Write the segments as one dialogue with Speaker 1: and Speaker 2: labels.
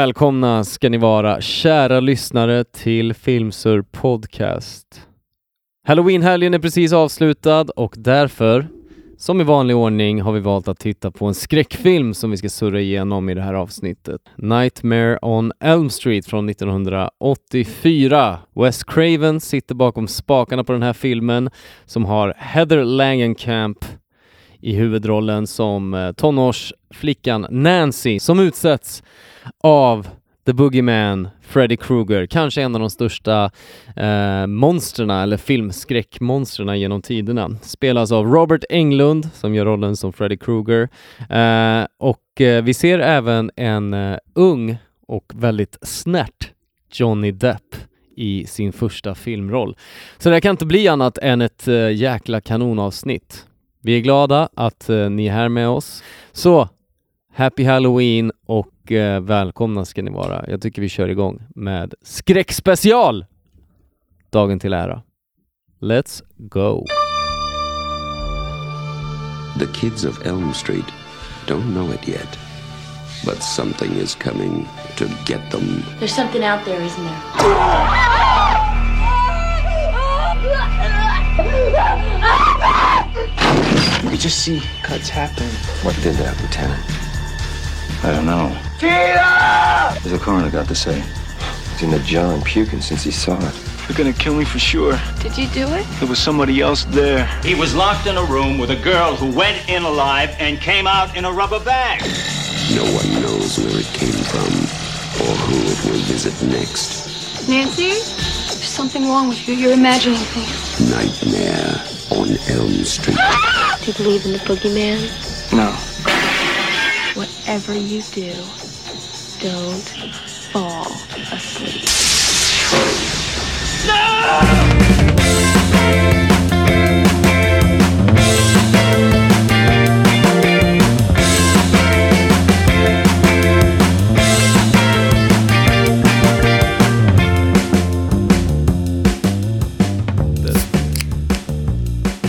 Speaker 1: Välkomna ska ni vara, kära lyssnare till Filmsur Podcast. Halloween-helgen är precis avslutad och därför, som i vanlig ordning, har vi valt att titta på en skräckfilm som vi ska surra igenom i det här avsnittet. Nightmare on Elm Street från 1984. Wes Craven sitter bakom spakarna på den här filmen som har Heather Langenkamp i huvudrollen som eh, tonårsflickan Nancy som utsätts av The Boogeyman, Freddy Krueger, kanske en av de största eh, monstren eller filmskräckmonstren genom tiderna. Spelas av Robert Englund som gör rollen som Freddy Krueger eh, och eh, vi ser även en eh, ung och väldigt snärt Johnny Depp i sin första filmroll. Så det här kan inte bli annat än ett eh, jäkla kanonavsnitt. Vi är glada att eh, ni är här med oss. Så Happy Halloween och eh, välkomna ska ni vara. Jag tycker vi kör igång med skräckspecial! Dagen till ära. Let's go!
Speaker 2: The kids of Elm Street don't know it yet, but something is coming to get them.
Speaker 3: There's something out there, isn't there?
Speaker 4: We just see cuts happen.
Speaker 5: What did that, Lieutenant?
Speaker 6: I don't know.
Speaker 5: What's the coroner got to say? He's in the John puking since he saw it.
Speaker 6: They're gonna kill me for sure.
Speaker 7: Did you do it?
Speaker 6: There was somebody else there.
Speaker 8: He was locked in a room with a girl who went in alive and came out in a rubber bag.
Speaker 2: No one knows where it came from or who it will visit next.
Speaker 7: Nancy? There's something wrong with you. You're imagining things.
Speaker 2: Nightmare on Elm Street.
Speaker 3: Do you believe in the boogeyman?
Speaker 6: No.
Speaker 3: Whatever you do, don't fall asleep.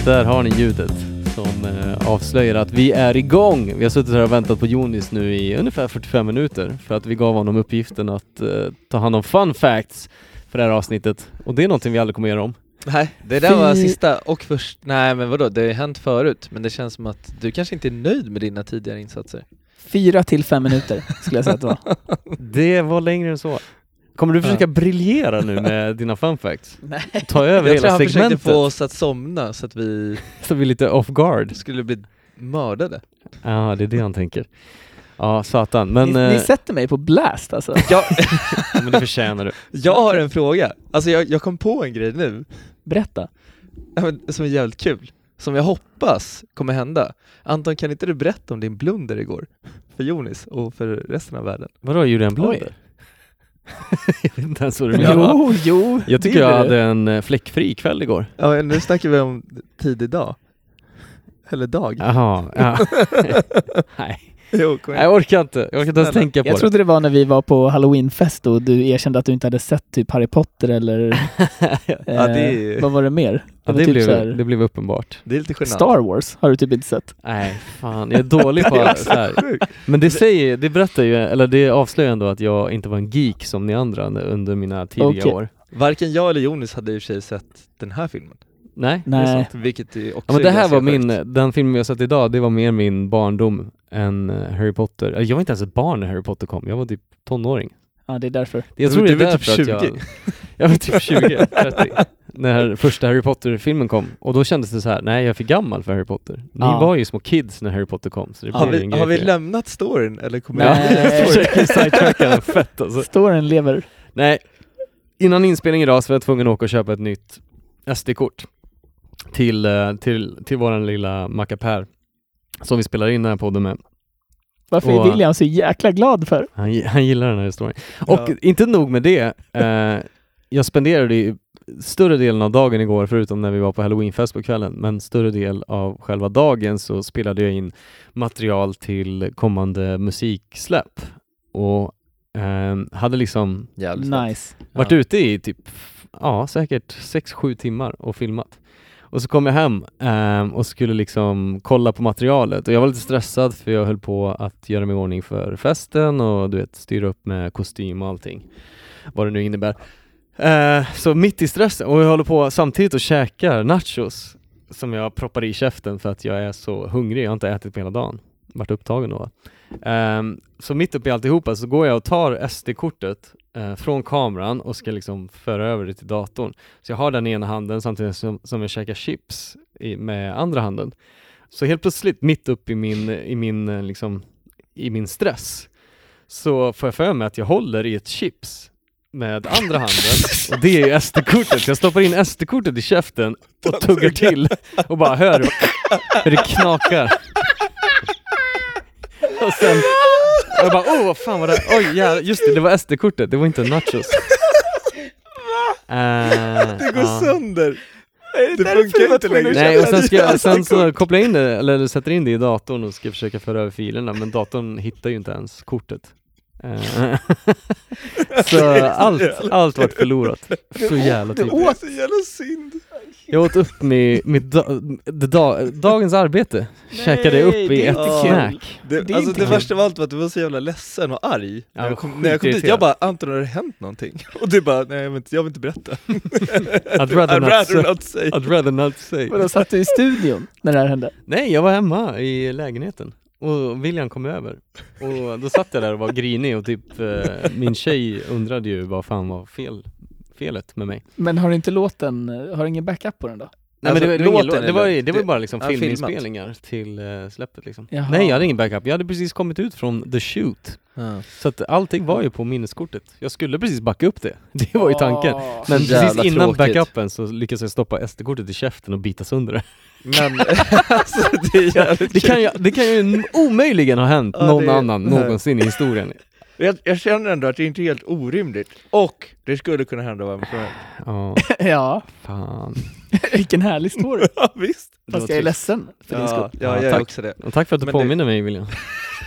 Speaker 1: Där har ni ljudet som eh, avslöjar att vi är igång. Vi har suttit här och väntat på Jonis nu i ungefär 45 minuter för att vi gav honom uppgiften att eh, ta hand om fun facts för det här avsnittet och det är någonting vi aldrig kommer göra om.
Speaker 9: Nej, det där var
Speaker 1: Fy-
Speaker 9: sista och först... Nej men vadå, det har ju hänt förut, men det känns som att du kanske inte är nöjd med dina tidigare insatser.
Speaker 4: Fyra till fem minuter skulle jag säga att det var.
Speaker 1: Det var längre än så. Kommer du försöka briljera nu med dina fun facts?
Speaker 4: Nej.
Speaker 1: Ta över
Speaker 9: Jag tror
Speaker 1: hela
Speaker 9: han försökte
Speaker 1: segmentet
Speaker 9: få oss att somna så att vi
Speaker 1: så vi är lite off guard.
Speaker 9: skulle bli mördade.
Speaker 1: Ja, det är det han tänker. Ja, satan. Men,
Speaker 4: ni, ni
Speaker 1: eh,
Speaker 4: sätter mig på blast alltså.
Speaker 9: Jag,
Speaker 1: ja, men det förtjänar du.
Speaker 9: jag har en fråga, alltså jag, jag kom på en grej nu,
Speaker 4: Berätta.
Speaker 9: ja, men som är jävligt kul, som jag hoppas kommer hända. Anton, kan inte du berätta om din blunder igår? För Jonis och för resten av världen.
Speaker 1: Vadå, gjorde jag en blunder? jag vet inte ens vad du menar.
Speaker 4: Jo, Oh, jo.
Speaker 1: Jag tycker
Speaker 4: det
Speaker 1: jag
Speaker 4: gjorde du.
Speaker 1: hade en eh, fläckfri kväll igår.
Speaker 9: Ja, nu snackar vi om tidig dag. Eller dag.
Speaker 1: Jaha, ja. Nej,
Speaker 9: Jo, kom igen.
Speaker 1: jag orkar inte. Jag orkar inte ens
Speaker 9: Snälla,
Speaker 1: tänka på
Speaker 4: Jag trodde det var när vi var på halloweenfest och du erkände att du inte hade sett typ Harry Potter eller
Speaker 1: det.
Speaker 4: eh,
Speaker 9: Ja, det är ju-
Speaker 4: vad var det mer?
Speaker 1: ja,
Speaker 4: var
Speaker 1: det,
Speaker 4: typ så här-
Speaker 1: blev, det blev uppenbart.
Speaker 9: Det är lite genant.
Speaker 4: Star Wars har du typ inte sett.
Speaker 1: Nej, fan. Jag är dålig på
Speaker 9: Det är
Speaker 1: så här.
Speaker 9: sjukt.
Speaker 1: Men det säger, det berättar ju, eller det avslöjar ändå att jag inte var en geek som ni andra under mina tidiga
Speaker 4: Okej.
Speaker 1: år.
Speaker 9: Varken jag eller Jonas hade i och för sig sett den här filmen,
Speaker 1: Nej,
Speaker 4: Nej.
Speaker 9: vilket är också
Speaker 1: Ja, men det
Speaker 9: är
Speaker 1: här
Speaker 9: ganska
Speaker 1: var min, eh,
Speaker 9: sjukt.
Speaker 1: den filmen jag sett idag, det var mer min barndom än eh, Harry Potter. Eh, Jag var inte ens ett barn när Harry Potter kom, jag var typ tonåring.
Speaker 4: Ja, det är därför.
Speaker 1: Jag
Speaker 9: Du-
Speaker 1: tror
Speaker 9: du
Speaker 1: det är
Speaker 9: var typ
Speaker 1: därför att
Speaker 9: 20.
Speaker 1: jag, jag var typ 20, 30, när första Harry Potter-filmen kom. Och då kändes det så här: nej jag är för gammal för Harry Potter. Ni
Speaker 4: Ja.
Speaker 1: var ju små kids när Harry Potter kom, så det
Speaker 9: Har
Speaker 1: blev ju en
Speaker 9: vi,
Speaker 1: grej
Speaker 9: har vi
Speaker 1: för er.
Speaker 9: lämnat storyn eller kommer
Speaker 1: Ja,
Speaker 4: Nej.
Speaker 1: jag försöker sidetracka den fett alltså.
Speaker 4: Storyn lever.
Speaker 1: Nej, innan inspelning idag så var jag tvungen att åka och köpa ett nytt SD-kort till, eh, till, till våran lilla mackapär som vi spelar in den här podden med.
Speaker 4: Varför
Speaker 1: Och-
Speaker 4: är William så jäkla glad för?
Speaker 1: Han, gi- han gillar den här historien. Och
Speaker 9: Ja.
Speaker 1: inte nog med det, eh, jag spenderade ju större delen av dagen igår, förutom när vi var på halloweenfest på kvällen, men större del av själva dagen så spelade jag in material till kommande musiksläpp och eh, hade liksom
Speaker 9: Jävligt fett.
Speaker 4: Nice.
Speaker 1: varit
Speaker 9: Ja.
Speaker 1: ute i typ, ja säkert 6-7 timmar och filmat. Och så kom jag hem ehm, och skulle liksom kolla på materialet och jag var lite stressad för jag höll på att göra mig i ordning för festen och du vet styra upp med kostym och allting. Vad det nu innebär. Eh, så mitt i stressen, och jag håller på samtidigt och käkar nachos som jag proppar i käften för att jag är så hungrig, jag har inte ätit på hela dagen. Varit upptagen då. Ehm, så mitt uppe i alltihopa så går jag och tar SD-kortet eh, från kameran och ska liksom föra över det till datorn. Så jag har den i ena handen samtidigt som, som jag käkar chips i, med andra handen. Så helt plötsligt, mitt upp i min, i min, eh, liksom, i min stress, så får jag för mig att jag håller i ett chips med andra handen och det är SD-kortet. Så jag stoppar in SD-kortet i käften och tuggar till och bara hör hur det knakar. Och sen, jag bara åh vad fan var det? Oj jävlar, just det, det var SD-kortet, det var inte nachos. Eh,
Speaker 9: Det går sönder! Det,
Speaker 4: jag
Speaker 9: funkar
Speaker 4: var
Speaker 9: inte längre.
Speaker 1: Nej, och sen, ska jag, sen så kopplar jag in det, eller sätter in det i datorn och ska försöka föra över filerna, men datorn hittar ju inte ens kortet. Eh, så allt, allt vart förlorat. Så jävla
Speaker 9: Det
Speaker 1: typiskt.
Speaker 9: är så jävla synd!
Speaker 1: Jag åt upp mi- mitt da, det da, dagens arbete, käkade upp
Speaker 4: det
Speaker 1: i
Speaker 4: är
Speaker 1: ett
Speaker 9: inte kul.
Speaker 1: snack.
Speaker 9: Det,
Speaker 4: Det är
Speaker 9: alltså
Speaker 4: inte
Speaker 9: det
Speaker 4: kul.
Speaker 9: värsta av allt var att du var så jävla ledsen och arg när,
Speaker 1: jag
Speaker 9: jag
Speaker 1: var
Speaker 9: kom, när jag kom dit. Jag
Speaker 1: skitirriterad.
Speaker 9: bara ”Anton, har det hänt någonting?” Och du bara ”Nej, jag vill inte, jag vill inte berätta”.
Speaker 1: I'd rather
Speaker 9: I'd
Speaker 1: not
Speaker 9: rather
Speaker 1: say.
Speaker 9: not say.
Speaker 1: I'd rather not say.
Speaker 4: Vadå, satt du i studion när det här hände?
Speaker 1: Nej, jag var hemma i lägenheten och William kom över och då satt jag där och var grinig och typ eh, min tjej undrade ju vad fan var fel, felet med mig.
Speaker 4: Men har du inte låten, eh, har du ingen backup på den då?
Speaker 1: Nej
Speaker 9: Alltså,
Speaker 1: men det var, det var, ingen,
Speaker 9: låten
Speaker 1: låt, det var,
Speaker 9: eller-
Speaker 1: ju- det var ju
Speaker 9: det-
Speaker 1: bara liksom
Speaker 9: ja, filmat.
Speaker 1: filminspelningar till eh, släppet liksom.
Speaker 4: Jaha.
Speaker 1: Nej jag hade ingen backup, jag hade precis kommit ut från the shoot. Så att allting var ju på minneskortet. Jag skulle precis backa upp det, det var ju tanken.
Speaker 4: Åh.
Speaker 1: Men
Speaker 9: Så jävla
Speaker 1: precis innan
Speaker 9: tråkigt.
Speaker 1: backupen så lyckades jag stoppa SD-kortet i käften och bita sönder det.
Speaker 9: Men alltså det är jävligt
Speaker 1: Det kan ju, det kan ju omöjligen ha hänt
Speaker 9: Ja,
Speaker 1: någon
Speaker 9: det är-
Speaker 1: annan
Speaker 9: nej.
Speaker 1: någonsin i historien.
Speaker 9: Jag, jag känner ändå att det inte är helt orimligt. Och det skulle kunna hända vem som helst.
Speaker 1: Ja,
Speaker 4: Ja,
Speaker 1: fan.
Speaker 4: vilken härlig story.
Speaker 9: Ja, visst!
Speaker 1: Det var
Speaker 4: Fast jag är
Speaker 1: trist.
Speaker 4: ledsen för din skull.
Speaker 9: Ja, ja, jag
Speaker 1: Ja,
Speaker 9: är
Speaker 1: tack.
Speaker 9: också det.
Speaker 1: Och tack för att du
Speaker 9: Men det-
Speaker 1: påminner mig William.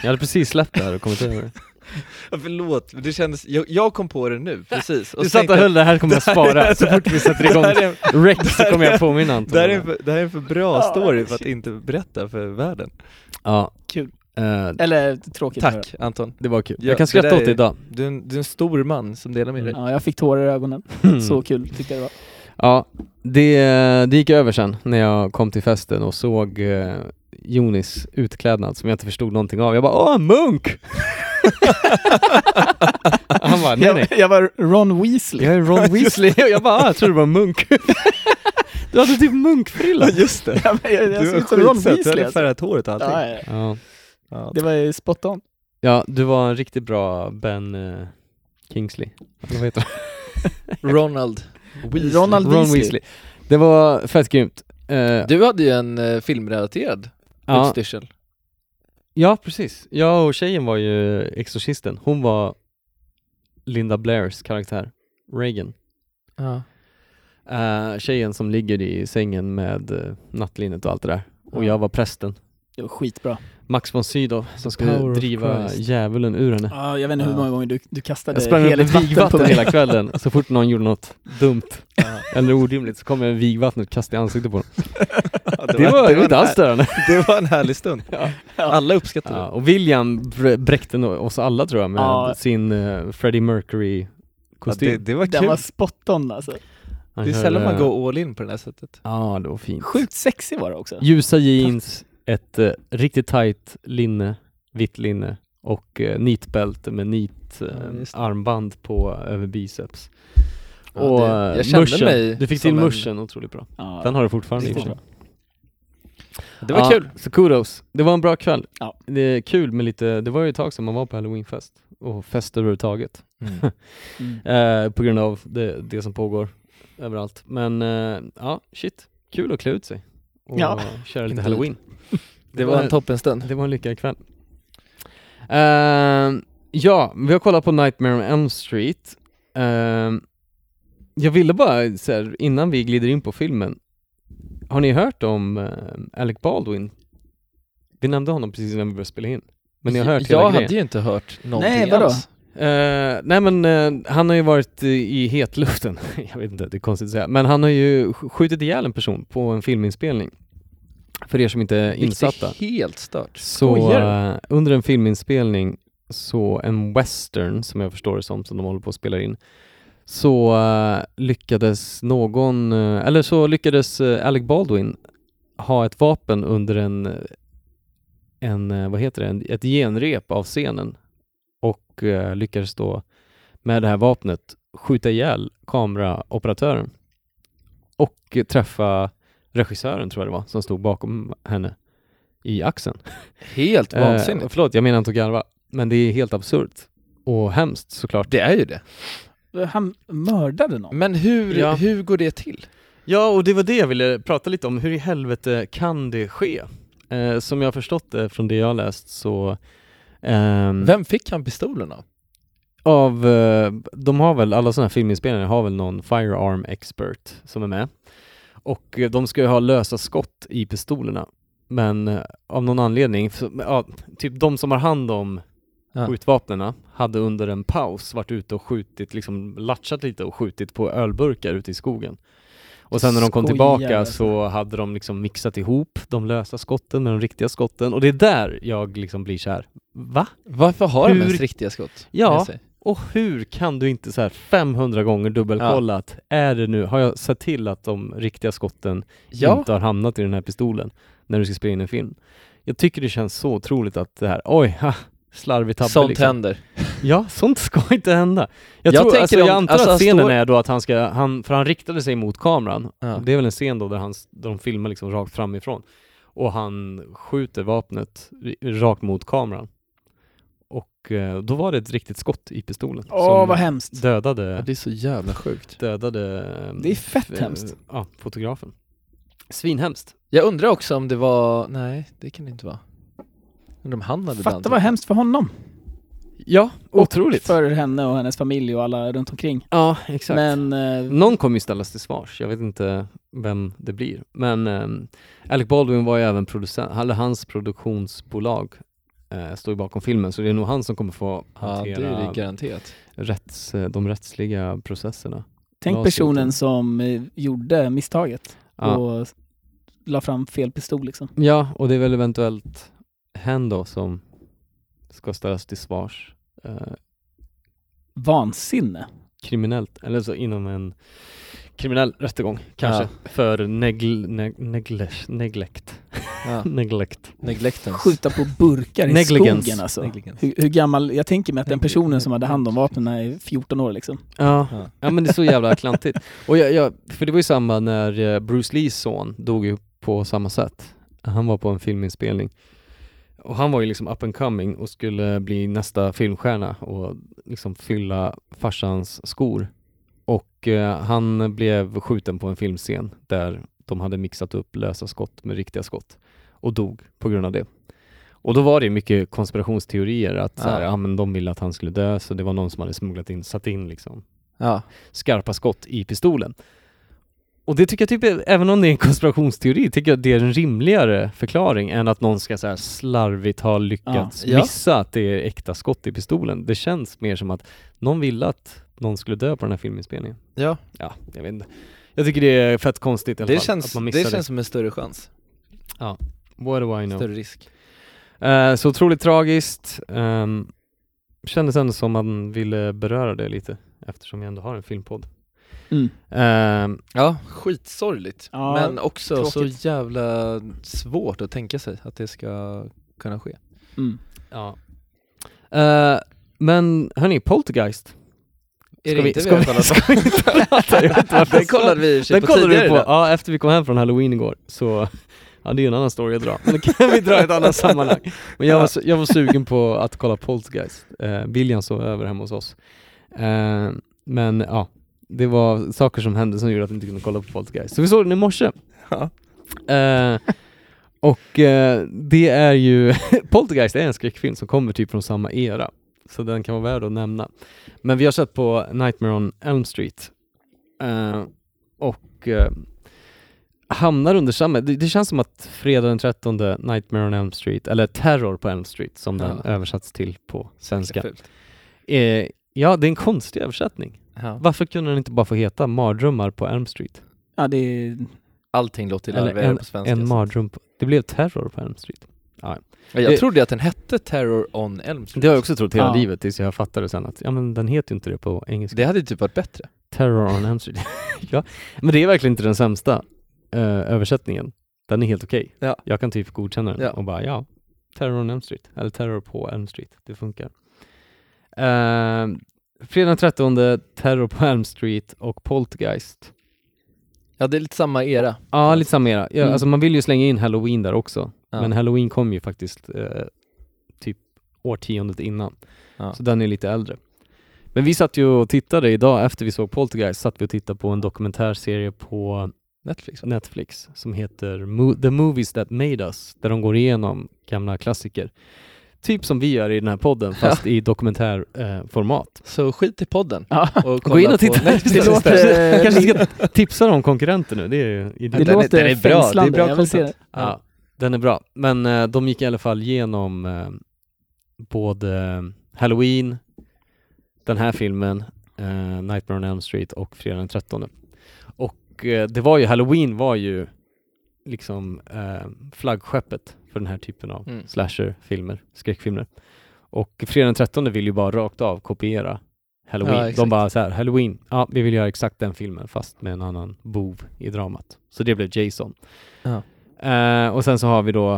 Speaker 1: Jag hade precis släppt det här och kommit över det.
Speaker 9: Ja, förlåt, men det kändes, jag, jag kom på det nu, precis.
Speaker 1: Du satt och höll det här kommer jag spara, så fort vi sätter igång
Speaker 9: Det här är,
Speaker 1: Rex så kommer jag påminna Anton.
Speaker 9: det här är,
Speaker 1: om
Speaker 9: en
Speaker 1: det.
Speaker 9: för, det här är en för bra story för att inte berätta för världen.
Speaker 1: Ja.
Speaker 4: Kul.
Speaker 1: Eh,
Speaker 4: Eller tråkigt. att höra.
Speaker 9: Tack Anton.
Speaker 1: det var kul.
Speaker 9: Ja,
Speaker 1: jag kan
Speaker 9: det där
Speaker 1: skratta åt
Speaker 9: är-
Speaker 1: det idag.
Speaker 9: Du är, en, du är en stor man som delar med dig.
Speaker 4: Ja, jag fick tårar i ögonen. Så kul tyckte jag det var.
Speaker 1: Ja, det, eh, det gick över sen när jag kom till festen och såg eh, Jonis utklädnad som jag inte förstod någonting av. Jag bara ”Åh, en munk!” Han bara ”Nej, nej,
Speaker 4: Jag, jag var Ron Weasley.
Speaker 1: jag är Ron Weasley” och jag bara ah, ”Jag trodde det var en munk”. Du hade typ munkfrilla.
Speaker 9: just det.
Speaker 4: Ja, men jag, jag
Speaker 9: Du
Speaker 4: såg
Speaker 9: var
Speaker 4: ut som Ron
Speaker 9: skitsöt, du
Speaker 4: Weasley.
Speaker 9: hade
Speaker 4: Alltså.
Speaker 9: färgat håret och allting.
Speaker 4: Ja, ja.
Speaker 1: Ja.
Speaker 9: Ja.
Speaker 4: det var ju spot on.
Speaker 1: ja, du var en riktigt bra Ben eh, Kingsley. Eller vad heter han?
Speaker 10: Ronald.
Speaker 4: Ronald
Speaker 1: Ron
Speaker 4: Weasley.
Speaker 1: Weasley. Det var fett grymt. Eh,
Speaker 10: Du hade ju en eh, filmrelaterad
Speaker 1: ja,
Speaker 10: utstyrsel.
Speaker 1: Ja, precis. Jag och tjejen var ju exorcisten. Hon var Linda Blairs karaktär, Reagan.
Speaker 10: Ja.
Speaker 1: Eh, tjejen som ligger i sängen med eh, nattlinnet och allt det där. Och
Speaker 4: Ja.
Speaker 1: jag var prästen.
Speaker 4: Det var skitbra.
Speaker 1: Max von Sydow som skulle
Speaker 9: power of
Speaker 1: driva
Speaker 9: Christ.
Speaker 1: djävulen ur henne.
Speaker 4: Ja, jag vet inte hur
Speaker 9: Ja.
Speaker 4: många gånger du, du kastade
Speaker 1: Jag sprang runt med
Speaker 4: heligt vatten på
Speaker 1: vigvatten
Speaker 4: mig.
Speaker 1: hela kvällen, så fort någon gjorde något dumt
Speaker 9: Ja.
Speaker 1: eller orimligt så kom jag med vigvatten och kastade i ansiktet på dem.
Speaker 9: Ja,
Speaker 1: Det var, det var inte
Speaker 9: en
Speaker 1: alls
Speaker 9: här-
Speaker 1: störande.
Speaker 9: det var en härlig stund. Alla uppskattade
Speaker 1: Ja,
Speaker 9: det.
Speaker 1: och William br- bräckte nog oss alla tror jag med
Speaker 4: Ja.
Speaker 1: sin eh, Freddie
Speaker 9: Ja, det.
Speaker 1: Mercury-kostym.
Speaker 9: Det var
Speaker 4: Den
Speaker 9: kul.
Speaker 4: var spot on alltså.
Speaker 1: Han
Speaker 9: Det är
Speaker 1: kör,
Speaker 9: sällan man
Speaker 1: eh,
Speaker 9: går all in på det här sättet.
Speaker 1: Ja, det var fint.
Speaker 4: Sjukt sexig var det också.
Speaker 1: Ljusa jeans, ett eh, riktigt tight linne, vitt linne och eh, nitbälte med nit eh,
Speaker 9: Ja, just det.
Speaker 1: armband på över biceps.
Speaker 10: Ja,
Speaker 1: och
Speaker 10: det-
Speaker 1: eh,
Speaker 10: jag kände
Speaker 1: muschen.
Speaker 10: mig
Speaker 1: du fick
Speaker 10: som
Speaker 1: till
Speaker 10: en-
Speaker 1: muschen otroligt bra.
Speaker 4: Ja.
Speaker 1: Den har du fortfarande i och
Speaker 4: Riktigt
Speaker 1: för sig.
Speaker 10: Det var
Speaker 1: Ja,
Speaker 10: kul.
Speaker 1: Så kudos. Det var en bra kväll.
Speaker 4: Ja.
Speaker 1: Det är kul med lite, det var ju ett tag sedan man var på halloweenfest och fest överhuvudtaget.
Speaker 4: Mm.
Speaker 1: Eh, på grund av det, det som pågår överallt. Men eh, ja, shit. Kul att klä ut sig och
Speaker 4: Ja.
Speaker 1: köra lite
Speaker 10: Indeed.
Speaker 1: halloween.
Speaker 10: Det var en toppenstund.
Speaker 1: Det var en lyckad kväll. Ehm, ja, vi har kollat på Nightmare on Elm Street. Ehm, jag ville bara, så här, innan vi glider in på filmen, har ni hört om eh, Alec Baldwin? Vi nämnde honom precis innan vi började spela in. Men ni har hört hela
Speaker 10: jag
Speaker 1: grejen?
Speaker 10: hade ju inte hört någonting
Speaker 4: Nej, vadå?
Speaker 10: alls.
Speaker 1: Eh, nej men eh, han har ju varit i, i hetluften, jag vet inte, det är konstigt att säga, men han har ju sk- skjutit ihjäl en person på en filminspelning. För er som inte är insatta.
Speaker 9: Vilket är helt stört.
Speaker 1: Så
Speaker 9: Skojar
Speaker 1: eh, under en filminspelning, så en western som jag förstår det som, som de håller på att spela in, så eh, lyckades någon, eh, eller så lyckades eh, Alec Baldwin ha ett vapen under en, eh, en eh, vad heter det, en, ett genrep av scenen och eh, lyckades då med det här vapnet skjuta ihjäl kameraoperatören och eh, träffa regissören, tror jag det var, som stod bakom henne i axeln.
Speaker 9: Helt vansinnigt.
Speaker 1: Eh, förlåt, jag menar inte att garva, men det är helt absurt. Och hemskt såklart.
Speaker 9: Det är ju det.
Speaker 4: Han mördade någon.
Speaker 9: Men hur,
Speaker 1: Ja.
Speaker 9: hur går det till?
Speaker 1: Ja, och det var det jag ville prata lite om. Hur i helvete kan det ske? Eh, som jag har förstått det från det jag har läst så ehm,
Speaker 9: Vem fick han pistolen av?
Speaker 1: av, eh, de har väl, alla sådana här filminspelningar har väl någon firearm expert som är med. Och eh, de ska ju ha lösa skott i pistolerna. Men eh, av någon anledning, f- ja, typ de som har hand om
Speaker 9: Ja.
Speaker 1: skjutvapnena hade under en paus varit ute och skjutit, liksom latchat lite och skjutit på ölburkar ute i skogen. Och sen när de kom
Speaker 4: Skojar
Speaker 1: tillbaka
Speaker 4: alltså.
Speaker 1: så hade de liksom mixat ihop de lösa skotten med de riktiga skotten. Och det är där jag liksom blir så här. va?
Speaker 9: Varför har
Speaker 1: Hur-
Speaker 9: de ens riktiga skott?
Speaker 1: Ja.
Speaker 9: med sig?
Speaker 1: Och hur kan du inte så här 500 gånger dubbelkolla att är det nu, har jag sett till att de riktiga skotten
Speaker 9: ja.
Speaker 1: inte har hamnat i den här pistolen när du ska spela in en film? Jag tycker det känns så otroligt att det här, oj, ha, slarvig tabbe
Speaker 9: Sånt
Speaker 1: liksom.
Speaker 9: händer.
Speaker 1: Ja, sånt ska inte hända. Jag,
Speaker 9: Jag
Speaker 1: tror,
Speaker 9: tänker
Speaker 1: alltså, jag
Speaker 9: om-
Speaker 1: antar
Speaker 9: alltså,
Speaker 1: att
Speaker 9: han
Speaker 1: scenen
Speaker 9: står-
Speaker 1: är då att han ska, han, för han riktade sig mot kameran.
Speaker 9: Ja.
Speaker 1: Det är väl en scen då där, han, s- där de filmar liksom rakt framifrån. Och han skjuter vapnet i- rakt mot kameran. Och eh, då var det ett riktigt skott i pistolen
Speaker 4: Åh, vad hemskt.
Speaker 9: Ja,
Speaker 1: dödade,
Speaker 9: det är så jävla sjukt.
Speaker 1: dödade eh,
Speaker 4: Det är fett
Speaker 1: f-
Speaker 4: hemskt.
Speaker 1: Ja, fotografen. Svinhemskt.
Speaker 9: Jag undrar också om det var, nej det kan det inte vara. Undrar om han hade
Speaker 4: Fatta
Speaker 9: blandat.
Speaker 4: vad hemskt för honom.
Speaker 1: Ja,
Speaker 4: Och för henne och hennes familj och alla runt omkring.
Speaker 1: Ja, exakt. Mm.
Speaker 4: Men eh,
Speaker 1: Någon kommer ju ställas till svars, jag vet inte vem det blir. Men ehm, Alec Baldwin var ju även producent, eller hans produktionsbolag eh, står ju bakom filmen, så det är nog han som kommer få
Speaker 9: Ja, det
Speaker 1: hantera
Speaker 9: är det garanterat.
Speaker 1: rätts, eh, de rättsliga processerna.
Speaker 4: tänk
Speaker 1: Glasögon.
Speaker 4: personen som eh, gjorde misstaget
Speaker 1: Ja.
Speaker 4: och s- la fram fel pistol liksom.
Speaker 1: ja, och det är väl eventuellt hen då som ska ställas till svars eh,
Speaker 4: Vansinne.
Speaker 1: kriminellt, eller så inom en kriminell rättegång kanske, för negl, neg, neglect, neglect.
Speaker 9: Ja.
Speaker 1: neglect.
Speaker 9: Neglectance.
Speaker 4: Skjuta på burkar i
Speaker 1: Negligence.
Speaker 4: skogen alltså.
Speaker 9: Negligence.
Speaker 4: Hur, hur gammal, jag tänker mig att den
Speaker 9: Negli-
Speaker 4: personen som hade hand om vapnen är 14 år liksom.
Speaker 1: Ja.
Speaker 9: Ja.
Speaker 1: Ja men det är så jävla klantigt. Och jag, jag, för det var ju samma när eh, Bruce Lees son dog ju på samma sätt. Han var på en filminspelning. Och han var ju liksom up and coming och skulle bli nästa filmstjärna och liksom fylla farsans skor. Och eh, han blev skjuten på en filmscen där de hade mixat upp lösa skott med riktiga skott och dog på grund av det. Och då var det ju mycket konspirationsteorier att så här,
Speaker 9: Ja.
Speaker 1: ja, men de ville att han skulle dö så det var någon som hade smugglat in, satt in liksom
Speaker 9: Ja.
Speaker 1: skarpa skott i pistolen. Och det tycker jag typ, är- även om det är en konspirationsteori, tycker jag det är en rimligare förklaring än att någon ska så här slarvigt ha lyckats
Speaker 9: Ja. Ja.
Speaker 1: missa att det är äkta skott i pistolen. Det känns mer som att någon ville att någon skulle dö på den här filminspelningen.
Speaker 9: ja.
Speaker 1: Ja, jag vet inte. Jag tycker det är fett konstigt i alla
Speaker 9: Det,
Speaker 1: fall, att
Speaker 9: känns,
Speaker 1: man
Speaker 9: det
Speaker 1: missar det.
Speaker 9: känns som en större chans.
Speaker 1: What do I know?
Speaker 9: Större risk.
Speaker 1: Eh, så otroligt tragiskt. Um, kändes ändå som man ville beröra det lite, eftersom jag ändå har en filmpodd.
Speaker 4: Mm.
Speaker 1: Ehm,
Speaker 9: Ja, skitsorgligt.
Speaker 4: Ja,
Speaker 9: men också
Speaker 4: tråkigt.
Speaker 9: så jävla svårt att tänka sig att det ska kunna ske.
Speaker 4: Mm.
Speaker 1: Ja. Eh, men hörni, Poltergeist.
Speaker 9: Är det inte vi har kollat på?
Speaker 1: ska vi inte prata? Jag vet inte varför
Speaker 9: Den
Speaker 1: jag sa-
Speaker 9: kollade vi i och för sig
Speaker 1: Den
Speaker 9: på
Speaker 1: kollade
Speaker 9: tidigare
Speaker 1: vi på,
Speaker 9: idag.
Speaker 1: ja efter vi kom hem från halloween igår. Så, ja det är ju en annan story att dra. Men det kan vi dra i ett annat sammanhang. Men jag var, su- jag var sugen på att kolla Poltergeist. Uh, William sov över hemma hos oss. Eh, men ja, det var saker som hände som gjorde att vi inte kunde kolla på Poltergeist. Så vi såg den i morse.
Speaker 9: Ja.
Speaker 1: Eh, och eh, det är ju, Poltergeist är en skräckfilm som kommer typ från samma era. Så den kan vara värd att nämna. Men vi har sett på Nightmare on Elm Street. Eh, och eh, hamnar under samma, det, det känns som att fredag den 13 Nightmare on Elm Street, eller Terror på Elm Street som den
Speaker 9: Ja.
Speaker 1: översatts till på svenska
Speaker 9: Fult.
Speaker 1: Eh, ja, det är en konstig översättning.
Speaker 10: Ja.
Speaker 1: Varför kunde den inte bara få heta Mardrömmar på Elm Street?
Speaker 4: Ja, det är...
Speaker 10: Allting låter ju
Speaker 1: Eller
Speaker 10: larvigare
Speaker 1: en,
Speaker 10: på svenska.
Speaker 1: en
Speaker 10: så.
Speaker 1: mardröm. På, det blev terror på Elm Street.
Speaker 10: Ja, Jag
Speaker 1: Eh,
Speaker 10: trodde att den hette Terror on Elm Street.
Speaker 1: Det har jag också trott hela
Speaker 4: Ja.
Speaker 1: livet tills jag fattade sen att ja, men den heter ju inte det på engelska.
Speaker 10: Det hade ju typ varit bättre.
Speaker 1: Terror on Elm Street. ja. Men det är verkligen inte den sämsta eh, översättningen. Den är helt okej.
Speaker 10: Ja.
Speaker 1: Jag kan typ godkänna den
Speaker 10: Ja.
Speaker 1: och bara ja, Terror on Elm Street. Eller Terror på Elm Street. Det funkar. Uh, fredag den 13, Terror på Elm Street och Poltergeist.
Speaker 10: Ja, det är lite samma era.
Speaker 1: Ja, lite samma era. Ja,
Speaker 4: Mm.
Speaker 1: Alltså man vill ju slänga in Halloween där också.
Speaker 10: Ja.
Speaker 1: Men Halloween kom ju faktiskt eh, typ årtiondet innan.
Speaker 10: Ja.
Speaker 1: Så den är lite äldre. Men vi satt ju och tittade idag efter vi såg Poltergeist, satt vi och tittade på en dokumentärserie på
Speaker 10: Netflix. va?
Speaker 1: Netflix som heter Mo- The Movies That Made Us, där de går igenom gamla klassiker. Typ som vi gör i den här podden, fast i dokumentärformat. Eh, format.
Speaker 10: Så skit i podden.
Speaker 4: Ja.
Speaker 10: Och
Speaker 1: Gå in
Speaker 10: kolla
Speaker 1: och titta!
Speaker 10: På Netflix.
Speaker 4: Det låter-
Speaker 1: Kanske- kanske ska tipsa om konkurrenter nu, det är ju idé.
Speaker 4: Det
Speaker 10: den är-
Speaker 4: låter
Speaker 10: den är bra. Det är
Speaker 4: fängslande.
Speaker 10: bra
Speaker 4: Jag vill se det.
Speaker 1: Ja, den är bra. Men eh, de gick i alla fall igenom eh, både Halloween, den här filmen, eh, Nightmare on Elm Street och Fredag den 13. Och eh, det var ju, Halloween var ju liksom eh, flaggskeppet för den här typen av
Speaker 10: Mm.
Speaker 1: slasherfilmer, skräckfilmer. Och Fredag den 13 vill ju bara rakt av kopiera
Speaker 10: Ja,
Speaker 1: Halloween.
Speaker 10: exakt.
Speaker 1: de bara så här, Halloween, ja vi vill göra exakt den filmen fast med en annan bov i dramat. Så det blev Jason.
Speaker 10: Ja.
Speaker 1: Eh, och sen så har vi då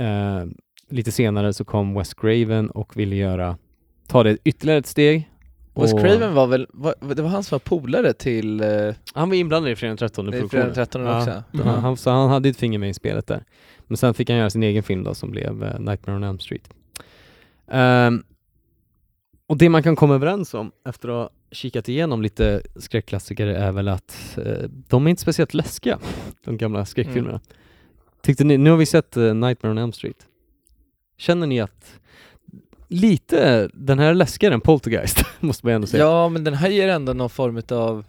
Speaker 1: eh, lite senare så kom Wes Craven och ville göra, ta det ytterligare ett steg.
Speaker 10: Wes
Speaker 1: Och-
Speaker 10: Craven var väl, var, det var han som var polare till eh,
Speaker 1: Han var inblandad i Fredag den 13
Speaker 10: Fredag den 13
Speaker 1: Ja.
Speaker 10: också?
Speaker 1: Ja, han, så han hade ett finger med i spelet där. Men sen fick han göra sin egen film då som blev eh, Nightmare on Elm Street. Ehm, och det man kan komma överens om efter att ha kikat igenom lite skräckklassiker är väl att eh, de är inte speciellt läskiga, de gamla skräckfilmerna.
Speaker 4: Mm.
Speaker 1: Tyckte ni, nu har vi sett eh, Nightmare on Elm Street. Känner ni att lite, den här är läskigare än Poltergeist, måste man ändå säga.
Speaker 10: Ja, men den här ger ändå någon form av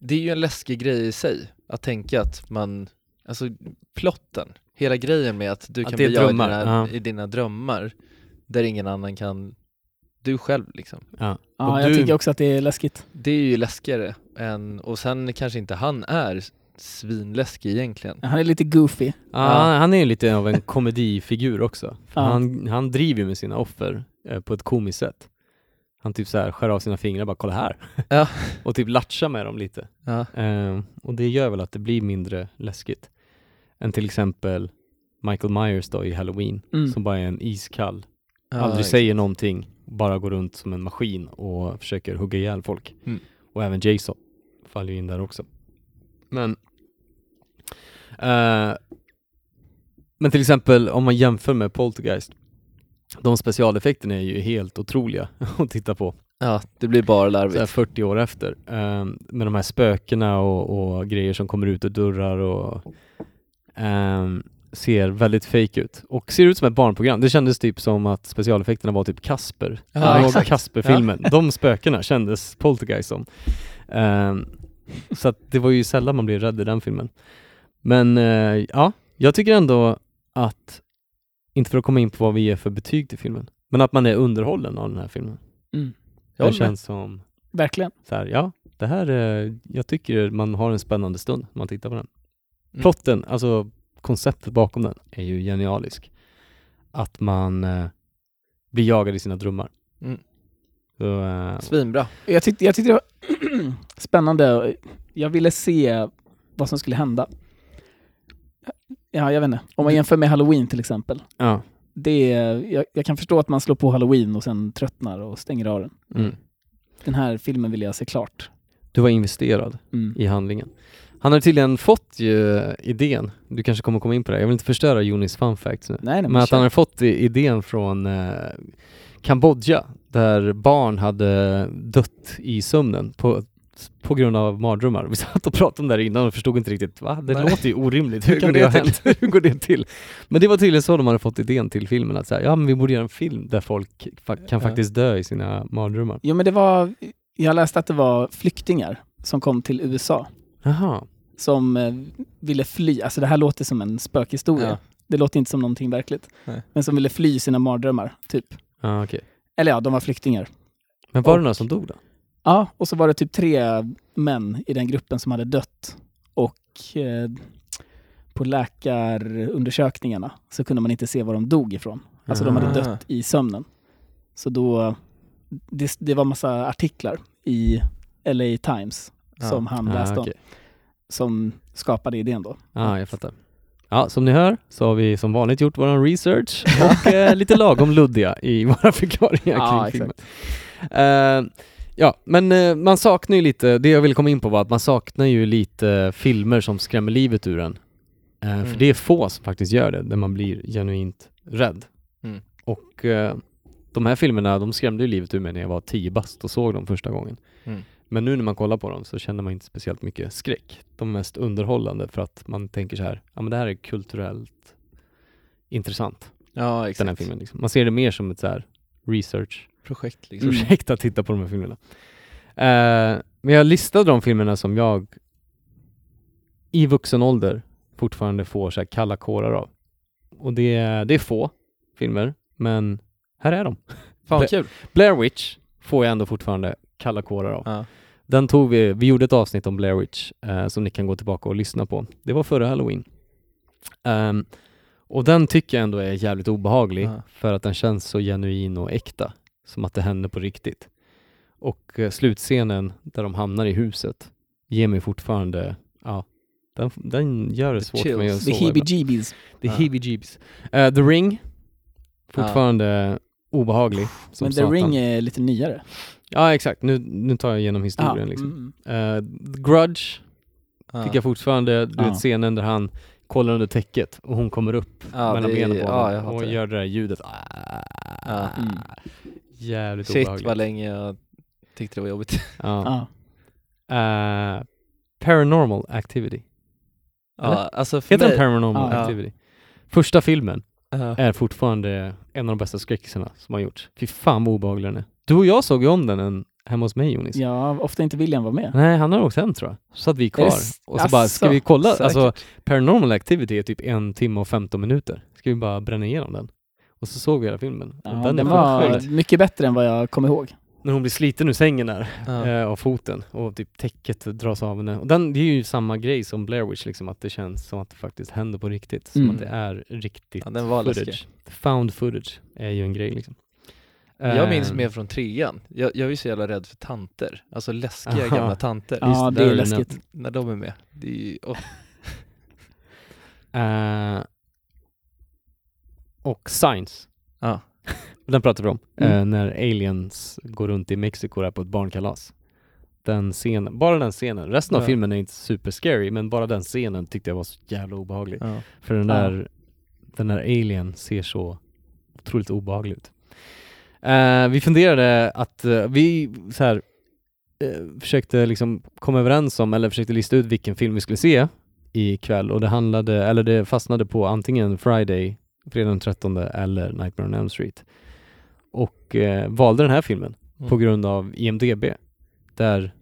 Speaker 10: Det är ju en läskig grej i sig att tänka att man Alltså plotten, hela grejen med att du
Speaker 1: Att
Speaker 10: kan
Speaker 1: det är
Speaker 10: bli jag i
Speaker 1: drömmar,
Speaker 10: dina,
Speaker 1: ja.
Speaker 10: i dina drömmar där ingen annan kan Du själv liksom
Speaker 1: Ja.
Speaker 4: Ja,
Speaker 1: Och
Speaker 4: jag
Speaker 1: du-
Speaker 4: tycker också att det är läskigt.
Speaker 10: Det är ju läskigare än Och sen kanske inte han är svinläskig egentligen
Speaker 4: Han är lite goofy.
Speaker 1: Ja, han- Han är ju lite av en komedifigur också. För
Speaker 4: Ja.
Speaker 1: Han, han driver ju med sina offer eh, på ett komiskt sätt. Han typ så här skär av sina fingrar och bara kolla här.
Speaker 10: Ja.
Speaker 1: och typ latchar med dem lite.
Speaker 10: Ja,
Speaker 1: Eh, och det gör väl att det blir mindre läskigt än till exempel Michael Myers då i Halloween
Speaker 4: Mm.
Speaker 1: som bara är en iskall,
Speaker 10: ja
Speaker 1: aldrig
Speaker 10: exakt.
Speaker 1: säger någonting, bara går runt som en maskin och försöker hugga ihjäl folk.
Speaker 10: Mm.
Speaker 1: Och även Jason faller ju in där också. Men eh, men till exempel om man jämför med Poltergeist, de specialeffekterna är ju helt otroliga att titta på
Speaker 10: Ja, det blir bara
Speaker 1: så här
Speaker 10: larvigt
Speaker 1: 40 år efter. Ehm, med de här spökena och, och grejer som kommer ut ur dörrar och ehm, ser väldigt fake ut. Och ser ut som ett barnprogram. Det kändes typ som att specialeffekterna var typ Kasper.
Speaker 10: Ja,
Speaker 1: Kommer du ihåg
Speaker 10: exakt.
Speaker 1: Kasper-filmen. De spökena kändes Poltergeist som. Ehm, så att det var ju sällan man blev rädd i den filmen. Men eh, ja, jag tycker ändå att, inte för att komma in på vad vi ger för betyg till filmen, men att man är underhållen av den här filmen.
Speaker 4: Mm.
Speaker 10: Jag
Speaker 1: Det
Speaker 10: håller med.
Speaker 1: känns som
Speaker 4: Verkligen.
Speaker 1: så här, ja, det här, eh, jag tycker man har en spännande stund när man tittar på den.
Speaker 10: Mm.
Speaker 1: Plotten, alltså konceptet bakom den är ju genialisk. Att man eh, blir jagad i sina drömmar.
Speaker 10: Mm.
Speaker 1: Så, eh,
Speaker 10: Svinbra
Speaker 4: Jag tyckte, jag tyckte det var spännande. Jag ville se vad som skulle hända. Ja, jag vet inte. Om man jämför med Halloween till exempel.
Speaker 1: ja.
Speaker 4: Det är, jag, jag kan förstå att man slår på Halloween och sen tröttnar och stänger av den.
Speaker 1: Mm.
Speaker 4: Den här filmen vill jag se klart.
Speaker 1: Du var investerad
Speaker 4: Mm.
Speaker 1: i handlingen. Han har tydligen fått ju idén, du kanske kommer komma in på det, här. jag vill inte förstöra Jonis fun facts nu.
Speaker 4: Nej, nej, men
Speaker 1: Men att
Speaker 4: kör.
Speaker 1: han har fått i- idén från eh, Kambodja där barn hade dött i sömnen på, på grund av mardrömmar. Vi satt och pratade om det här innan och förstod inte riktigt, va? Det
Speaker 10: Nej.
Speaker 1: låter ju orimligt, hur
Speaker 10: Hur
Speaker 1: kan
Speaker 10: går
Speaker 1: det
Speaker 10: det
Speaker 1: ha hänt? hur går det till? Men det var tydligen så de hade fått idén till filmen, att så här, ja men vi borde göra en film där folk fa- kan
Speaker 10: Ja.
Speaker 1: faktiskt dö i sina mardrömmar.
Speaker 4: Jo, men det var... Jag läste att det var flyktingar som kom till USA
Speaker 1: Jaha.
Speaker 4: som eh, ville fly. Alltså det här låter som en spökhistoria.
Speaker 10: Ja.
Speaker 4: Det låter inte som någonting verkligt.
Speaker 10: Nej.
Speaker 4: Men som ville fly sina mardrömmar, typ.
Speaker 1: Ja, okej.
Speaker 4: Eller ja, de var flyktingar.
Speaker 1: Men var det några som dog då?
Speaker 4: Ja, och så var det typ tre män i den gruppen som hade dött. Och eh, på läkarundersökningarna så kunde man inte se var de dog ifrån. Alltså de hade
Speaker 1: Ah.
Speaker 4: dött i sömnen. Så då, det, det var massa artiklar i LA Times
Speaker 1: Ja.
Speaker 4: som han
Speaker 1: Ah,
Speaker 4: läste om.
Speaker 1: okej.
Speaker 4: Som skapade idén då.
Speaker 1: Ja, ah, jag fattar. Ja, som ni hör så har vi som vanligt gjort vår research och eh, lite lagom luddiga i våra förklaringar
Speaker 4: Ja,
Speaker 1: kring filmen.
Speaker 4: exakt.
Speaker 1: Eh, ja, men eh, man saknar ju lite, det jag ville komma in på var att man saknar ju lite filmer som skrämmer livet ur en. Eh, För
Speaker 10: Mm.
Speaker 1: det är få som faktiskt gör det, där man blir genuint rädd.
Speaker 10: Mm.
Speaker 1: Och eh, de här filmerna, de skrämde ju livet ur mig när jag var tio bast och såg dem första gången.
Speaker 10: Mm.
Speaker 1: Men nu när man kollar på dem så känner man inte speciellt mycket skräck. De är mest underhållande för att man tänker så här, ja men det här är kulturellt intressant,
Speaker 10: Ja, exakt.
Speaker 1: den här filmen. Liksom. Man ser det mer som ett så här research-projekt
Speaker 10: Projekt liksom.
Speaker 4: Mm.
Speaker 1: att titta på de här filmerna. Eh, men jag listade de filmerna som jag i vuxen ålder fortfarande får så här kalla kårar av. Och det, är- det är få filmer, men här är de. Blä-
Speaker 10: Fan vad kul.
Speaker 1: Blair Witch får jag ändå fortfarande kalla kårar av.
Speaker 10: Ja.
Speaker 1: Den tog vi, vi gjorde ett avsnitt om Blair Witch eh, som ni kan gå tillbaka och lyssna på. Det var förra halloween. Ehm, och den tycker jag ändå är jävligt obehaglig
Speaker 10: Ja.
Speaker 1: för att den känns så genuin och äkta. Som att det händer på riktigt. Och eh, slutscenen där de hamnar i huset ger mig fortfarande, ja, den, den gör det
Speaker 10: The
Speaker 1: svårt för mig att
Speaker 10: chills.
Speaker 4: The
Speaker 1: sova. ibland.
Speaker 4: heebie-jeebies.
Speaker 1: The
Speaker 10: Ja.
Speaker 1: heebie-jeebies. Eh, The Ring,
Speaker 10: Ja.
Speaker 1: fortfarande obehaglig. Som
Speaker 4: Men The
Speaker 1: satan.
Speaker 4: Ring är lite nyare.
Speaker 1: Ja exakt, nu, nu tar jag igenom
Speaker 4: Ja,
Speaker 1: historien liksom.
Speaker 4: mm.
Speaker 1: Eh, Grudge
Speaker 10: Ja.
Speaker 1: tycker jag fortfarande, du
Speaker 4: Ja.
Speaker 1: vet scenen där han kollar under täcket och hon kommer upp
Speaker 10: ja,
Speaker 1: mellan
Speaker 10: det-
Speaker 1: benen på
Speaker 10: Ja,
Speaker 1: honom
Speaker 10: jag
Speaker 1: och
Speaker 10: hatar det.
Speaker 1: gör det där ljudet. Ah.
Speaker 10: Ja.
Speaker 4: Mm.
Speaker 1: Jävligt
Speaker 10: Shit
Speaker 1: obehagligt.
Speaker 10: vad länge jag tyckte det var jobbigt.
Speaker 1: Ja.
Speaker 4: Ja.
Speaker 1: Eh, paranormal activity.
Speaker 10: Ja, alltså för
Speaker 1: Heter
Speaker 10: mig...
Speaker 1: den Eh, Paranormal
Speaker 10: Ja.
Speaker 1: activity? Första filmen
Speaker 10: Ja.
Speaker 1: är fortfarande en av de bästa skräckisarna som har gjorts. Fy fan vad obehaglig den är. Du och jag såg ju om den en, hemma hos mig Jonis.
Speaker 4: ja, ofta inte William var med.
Speaker 1: Nej, han har åkt hem tror jag. Så satt vi kvar
Speaker 4: det
Speaker 1: och
Speaker 4: s-
Speaker 1: så bara, ska
Speaker 4: Asså,
Speaker 1: vi kolla?
Speaker 10: säkert.
Speaker 1: Alltså, Paranormal Activity är typ en timme och 15 minuter. Ska vi bara bränna igenom den? Och så såg vi hela filmen.
Speaker 4: Ja,
Speaker 1: Och
Speaker 4: den,
Speaker 1: den är fan sjukt.
Speaker 4: var mycket bättre än vad jag kom ihåg.
Speaker 1: När hon blir sliten ur sängen där,
Speaker 10: Ja.
Speaker 1: eh, av foten och typ täcket dras av henne. Och den, det är ju samma grej som Blair Witch, liksom, att det känns som att det faktiskt händer på riktigt. Som
Speaker 4: Mm.
Speaker 1: att det är riktigt
Speaker 10: Ja, den var
Speaker 1: footage.
Speaker 10: läskig.
Speaker 1: Found footage är ju en grej liksom.
Speaker 10: Jag minns
Speaker 1: Eh,
Speaker 10: mer från trean. Jag, jag är ju så jävla rädd för tanter. Alltså läskiga
Speaker 1: Aha.
Speaker 10: gamla tanter.
Speaker 1: Just
Speaker 4: Ja,
Speaker 1: det,
Speaker 4: det
Speaker 1: där
Speaker 4: är
Speaker 1: är den.
Speaker 4: läskigt.
Speaker 10: När de är med. Det är ju, åh,
Speaker 1: eh, och Science.
Speaker 10: ja.
Speaker 1: Den pratar vi om.
Speaker 4: Mm.
Speaker 1: Eh, när aliens går runt i Mexiko där på ett barnkalas. Den scenen, bara den scenen. Resten av
Speaker 10: Ja.
Speaker 1: filmen är inte super scary men bara den scenen tyckte jag var så jävla obehaglig.
Speaker 10: ja.
Speaker 1: För den
Speaker 4: Ja.
Speaker 1: där, den där alien ser så otroligt obehaglig ut. Eh, vi funderade att eh, vi så här, eh, försökte liksom komma överens om eller försökte lista ut vilken film vi skulle se ikväll och det handlade, eller det fastnade på antingen Friday, fredag den 13 eller Nightmare on Elm Street. Och eh, valde den här filmen på
Speaker 10: Mm.
Speaker 1: grund av IMDB där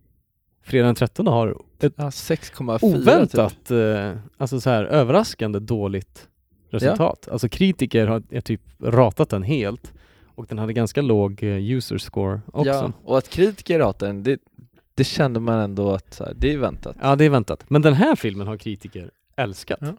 Speaker 1: fredag den 13 har ett
Speaker 10: ja 6,4
Speaker 1: oväntat,
Speaker 10: Typ.
Speaker 1: eh, alltså så här överraskande dåligt resultat. Alltså kritiker har, har typ ratat den helt och den hade ganska låg eh, user score också.
Speaker 10: Ja,
Speaker 1: Ja.
Speaker 10: och att kritiker hatar den, det, det kände man ändå att så här, det är väntat.
Speaker 1: det är väntat. Men den här filmen har kritiker älskat,
Speaker 10: Ja.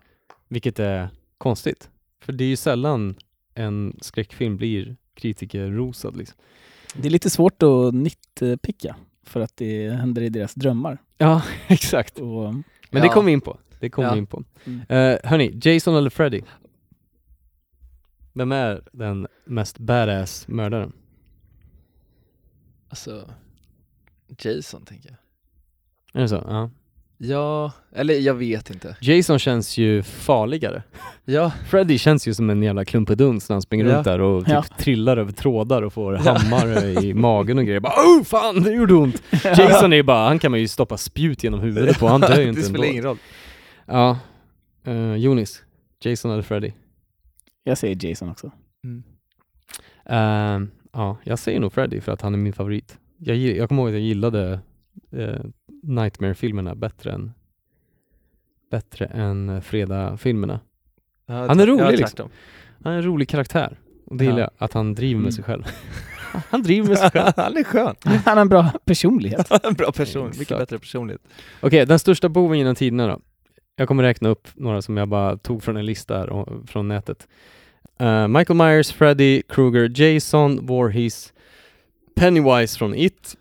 Speaker 1: vilket är konstigt. För det är ju sällan en skräckfilm blir kritikerrosad liksom.
Speaker 4: Det är lite svårt att nitpicka för att det händer i deras drömmar.
Speaker 1: Ja, exakt.
Speaker 4: Och,
Speaker 1: Men det
Speaker 10: Ja.
Speaker 1: kom vi in på. Det kom
Speaker 10: Ja.
Speaker 1: vi in på.
Speaker 4: Mm.
Speaker 1: Eh, hörni, Jason eller Freddy? Vem är den mest badass mördaren?
Speaker 10: Alltså, Jason tänker jag.
Speaker 1: Är det så? Ja.
Speaker 10: Ja, eller jag vet inte.
Speaker 1: Jason känns ju farligare.
Speaker 10: Ja,
Speaker 1: Freddy känns ju som en jävla klumpeduns när han springer
Speaker 10: Ja.
Speaker 1: runt där och typ
Speaker 4: Ja.
Speaker 1: trillar över trådar och får hammare i magen och grejer. Bara oh fan, det gjorde ont! Jason är ju bara, han kan man ju stoppa spjut genom huvudet på, han dör ju
Speaker 10: det
Speaker 1: inte
Speaker 10: spelar
Speaker 1: ändå.
Speaker 10: ingen roll.
Speaker 1: Ja. Eh, Jonis, Jason eller Freddy?
Speaker 4: jag säger Jason också.
Speaker 10: Mm.
Speaker 1: Eh, ja, jag säger nog Freddy för att han är min favorit. Jag, gi- jag kommer ihåg att jag gillade eh, Nightmare-filmerna bättre än bättre än eh, Fredag-filmerna.
Speaker 10: Ja,
Speaker 1: Han är
Speaker 10: tvärt-
Speaker 1: rolig
Speaker 10: ja,
Speaker 1: liksom.
Speaker 10: tvärtom.
Speaker 1: Han är en rolig karaktär. Och det
Speaker 10: Ja.
Speaker 1: gillar jag, att han driver med sig själv.
Speaker 4: Han driver med sig själv.
Speaker 9: Han är skön.
Speaker 4: Han har en bra personlighet.
Speaker 9: En
Speaker 10: Mm,
Speaker 9: bra person, mycket
Speaker 1: Exakt.
Speaker 9: bättre personlighet.
Speaker 1: Okej, den största boven genom tiderna då. Jag kommer räkna upp några som jag bara tog från en lista här och, från nätet. Eh, Michael Myers, Freddy Krueger, Jason Voorhees, Pennywise från It,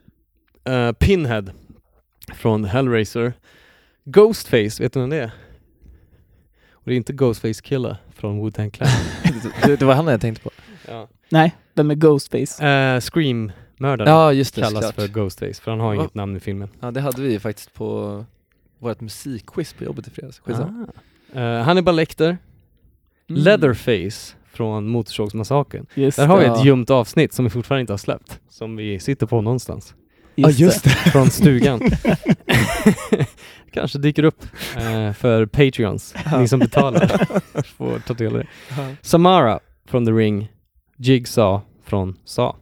Speaker 1: eh, Pinhead från Hellraiser, Ghostface, vet du vem det är? Och det är inte Ghostface Killer från Wu-Tang Clan.
Speaker 10: Det, det var han jag tänkte på.
Speaker 4: Nej, vem är Ghostface?
Speaker 1: Eh, Scream-mördaren
Speaker 10: Ja, just det.
Speaker 1: kallas
Speaker 10: såklart.
Speaker 1: för Ghostface, för han har
Speaker 10: Va?
Speaker 1: inget namn i filmen.
Speaker 10: Ja, det hade vi ju faktiskt på vårt musikquiz på jobbet i fredags. Skitsamma.
Speaker 1: Ah. Eh, Hannibal Lecter,
Speaker 4: Mm.
Speaker 1: Leatherface från Motorsågsmassakern.
Speaker 4: Just
Speaker 1: Där har vi
Speaker 10: Ja.
Speaker 1: ett gömt avsnitt som vi fortfarande inte har släppt, som vi sitter på någonstans.
Speaker 4: det.
Speaker 1: Från stugan. Kanske dyker upp eh, för Patreons, Ah. ni som betalar får ta del av det. Samara från The Ring, Jigsaw från Saw.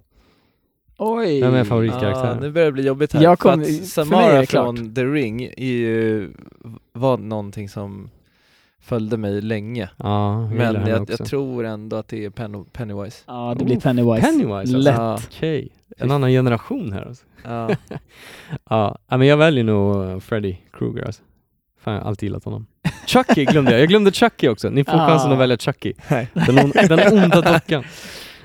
Speaker 4: Oj.
Speaker 1: Vem är
Speaker 10: Ah, nu
Speaker 1: favoritkaraktären?
Speaker 10: börjar det bli jobbigt här.
Speaker 4: Jag
Speaker 10: för
Speaker 4: kom- för mig
Speaker 10: att
Speaker 4: är
Speaker 10: Samara
Speaker 4: det klart.
Speaker 10: från The Ring är ju, var någonting som följde mig länge.
Speaker 1: Ja, jag gillar
Speaker 10: Men
Speaker 1: henne
Speaker 10: jag,
Speaker 1: också.
Speaker 10: jag tror ändå att det är Penn- Pennywise.
Speaker 4: Ja, det blir
Speaker 1: Oh,
Speaker 4: Pennywise.
Speaker 1: Pennywise alltså.
Speaker 4: Lätt.
Speaker 10: Ja,
Speaker 1: Okej, en annan generation här alltså.
Speaker 10: ja.
Speaker 1: Ja, ja, men jag väljer nog eh, Freddy Krueger alltså. Fan, jag har alltid gillat honom. Chucky glömde jag, jag glömde Chucky också. Ni får
Speaker 4: Ah.
Speaker 1: chansen att välja Chucky. Den, on- den onda dockan.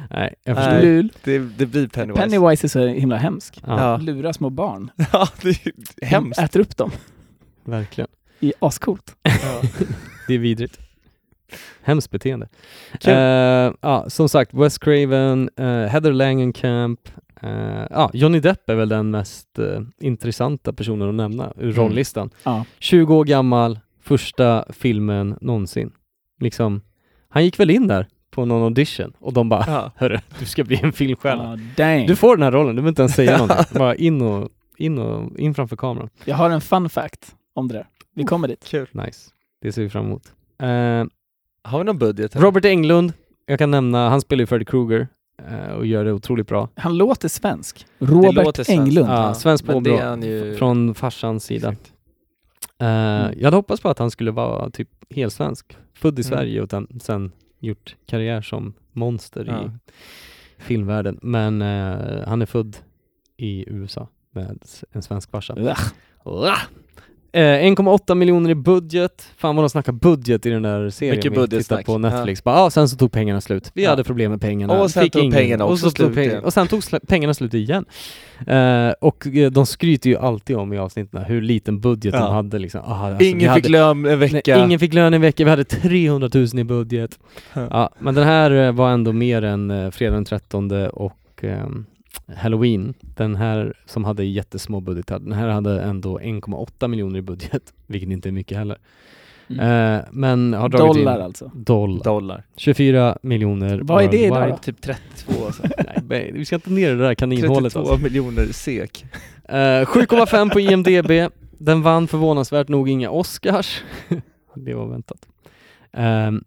Speaker 1: Nej, jag förstår.
Speaker 10: Nej.
Speaker 4: Lul.
Speaker 9: Det, det blir Pennywise.
Speaker 4: Pennywise är så himla hemsk.
Speaker 1: Ja,
Speaker 10: Ja.
Speaker 4: Lurar små barn.
Speaker 9: ja, det är hemskt.
Speaker 4: Äter upp dem.
Speaker 1: verkligen.
Speaker 4: I ascoolt.
Speaker 1: Det är vidrigt. Hemskt beteende.
Speaker 9: Kul.
Speaker 1: Eh, ja, som sagt, Wes Craven, eh, Heather Langenkamp, eh, ja, Johnny Depp är väl den mest eh, intressanta personen att nämna ur
Speaker 10: Mm.
Speaker 1: rolllistan.
Speaker 4: Ja.
Speaker 1: 20 år gammal, första filmen någonsin. Liksom, han gick väl in där på någon audition och de bara
Speaker 9: Ja.
Speaker 1: Hörru, du ska bli en filmstjärna.
Speaker 4: Ja, dang.
Speaker 1: Du får den här rollen, du behöver inte ens säga någonting. Bara in och, in och in framför kameran.
Speaker 4: Jag har en fun fact om det där. Vi kommer dit.
Speaker 9: Kul.
Speaker 1: Nice. Det ser vi fram emot. Eh,
Speaker 10: Har vi någon budget? här?
Speaker 1: Robert Englund, jag kan nämna, han spelar ju Freddy Krueger eh, och gör det otroligt bra.
Speaker 4: Han låter svensk. Robert
Speaker 10: låter svenskt.
Speaker 4: Englund.
Speaker 1: Ja, svensk
Speaker 10: men det är
Speaker 1: påbrå
Speaker 10: han ju-
Speaker 1: från farsans sida.
Speaker 10: Eh, Exakt.
Speaker 1: Eh, Jag hade hoppats på att han skulle vara typ helsvensk, född i
Speaker 10: Mm.
Speaker 1: Sverige och ten, sen gjort karriär som monster i
Speaker 10: Ja.
Speaker 1: filmvärlden. Men eh, han är född i USA med s- en svensk farsa.
Speaker 4: Ugh.
Speaker 1: Ugh. Eh, 1,8 miljoner i budget. Fan vad de snackar budget i den där serien
Speaker 10: Mycket
Speaker 1: vi tittar
Speaker 10: budgetsnack.
Speaker 1: på Netflix. Bara, ah, sen så tog pengarna slut. Vi
Speaker 10: Ja.
Speaker 1: hade problem med pengarna.
Speaker 10: Och sen
Speaker 1: Fick
Speaker 10: tog pengarna
Speaker 1: och
Speaker 10: också
Speaker 1: så tog
Speaker 10: slut
Speaker 1: peng-
Speaker 10: igen.
Speaker 1: Och sen tog sl- pengarna slut igen. Eh, och eh, de skryter ju alltid om i avsnitten hur liten budget
Speaker 10: Ja.
Speaker 1: de hade liksom. Ah, alltså, vi
Speaker 10: Ingen
Speaker 1: hade,
Speaker 10: fick lön en vecka.
Speaker 1: Nej, ingen fick lön i veckan, vi hade 300 000 i budget.
Speaker 10: Ja.
Speaker 1: ja, men den här eh, var ändå mer än eh, fredag den 13 och ehm, Halloween. Den här som hade jättesmå budgetar, den här hade ändå 1,8 miljoner i budget, vilket inte är mycket heller. Eh, men har dragit
Speaker 4: Mm. Dollar
Speaker 1: in
Speaker 4: alltså.
Speaker 1: dollar.
Speaker 10: dollar.
Speaker 1: 24 miljoner.
Speaker 4: Vad är det idag
Speaker 1: worldwide.
Speaker 4: då?
Speaker 10: Typ 32 alltså.
Speaker 1: Nej, vi ska inte ner i det där kaninhålet
Speaker 10: 32
Speaker 1: alltså.
Speaker 10: miljoner SEK.
Speaker 1: Eh, 7,5 på IMDB. Den vann förvånansvärt nog inga Oscars. det var väntat. Ehm,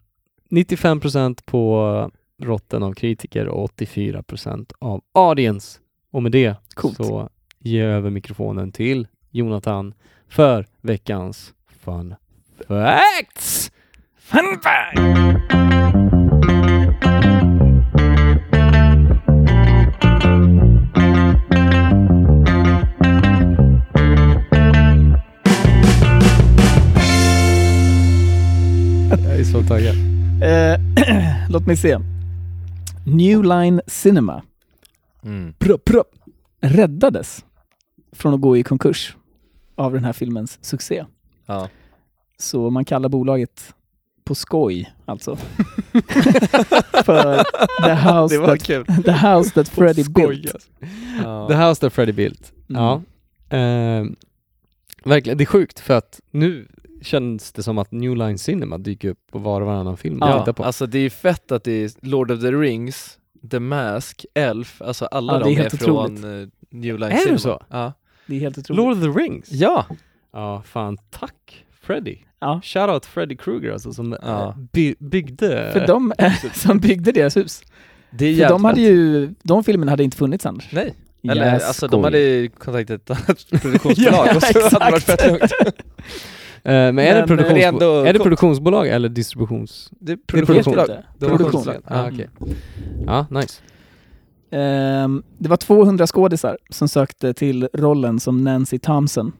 Speaker 1: 95% på rotten av kritiker och 84% av audience. Och med det
Speaker 4: Coolt.
Speaker 1: så ger jag över mikrofonen till Jonathan för veckans fun facts. Fun fact! Jag är så taggad.
Speaker 4: Eh, låt mig se. New Line Cinema
Speaker 1: Mm.
Speaker 4: prupp, prupp, räddades från att gå i konkurs av den här filmens succé.
Speaker 10: Ja.
Speaker 4: Så man kallar bolaget på skoj alltså. För the
Speaker 9: Det
Speaker 4: house,
Speaker 9: var
Speaker 4: that,
Speaker 9: kul.
Speaker 4: the house that Freddy built.
Speaker 9: Skojas.
Speaker 10: Ja.
Speaker 1: The House that Freddy Built.
Speaker 4: Mm.
Speaker 1: Ja. Ehm, verkligen, det är sjukt för att nu känns det som att New Line Cinema dyker upp på var och varannan film man
Speaker 4: Ja,
Speaker 1: tittar på.
Speaker 10: Alltså det är fett att det är Lord of the Rings, The Mask, Elf, alltså alla
Speaker 4: Ja, det är
Speaker 10: de är,
Speaker 4: helt
Speaker 10: från
Speaker 4: otroligt.
Speaker 10: eh, New Line
Speaker 1: Är det
Speaker 10: Cinema.
Speaker 1: så?
Speaker 10: Ja.
Speaker 4: Det är helt otroligt.
Speaker 1: Lord of the Rings.
Speaker 10: ja.
Speaker 1: Ja, fan tack Freddy.
Speaker 4: Ja.
Speaker 1: Shoutout Freddy Krueger alltså som
Speaker 10: Ja.
Speaker 1: eh, by- byggde...
Speaker 4: För de eh, som byggde deras hus.
Speaker 10: Det
Speaker 4: För
Speaker 10: är
Speaker 4: de,
Speaker 10: Eh. jävligt
Speaker 4: hade
Speaker 10: fett.
Speaker 4: ju, de filmerna hade inte funnits annars.
Speaker 10: Nej, eller
Speaker 4: Jag
Speaker 10: alltså
Speaker 4: skojar.
Speaker 10: de hade ju kontaktat ett annat produktionsbolag
Speaker 4: Ja,
Speaker 10: och så hade det varit
Speaker 4: exakt.
Speaker 10: fett lugnt.
Speaker 1: Eh, men är, det
Speaker 4: Men,
Speaker 1: produktionsbo-
Speaker 10: det är ändå
Speaker 1: är det
Speaker 10: coolt.
Speaker 1: produktionsbolag eller distributions...
Speaker 10: Det är
Speaker 4: Det vet vi
Speaker 10: produktionsbolag.
Speaker 4: inte.
Speaker 10: Det var
Speaker 4: Produktion.
Speaker 10: produktionsbolag.
Speaker 1: Ah, okej. Ja, nice.
Speaker 4: Ehm, det var 200 skådisar som sökte till rollen som Nancy Thompson,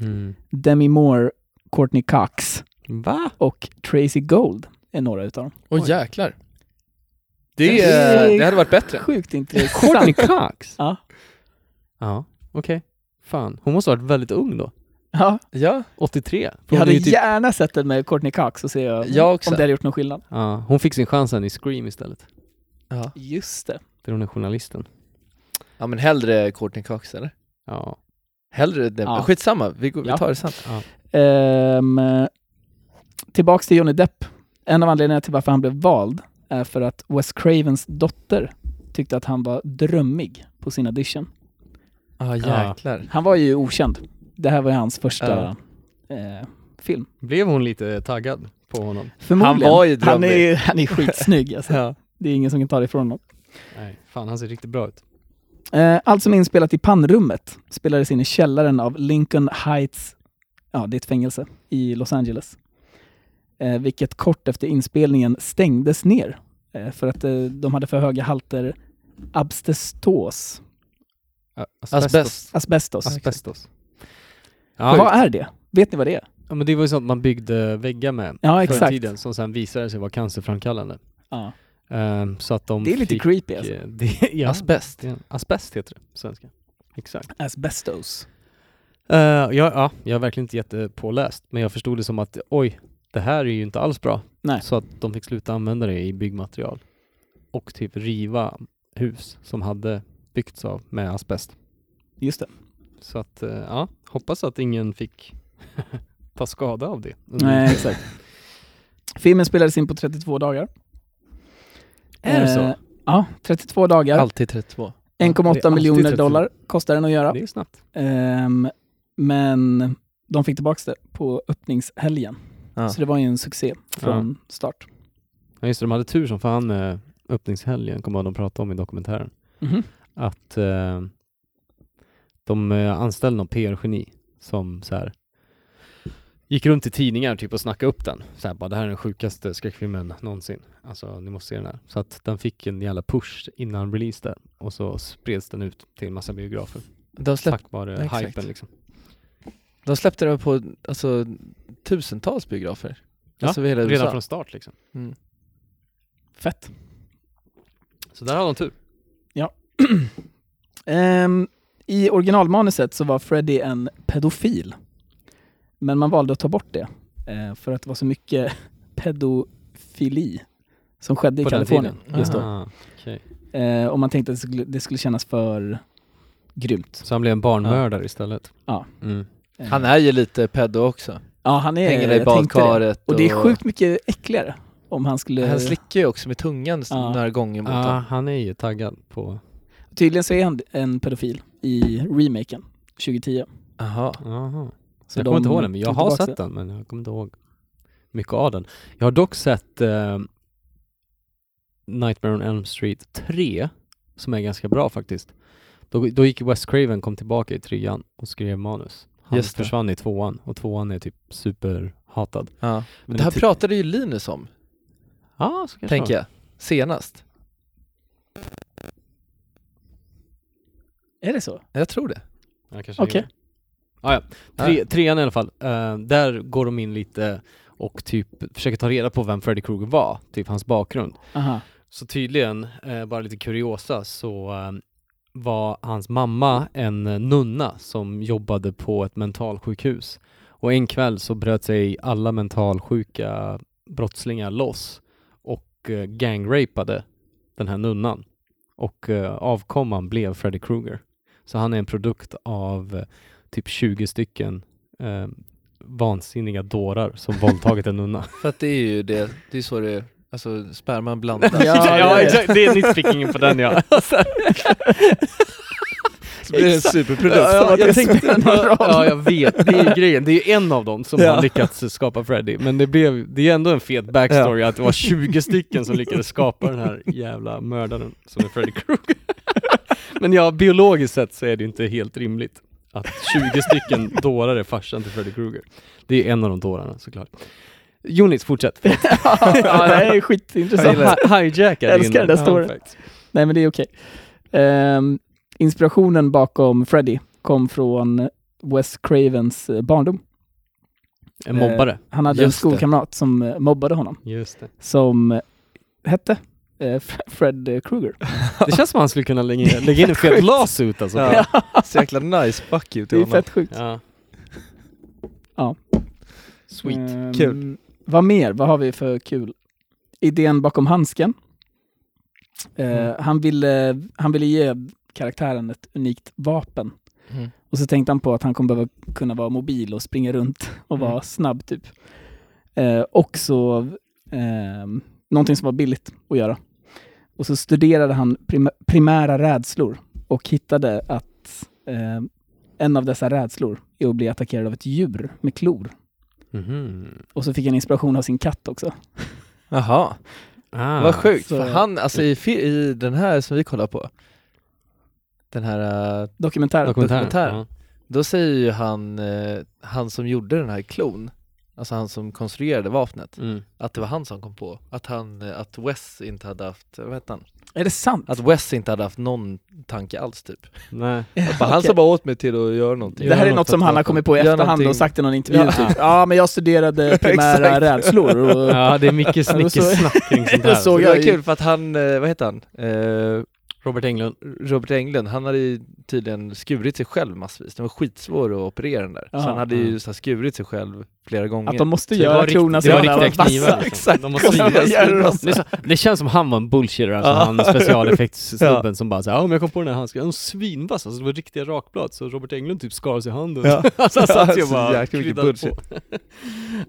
Speaker 1: Mm.
Speaker 4: Demi Moore, Courtney Cox
Speaker 1: Va?
Speaker 4: och Tracy Gold är några utav dem.
Speaker 10: Åh
Speaker 1: Oj.
Speaker 10: jäklar. Det, är- det hade varit bättre.
Speaker 4: Sjukt
Speaker 1: Courtney
Speaker 4: intressant.
Speaker 1: Cox?
Speaker 4: Ja.
Speaker 1: Ja, okej. Fan, hon måste ha varit väldigt ung då.
Speaker 4: ja,
Speaker 10: Ja,
Speaker 1: 83? För
Speaker 4: jag
Speaker 1: hon,
Speaker 4: hade
Speaker 1: är ju typ,
Speaker 4: gärna sett den med Courtney Cox och se om
Speaker 10: jag
Speaker 4: om
Speaker 10: också.
Speaker 4: det hade gjort någon skillnad.
Speaker 1: ja, hon fick sin chans sen i Scream istället.
Speaker 10: Ja.
Speaker 4: Just det.
Speaker 1: För hon är journalisten.
Speaker 10: ja, men hellre Courtney Cox eller?
Speaker 1: Ja.
Speaker 10: Hellre det.
Speaker 4: Ja.
Speaker 10: Skitsamma, vi, går,
Speaker 4: Ja.
Speaker 10: vi tar det sen.
Speaker 4: Ehm, eh, tillbaks till Johnny Depp. En av anledningarna till varför han blev vald är för att Wes Cravens dotter tyckte att han var drömmig på sin audition.
Speaker 10: Ja, Ah, jäklar.
Speaker 4: Han var ju okänd. Det här var ju hans första eh, film.
Speaker 1: Blev hon lite taggad på honom?
Speaker 4: Förmodligen.
Speaker 10: var ju
Speaker 4: Han är,
Speaker 10: drömmig.
Speaker 4: ju- han är skitsnygg alltså.
Speaker 10: Ja.
Speaker 4: Det är ingen som kan ta det ifrån honom.
Speaker 1: Nej, fan han ser riktigt bra ut.
Speaker 4: Eh, allt som är inspelat i pannrummet spelades in i källaren av Lincoln Heights, ja det är ett fängelse, i Los Angeles. Eh, vilket kort efter inspelningen stängdes ner eh, för att eh, de hade för höga halter abstestos,
Speaker 10: Asbest.
Speaker 4: asbestos.
Speaker 1: Asbestos.
Speaker 4: Vad
Speaker 1: Ja,
Speaker 4: är det? Vet ni vad det är?
Speaker 1: ja, men det var ju sånt man byggde väggar med
Speaker 4: Ja,
Speaker 1: förr i
Speaker 4: exakt.
Speaker 1: tiden som sen visade sig vara cancerframkallande.
Speaker 4: Ja.
Speaker 1: Ehm, så att de
Speaker 4: Det är lite
Speaker 1: fick,
Speaker 4: creepy alltså.
Speaker 1: eh, det, ja,
Speaker 10: Asbest.
Speaker 1: det- Asbest heter det på svenska. Exakt.
Speaker 4: Asbestos.
Speaker 1: Eh, ja, ja, jag är verkligen inte jättepåläst, men jag förstod det som att oj, det här är ju inte alls bra.
Speaker 4: Nej.
Speaker 1: Så att de fick sluta använda det i byggmaterial och typ riva hus som hade byggts av med asbest.
Speaker 4: Just det.
Speaker 1: Så att eh, ja, hoppas att ingen fick ta skada av det. under inspelningen.
Speaker 4: Nej, exakt. Filmen spelades in på 32 dagar.
Speaker 1: Är det
Speaker 4: Eh,
Speaker 1: så?
Speaker 4: Ja, 32 dagar.
Speaker 10: Alltid 32.
Speaker 1: det är
Speaker 4: 1,8
Speaker 1: alltid
Speaker 4: miljoner
Speaker 1: 32.
Speaker 4: dollar kostar den att göra.
Speaker 1: Det är ju snabbt.
Speaker 4: Ehm, men de fick tillbaka det på öppningshelgen.
Speaker 10: Ja.
Speaker 4: Så det var ju en succé från start.
Speaker 1: Ja, just det, de hade tur som fan med öppningshelgen, kommer jag ihåg de pratade om i dokumentären.
Speaker 4: Mhm.
Speaker 1: att eh, de eh, anställde någon PR-geni som så här gick runt i tidningar typ och snackade upp den. Så här, bara, det här är den sjukaste skräckfilmen någonsin. Alltså ni måste se den här. Så att den fick en jävla push innan release där och så spreds den ut till en massa biografer.
Speaker 10: De, släpp,
Speaker 1: Tack vare
Speaker 10: exakt.
Speaker 1: hypen liksom.
Speaker 10: de släppte den på alltså, tusentals biografer.
Speaker 1: Ja,
Speaker 10: alltså, över hela
Speaker 1: Redan
Speaker 10: USA.
Speaker 1: från start liksom.
Speaker 4: Fett.
Speaker 1: Så där har de tur.
Speaker 4: Ehm, I originalmanuset så var Freddy en pedofil. Men man valde att ta bort det. eh, för att det var så mycket pedofili som skedde i
Speaker 1: På den
Speaker 4: Kalifornien
Speaker 1: tiden.
Speaker 4: just då.
Speaker 1: Ah, okej.
Speaker 4: Eh, och man tänkte att det skulle, det skulle kännas för grymt.
Speaker 1: Så han blev en barnmördare istället.
Speaker 4: Ja.
Speaker 1: Mm.
Speaker 4: Eh,
Speaker 10: Han är ju lite pedo också.
Speaker 4: ja, han är,
Speaker 10: Hänger där i
Speaker 4: jag tänkte det.
Speaker 10: badkaret.
Speaker 4: Och det är sjukt mycket äckligare om han skulle...
Speaker 10: Han slickar ju också med tungan
Speaker 4: Ja.
Speaker 10: några gånger mot
Speaker 1: Ah,
Speaker 10: honom.
Speaker 1: han är ju taggad på...
Speaker 4: Tydligen så är han en pedofil i remaken 2010.
Speaker 10: Jaha.
Speaker 1: Aha.
Speaker 4: Så
Speaker 1: jag
Speaker 4: de
Speaker 1: kommer inte ihåg den, men jag
Speaker 4: tog
Speaker 1: har
Speaker 4: tillbaka
Speaker 1: sett den men jag kommer inte ihåg mycket av den. Jag har dock sett eh, Nightmare on Elm Street 3 som är ganska bra faktiskt. Då, då gick Wes Craven, kom tillbaka i trean och skrev manus. Han
Speaker 10: Just det.
Speaker 1: försvann i tvåan och tvåan är typ superhatad.
Speaker 10: Ja. Men
Speaker 1: Men
Speaker 10: det här
Speaker 1: ty-
Speaker 10: pratade ju Linus om,
Speaker 1: Ja, så kanske
Speaker 10: tänker
Speaker 1: det
Speaker 10: jag. Senast.
Speaker 4: det. Är det så?
Speaker 10: Jag tror det.
Speaker 1: var. Ja, kanske det
Speaker 4: Okej.
Speaker 1: gjorde. Ah, ja. Tre, trean i alla fall, eh, där går de in lite och typ försöker ta reda på vem Freddy Krueger var, typ hans bakgrund.
Speaker 4: Aha.
Speaker 1: Så tydligen, eh, bara lite kuriosa, så eh, var hans mamma en nunna som jobbade på ett mentalsjukhus. Och en kväll så bröt sig alla mentalsjuka brottslingar loss och eh, gangrapade den här nunnan. Och eh, avkomman blev Freddy Krueger. Så han är en produkt av eh, typ 20 stycken eh, vansinniga dårar som våldtagit en nunna.
Speaker 10: För att det är ju det, det är så det, alltså sperman blandas.
Speaker 4: Ja, det är det.
Speaker 1: exakt. Det är nitpickingen på den ja.
Speaker 10: Så blir det en
Speaker 1: Exakt.
Speaker 10: superprodukt.
Speaker 1: Ja,
Speaker 4: att
Speaker 1: jag
Speaker 4: det
Speaker 1: tänkte-
Speaker 4: spelar någon roll.
Speaker 1: Ja, jag vet. Det är ju grejen. Det är ju en av dem som har lyckats skapa Freddy. Men det, blev, det är ändå en fet backstory att det var 20 stycken som lyckades skapa den här jävla mördaren som är Freddy Krueger. Men ja, biologiskt sett så är det ju inte helt rimligt att 20 stycken dårar är farsan till Freddy Krueger. Det är en av de dårarna såklart. Jonis, fortsätt.
Speaker 4: ja, det här är
Speaker 1: Jag
Speaker 4: skitintressant.
Speaker 1: gillar- hijackar
Speaker 4: Jag älskar
Speaker 1: din
Speaker 4: den där storyn.
Speaker 1: fun fact.
Speaker 4: Nej men det är okej. Ehm, inspirationen bakom Freddy kom från Wes Cravens eh, barndom.
Speaker 1: En mobbare.
Speaker 4: Eh, han hade en
Speaker 1: Just det.
Speaker 4: skolkamrat som eh, mobbade honom.
Speaker 1: Just det.
Speaker 4: Som eh, hette eh, F- Fred Krueger.
Speaker 1: Det känns som han skulle kunna lägga, lägga in en fet
Speaker 4: Sjukt.
Speaker 1: lawsuit alltså.
Speaker 4: Ja.
Speaker 9: Så jäkla nice fuck you
Speaker 4: Det
Speaker 9: till
Speaker 4: är
Speaker 9: honom.
Speaker 4: fett sjukt.
Speaker 1: Ja.
Speaker 4: Ja.
Speaker 1: Sweet.
Speaker 4: Ehm,
Speaker 9: Kul.
Speaker 4: Vad mer? Vad har vi för kul? Idén bakom handsken. Eh, han, ville, han ville ge karaktären ett unikt vapen.
Speaker 10: Mm.
Speaker 4: Och så tänkte han på att han kommer behöva kunna vara mobil och springa runt och vara snabb typ. Eh, och så ehm, någonting som var billigt att göra. Och så studerade han prim- primära rädslor och hittade att ehm, en av dessa rädslor är att bli attackerad av ett djur med klor.
Speaker 1: Mhm.
Speaker 4: Och så fick han inspiration av sin katt också.
Speaker 10: Jaha,
Speaker 1: Ah.
Speaker 10: vad sjukt.
Speaker 4: så-
Speaker 10: För han, alltså i, fi- i den här som vi kollar på, den här, eh,
Speaker 4: Dokumentär.
Speaker 1: Dokumentären.
Speaker 10: Dokumentären.
Speaker 1: Ja.
Speaker 10: då säger ju han, eh, han som gjorde den här klon, alltså han som konstruerade vapnet,
Speaker 1: Mm.
Speaker 10: att det var han som kom på att han, eh, att Wes inte hade haft, vad hette han?
Speaker 4: Är det sant?
Speaker 10: Att Wes inte hade haft någon tanke alls typ.
Speaker 1: Nej.
Speaker 9: Bara, Han
Speaker 4: Okej.
Speaker 9: sa bara åt mig till att göra någonting.
Speaker 4: Det här
Speaker 1: Gör
Speaker 4: är något
Speaker 1: något
Speaker 4: som
Speaker 1: åt
Speaker 4: han har
Speaker 1: vapen.
Speaker 4: kommit på i
Speaker 10: Gör
Speaker 4: efterhand och
Speaker 10: någonting.
Speaker 4: sagt i någon intervju typ. Ja, men jag studerade primära
Speaker 9: Exakt.
Speaker 4: rädslor och
Speaker 1: Ja, det är mycket snickesnack kring sånt här.
Speaker 4: Så
Speaker 10: Och det
Speaker 4: jag
Speaker 10: var
Speaker 4: är-
Speaker 10: kul för att han, eh, vad heter han? Eh,
Speaker 1: Robert Englund.
Speaker 10: Robert Englund, han hade ju tydligen skurit sig själv massvis. Den var skitsvår att operera den där.
Speaker 4: Ja.
Speaker 10: så han hade
Speaker 1: Mm.
Speaker 10: ju så här, skurit sig själv flera gånger.
Speaker 4: att de måste
Speaker 1: Det var
Speaker 4: göra
Speaker 1: riktigt-
Speaker 4: klorna
Speaker 1: det var
Speaker 4: sådana
Speaker 1: riktiga
Speaker 4: vassa.
Speaker 1: knivar. liksom.
Speaker 9: Exakt.
Speaker 1: De måste
Speaker 9: Kolla vad
Speaker 1: göra-
Speaker 9: jag gör.
Speaker 1: Det, är så, det känns som han var en bullshitter alltså, han specialeffektssnubben som bara såhär, ja men jag kom på den här handsken, en svinvass alltså, det var riktiga rakblad så Robert Englund typ skar sig i handen.
Speaker 9: Ja.
Speaker 1: alltså han satt ju och
Speaker 9: Så
Speaker 1: bara
Speaker 9: jäkla mycket
Speaker 1: kryddade
Speaker 9: bullshit.
Speaker 1: på.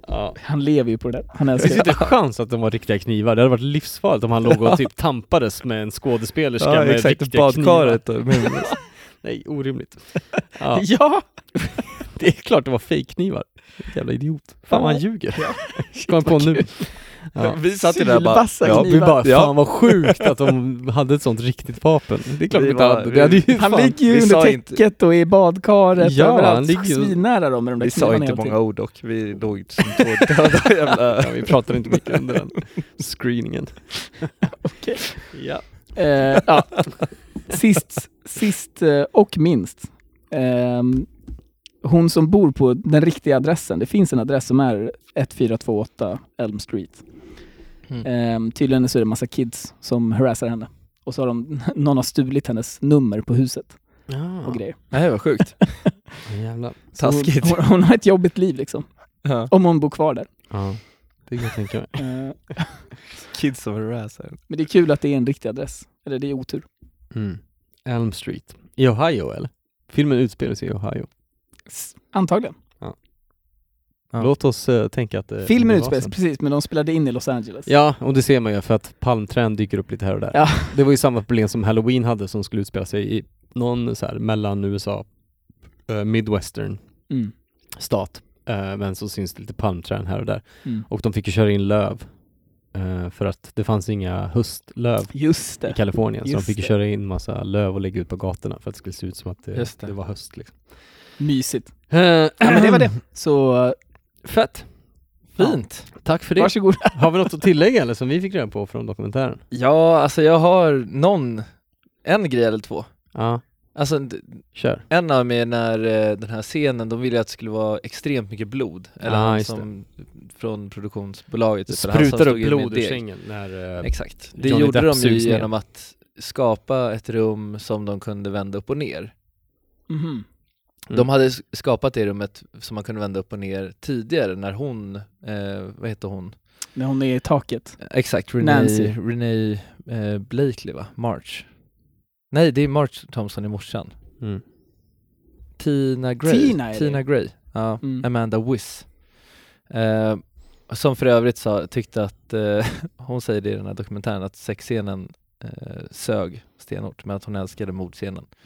Speaker 1: ja.
Speaker 4: Han lever ju på det där. Han
Speaker 1: Det finns
Speaker 4: älskar
Speaker 1: ju inte
Speaker 4: det.
Speaker 1: en chans att de var riktiga knivar, det hade varit livsfarligt om han låg och typ tampades med en skådespelerska
Speaker 9: Ja
Speaker 1: med
Speaker 9: exakt,
Speaker 1: riktiga knivar.
Speaker 9: badkaret och men-
Speaker 1: Nej, orimligt. Ja.
Speaker 4: Ja!
Speaker 1: Det är klart det var fejkknivar. Jävla idiot. Fan vad han ljuger. Kom jag på nu. Ja.
Speaker 9: Vi satt ju där och bara,
Speaker 4: Sylvassa
Speaker 1: Ja, vi
Speaker 4: knivar.
Speaker 1: bara,
Speaker 9: Ja.
Speaker 1: fan vad sjukt att de hade ett sånt riktigt vapen. Det är klart
Speaker 9: Vi
Speaker 1: de inte
Speaker 9: var-
Speaker 1: hade. Det hade ju
Speaker 4: Han
Speaker 1: fan-
Speaker 4: ligger ju
Speaker 9: vi
Speaker 4: under
Speaker 9: sa inte-
Speaker 4: täcket och i badkaret
Speaker 1: Ja, han
Speaker 4: överallt.
Speaker 1: ligger ju-
Speaker 4: Svinnära dem med de där
Speaker 9: vi sa
Speaker 4: knivarna
Speaker 9: inte
Speaker 4: hela tiden.
Speaker 9: många ord och vi låg som två döda jävla...
Speaker 1: Ja, vi pratade inte mycket under den screeningen.
Speaker 4: Okej.
Speaker 1: Ja.
Speaker 4: Eh, ja. Sist, sist eh, och minst. Ehm, hon som bor på den riktiga adressen. Det finns en adress som är 1428 Elm Street.
Speaker 10: Mm.
Speaker 4: Ehm, tydligen så är det massa kids som harassar henne. Och så har de, någon har stulit hennes nummer på huset och grejer.
Speaker 10: Nej vad sjukt.
Speaker 1: Jävlar.
Speaker 4: Så hon,
Speaker 9: Taskigt.
Speaker 4: hon, hon har ett jobbigt liv liksom.
Speaker 9: Ja.
Speaker 4: Om hon bor kvar där.
Speaker 1: Ja, det kan jag tänka mig.
Speaker 4: Ehm,
Speaker 9: Kids som harassar
Speaker 4: men det är kul att det är en riktig adress. Eller det är otur.
Speaker 1: Mm. Elm Street. I Ohio eller? Filmen utspelar sig i Ohio.
Speaker 4: S- Antagligen.
Speaker 10: Ja.
Speaker 1: Låt oss eh, tänka att... eh,
Speaker 4: Filmen
Speaker 1: det var
Speaker 4: utspelar
Speaker 1: så.
Speaker 4: sig precis, men de spelade in i Los Angeles.
Speaker 1: Ja, och det ser man ju för att palmträd dyker upp lite här och där.
Speaker 4: Ja.
Speaker 1: Det var ju samma problem som Halloween hade som skulle utspela sig i någon så här mellan USA, eh, Midwestern
Speaker 4: Mm.
Speaker 1: stat. Eh, men så syns det lite palmträd här och där.
Speaker 4: Mm.
Speaker 1: Och de fick ju köra in löv. eh, för att det fanns inga höstlöv
Speaker 4: Just
Speaker 1: i
Speaker 4: det.
Speaker 1: Kalifornien. så de
Speaker 4: Just
Speaker 1: fick ju
Speaker 4: det.
Speaker 1: köra in massa löv och lägga ut på gatorna för att det skulle se ut som att det,
Speaker 10: Just
Speaker 1: det.
Speaker 10: det.
Speaker 1: var höst. Liksom.
Speaker 4: Mysigt.
Speaker 1: Eh,
Speaker 4: Ja, men det var det. Så eh,
Speaker 1: Fett!
Speaker 10: Fint.
Speaker 1: Tack för det.
Speaker 4: varsågod.
Speaker 1: Har vi något att tillägga eller som vi fick reda på från dokumentären?
Speaker 10: Ja, alltså jag har någon, en grej eller två.
Speaker 1: Ja,
Speaker 10: Alltså d-
Speaker 1: kör.
Speaker 10: en av mig när eh, den här scenen, de ville att det skulle vara extremt mycket blod. Eller
Speaker 1: Ah,
Speaker 10: han
Speaker 1: just
Speaker 10: som, från produktionsbolaget.
Speaker 1: Det
Speaker 10: typ, eller han som
Speaker 1: sprutar
Speaker 10: stod
Speaker 1: upp
Speaker 10: in med
Speaker 1: blod ur
Speaker 10: deg.
Speaker 1: sängen när... eh,
Speaker 10: Exakt. Det
Speaker 1: Johnny
Speaker 10: gjorde
Speaker 1: Depp
Speaker 10: de ju
Speaker 1: sugs ner.
Speaker 10: genom att skapa ett rum som de kunde vända upp och ner.
Speaker 4: Mhm.
Speaker 1: Mm.
Speaker 10: De hade s- skapat det rummet som man kunde vända upp och ner tidigare när hon, eh, vad heter hon?
Speaker 4: När hon är i taket.
Speaker 10: Eh, Exakt,
Speaker 4: Nancy.
Speaker 10: Renee, Renee eh, Blakely va? March? Nej, det är March Thompson i morsan.
Speaker 1: Mm.
Speaker 10: Tina Gray.
Speaker 4: Tina är det.
Speaker 10: Tina Gray. Ja,
Speaker 4: Mm.
Speaker 10: Amanda Wiss. Eh, som för övrigt sa, tyckte att, eh, hon säger det i den här dokumentären, att sexscenen eh, sög stenhårt men att hon älskade mordscenen.
Speaker 1: Ja,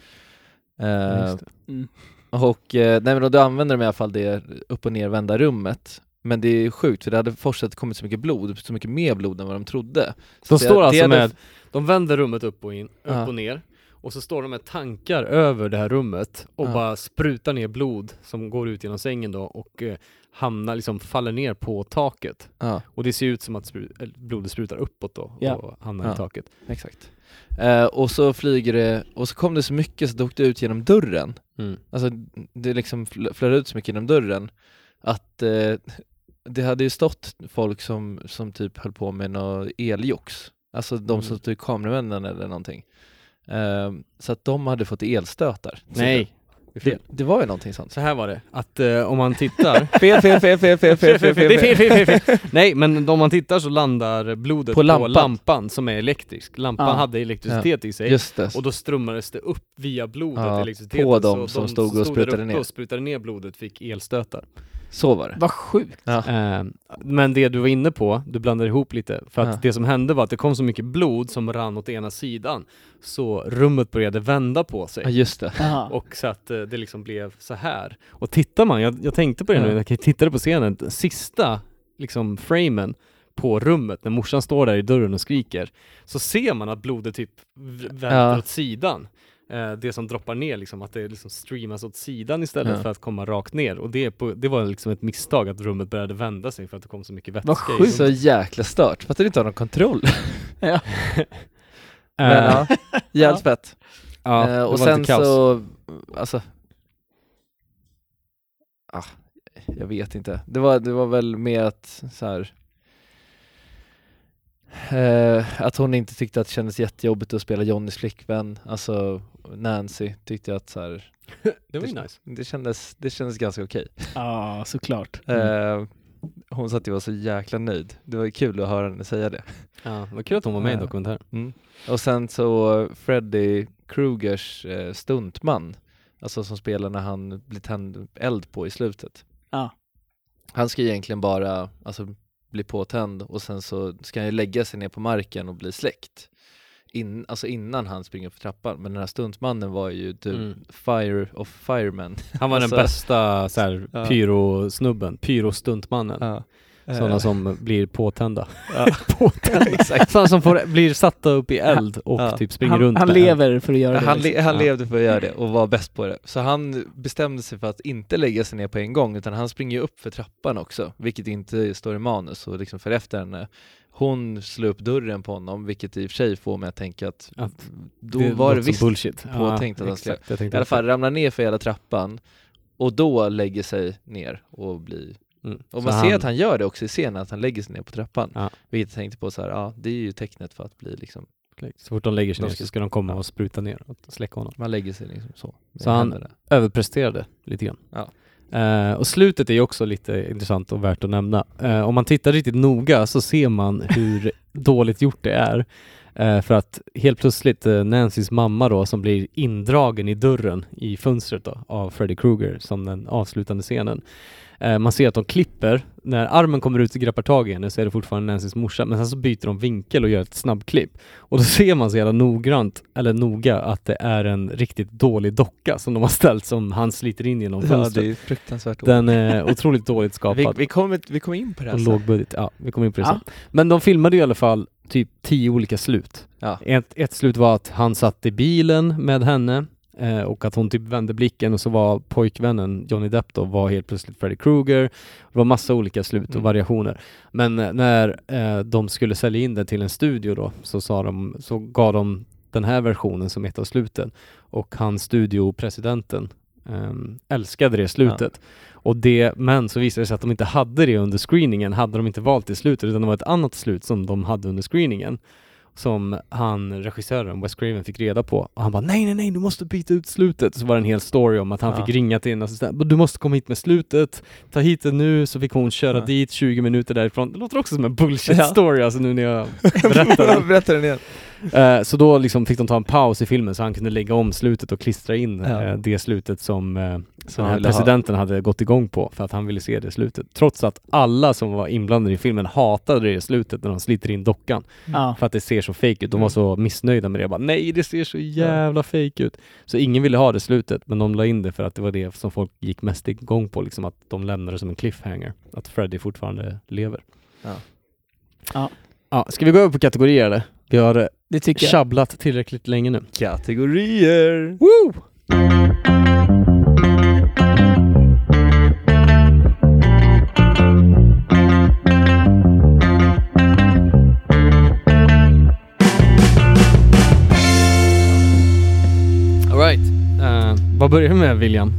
Speaker 10: Eh,
Speaker 1: just det.
Speaker 10: Och eh, nej, men då använder de i alla fall det upp och nervända rummet. Men det är sjukt för det hade fortsatt kommit så mycket blod, så mycket mer blod än vad de trodde.
Speaker 1: De
Speaker 10: Så det-
Speaker 1: står
Speaker 10: det
Speaker 1: alltså
Speaker 10: hade-
Speaker 1: med, de vänder rummet upp och in, upp
Speaker 10: Ja.
Speaker 1: och ner Och så står de med tankar över det här rummet och
Speaker 10: Ja.
Speaker 1: bara sprutar ner blod som går ut genom sängen då och eh, hamnar, liksom faller ner på taket.
Speaker 10: Ja.
Speaker 1: Och det ser ut som att spru- eller blodet sprutar uppåt då
Speaker 10: Ja.
Speaker 1: och hamnar
Speaker 10: Ja.
Speaker 1: i taket.
Speaker 10: Exakt. Eh, och så flyger det, och så kom det så mycket så det åkte ut genom dörren.
Speaker 1: Mm.
Speaker 10: Alltså det liksom fl- flödade ut så mycket genom dörren att eh, det hade ju stått folk som, som typ höll på med något eljox. Alltså de som stod i kameramännen eller någonting. Eh, så att de hade fått elstötar. Så
Speaker 1: Nej.
Speaker 10: Det, det, det var ju någonting sånt.
Speaker 1: Så här var det, att eh, om man tittar...
Speaker 10: Fel, fel, fel, fel, fel, fel, fel, fel,
Speaker 1: Det är fel, fel, fel, fel. Nej, men om man tittar så landar blodet
Speaker 10: På
Speaker 1: på lampan,
Speaker 10: lampan.
Speaker 1: som är elektrisk. Lampan
Speaker 10: Ja.
Speaker 1: hade elektricitet i sig
Speaker 10: Just det.
Speaker 1: och då strömmades det upp via blodet,
Speaker 10: Ja,
Speaker 1: elektriciteten.
Speaker 10: på dem
Speaker 1: så
Speaker 10: som stod och
Speaker 1: där
Speaker 10: sprutade
Speaker 1: uppe
Speaker 10: ner.
Speaker 1: och sprutade ner blodet fick elstötar.
Speaker 10: Så var det.
Speaker 4: Vad sjukt.
Speaker 10: Ja.
Speaker 1: Ehm, Men det du var inne på, du blandade ihop lite, för att
Speaker 10: Ja.
Speaker 1: det som hände var att det kom så mycket blod som rann åt ena sidan, så rummet började vända på sig.
Speaker 10: Ja, just det.
Speaker 4: Aha.
Speaker 1: Och så att eh, det liksom blev så här. Och tittar man, jag, jag tänkte på det nu,
Speaker 10: Ja.
Speaker 1: jag tittade på scenen, den sista liksom framen på rummet när morsan står där i dörren och skriker, så ser man att blodet typ v- välter
Speaker 10: Ja.
Speaker 1: åt sidan. Eh, det som droppar ner, liksom, att det liksom streamas åt sidan istället
Speaker 10: Ja.
Speaker 1: för att komma rakt ner. Och det, är på, det var liksom ett misstag att rummet började vända sig för att det kom så mycket vätska
Speaker 4: Vad
Speaker 1: i
Speaker 4: sjukt.
Speaker 10: Så
Speaker 1: rummet.
Speaker 10: jäkla stört. Fattar du inte har någon kontroll?
Speaker 1: Eh,
Speaker 10: Men ja, jävligt fett.
Speaker 1: ja,
Speaker 10: Eh,
Speaker 1: det
Speaker 10: och
Speaker 1: var lite
Speaker 10: sen
Speaker 1: kaos.
Speaker 10: så, alltså, ah, jag vet inte. Det var, det var väl mer att så här, eh, att hon inte tyckte att det kändes jättejobbigt att spela Johnnys flickvän, alltså Nancy tyckte jag att så här,
Speaker 1: Det var ju nice.
Speaker 10: det kändes, det kändes ganska okej.
Speaker 4: Ja, såklart.
Speaker 1: Mm.
Speaker 4: Mm.
Speaker 10: Eh, hon satt ju och var så jäkla nöjd. Det var ju kul att höra henne säga det.
Speaker 1: Ja, vad kul att hon var med i
Speaker 10: Eh.
Speaker 1: dokumentären.
Speaker 10: Och sen så Freddy Krugers eh, stuntman, alltså som spelar när han blir tänd eld på i slutet.
Speaker 4: Ja.
Speaker 10: Han ska egentligen bara alltså, bli påtänd och sen så ska han ju lägga sig ner på marken och bli släckt. In, alltså innan han springer upp för trappan. Men den här stuntmannen var ju typ
Speaker 1: Mm.
Speaker 10: fire of firemen.
Speaker 1: Han var
Speaker 10: Alltså-
Speaker 1: den bästa så här,
Speaker 10: Ja.
Speaker 1: pyrosnubben, pyrostuntmannen. Sådana som blir påtända.
Speaker 10: Ja.
Speaker 1: påtända.
Speaker 10: Exakt.
Speaker 1: Sådana som får, blir satta upp i eld och
Speaker 10: Ja.
Speaker 1: typ springer
Speaker 4: Han,
Speaker 1: runt
Speaker 4: han
Speaker 1: med eld.
Speaker 4: lever för att göra det.
Speaker 10: Han,
Speaker 4: liksom.
Speaker 10: le- han
Speaker 1: Ja. Mm.
Speaker 10: levde för att göra det och var bäst på det. Så han bestämde sig för att inte lägga sig ner på en gång utan han springer ju upp för trappan också, vilket inte står i manus och liksom för efter henne. Hon slår upp dörren på honom, vilket i och för sig får mig att tänka att
Speaker 1: Att
Speaker 10: då var det
Speaker 1: låter som
Speaker 10: visst
Speaker 1: bullshit.
Speaker 10: påtänkt att han skulle...
Speaker 1: exakt. Jag
Speaker 10: I
Speaker 1: tänkte
Speaker 10: alla
Speaker 1: också.
Speaker 10: fall ramlar ner för hela trappan och då lägger sig ner och blir...
Speaker 1: Mm. Så
Speaker 10: Och man ser
Speaker 1: han-
Speaker 10: att han gör det också i scenen, att han lägger sig ner på trappan.
Speaker 1: Ja.
Speaker 10: Vilket jag tänkte på så här, ja det är ju tecknet för att bli liksom,
Speaker 1: Så fort de lägger sig
Speaker 10: De
Speaker 1: ner
Speaker 10: ska-
Speaker 1: så ska de komma och spruta ner och släcka honom.
Speaker 10: man lägger sig liksom så. med
Speaker 1: Så han-
Speaker 10: händerna.
Speaker 1: överpresterade lite grann.
Speaker 10: Ja.
Speaker 1: Eh, och slutet är ju också lite intressant och värt att nämna. Eh, om man tittar riktigt noga så ser man hur dåligt gjort det är. Eh, för att helt plötsligt eh, Nancys mamma då som blir indragen i dörren i fönstret då, av Freddy Krueger som den avslutande scenen. Eh, man ser att de klipper, när armen kommer ut och greppar tag i henne så är det fortfarande Nancys morsa men sen så byter de vinkel och gör ett snabbklipp. Och då ser man så jävla noggrant, eller noga, att det är en riktigt dålig docka som de har ställt som han sliter in genom
Speaker 10: Ja, det
Speaker 1: fönstret.
Speaker 10: är fruktansvärt
Speaker 1: Den är otroligt dåligt skapad.
Speaker 10: Vi, alltså. vi, kom, vi kom in på det här
Speaker 1: och
Speaker 10: sen.
Speaker 1: lågbudget. Ja, vi kommer in på det
Speaker 4: Ja.
Speaker 1: sen. Men de filmade i alla fall typ tio olika slut.
Speaker 10: Ja.
Speaker 1: Ett, ett slut var att han satt i bilen med henne eh, och att hon typ vände blicken och så var pojkvännen Johnny Depp då var helt plötsligt Freddy Krueger. Det var massa olika slut och
Speaker 10: Mm.
Speaker 1: variationer. Men eh, när eh, de skulle sälja in den till en studio då så, sa de, så gav de den här versionen som ett av sluten och han studiopresidenten ehm, älskade det slutet. Och det, men så visade det sig att de inte hade det under screeningen, hade de inte valt det slutet, utan det var ett annat slut som de hade under screeningen som han, regissören, Wes Craven fick reda på och han bara nej, nej, nej, du måste byta ut slutet. Så var det en hel story om att han
Speaker 10: Ja.
Speaker 1: fick ringa till en assistent, du måste komma hit med slutet, ta hit det nu, så fick hon köra
Speaker 10: Ja.
Speaker 1: dit 20 minuter därifrån. Det låter också som en bullshit
Speaker 10: Ja.
Speaker 1: story alltså nu när jag berättar den.
Speaker 10: Berätta den igen.
Speaker 1: Eh, så då liksom fick de ta en paus i filmen så han kunde lägga om slutet och klistra in
Speaker 10: Ja.
Speaker 1: eh, det slutet som, eh, den
Speaker 10: Som han
Speaker 1: här
Speaker 10: ville ha.
Speaker 1: presidenten hade gått igång på för att han ville se det slutet. Trots att alla som var inblandade i filmen hatade det slutet när de sliter in dockan
Speaker 4: Ja.
Speaker 1: för att det Mm. ser så fake ut. De var så missnöjda med det. Jag bara, nej det ser så jävla fake ut. Så ingen ville ha det slutet, men de la in det för att det var det som folk gick mest igång på, liksom att de lämnade det som en cliffhanger. Att Freddy fortfarande lever.
Speaker 10: Ja.
Speaker 4: Ja.
Speaker 1: ja ska vi gå över på kategorier eller? Vi har eh,
Speaker 4: Det tycker jag.
Speaker 1: Tjabblat tillräckligt länge nu.
Speaker 10: Kategorier!
Speaker 4: Woo!
Speaker 1: Alright. Eh, vad börjar vi med William?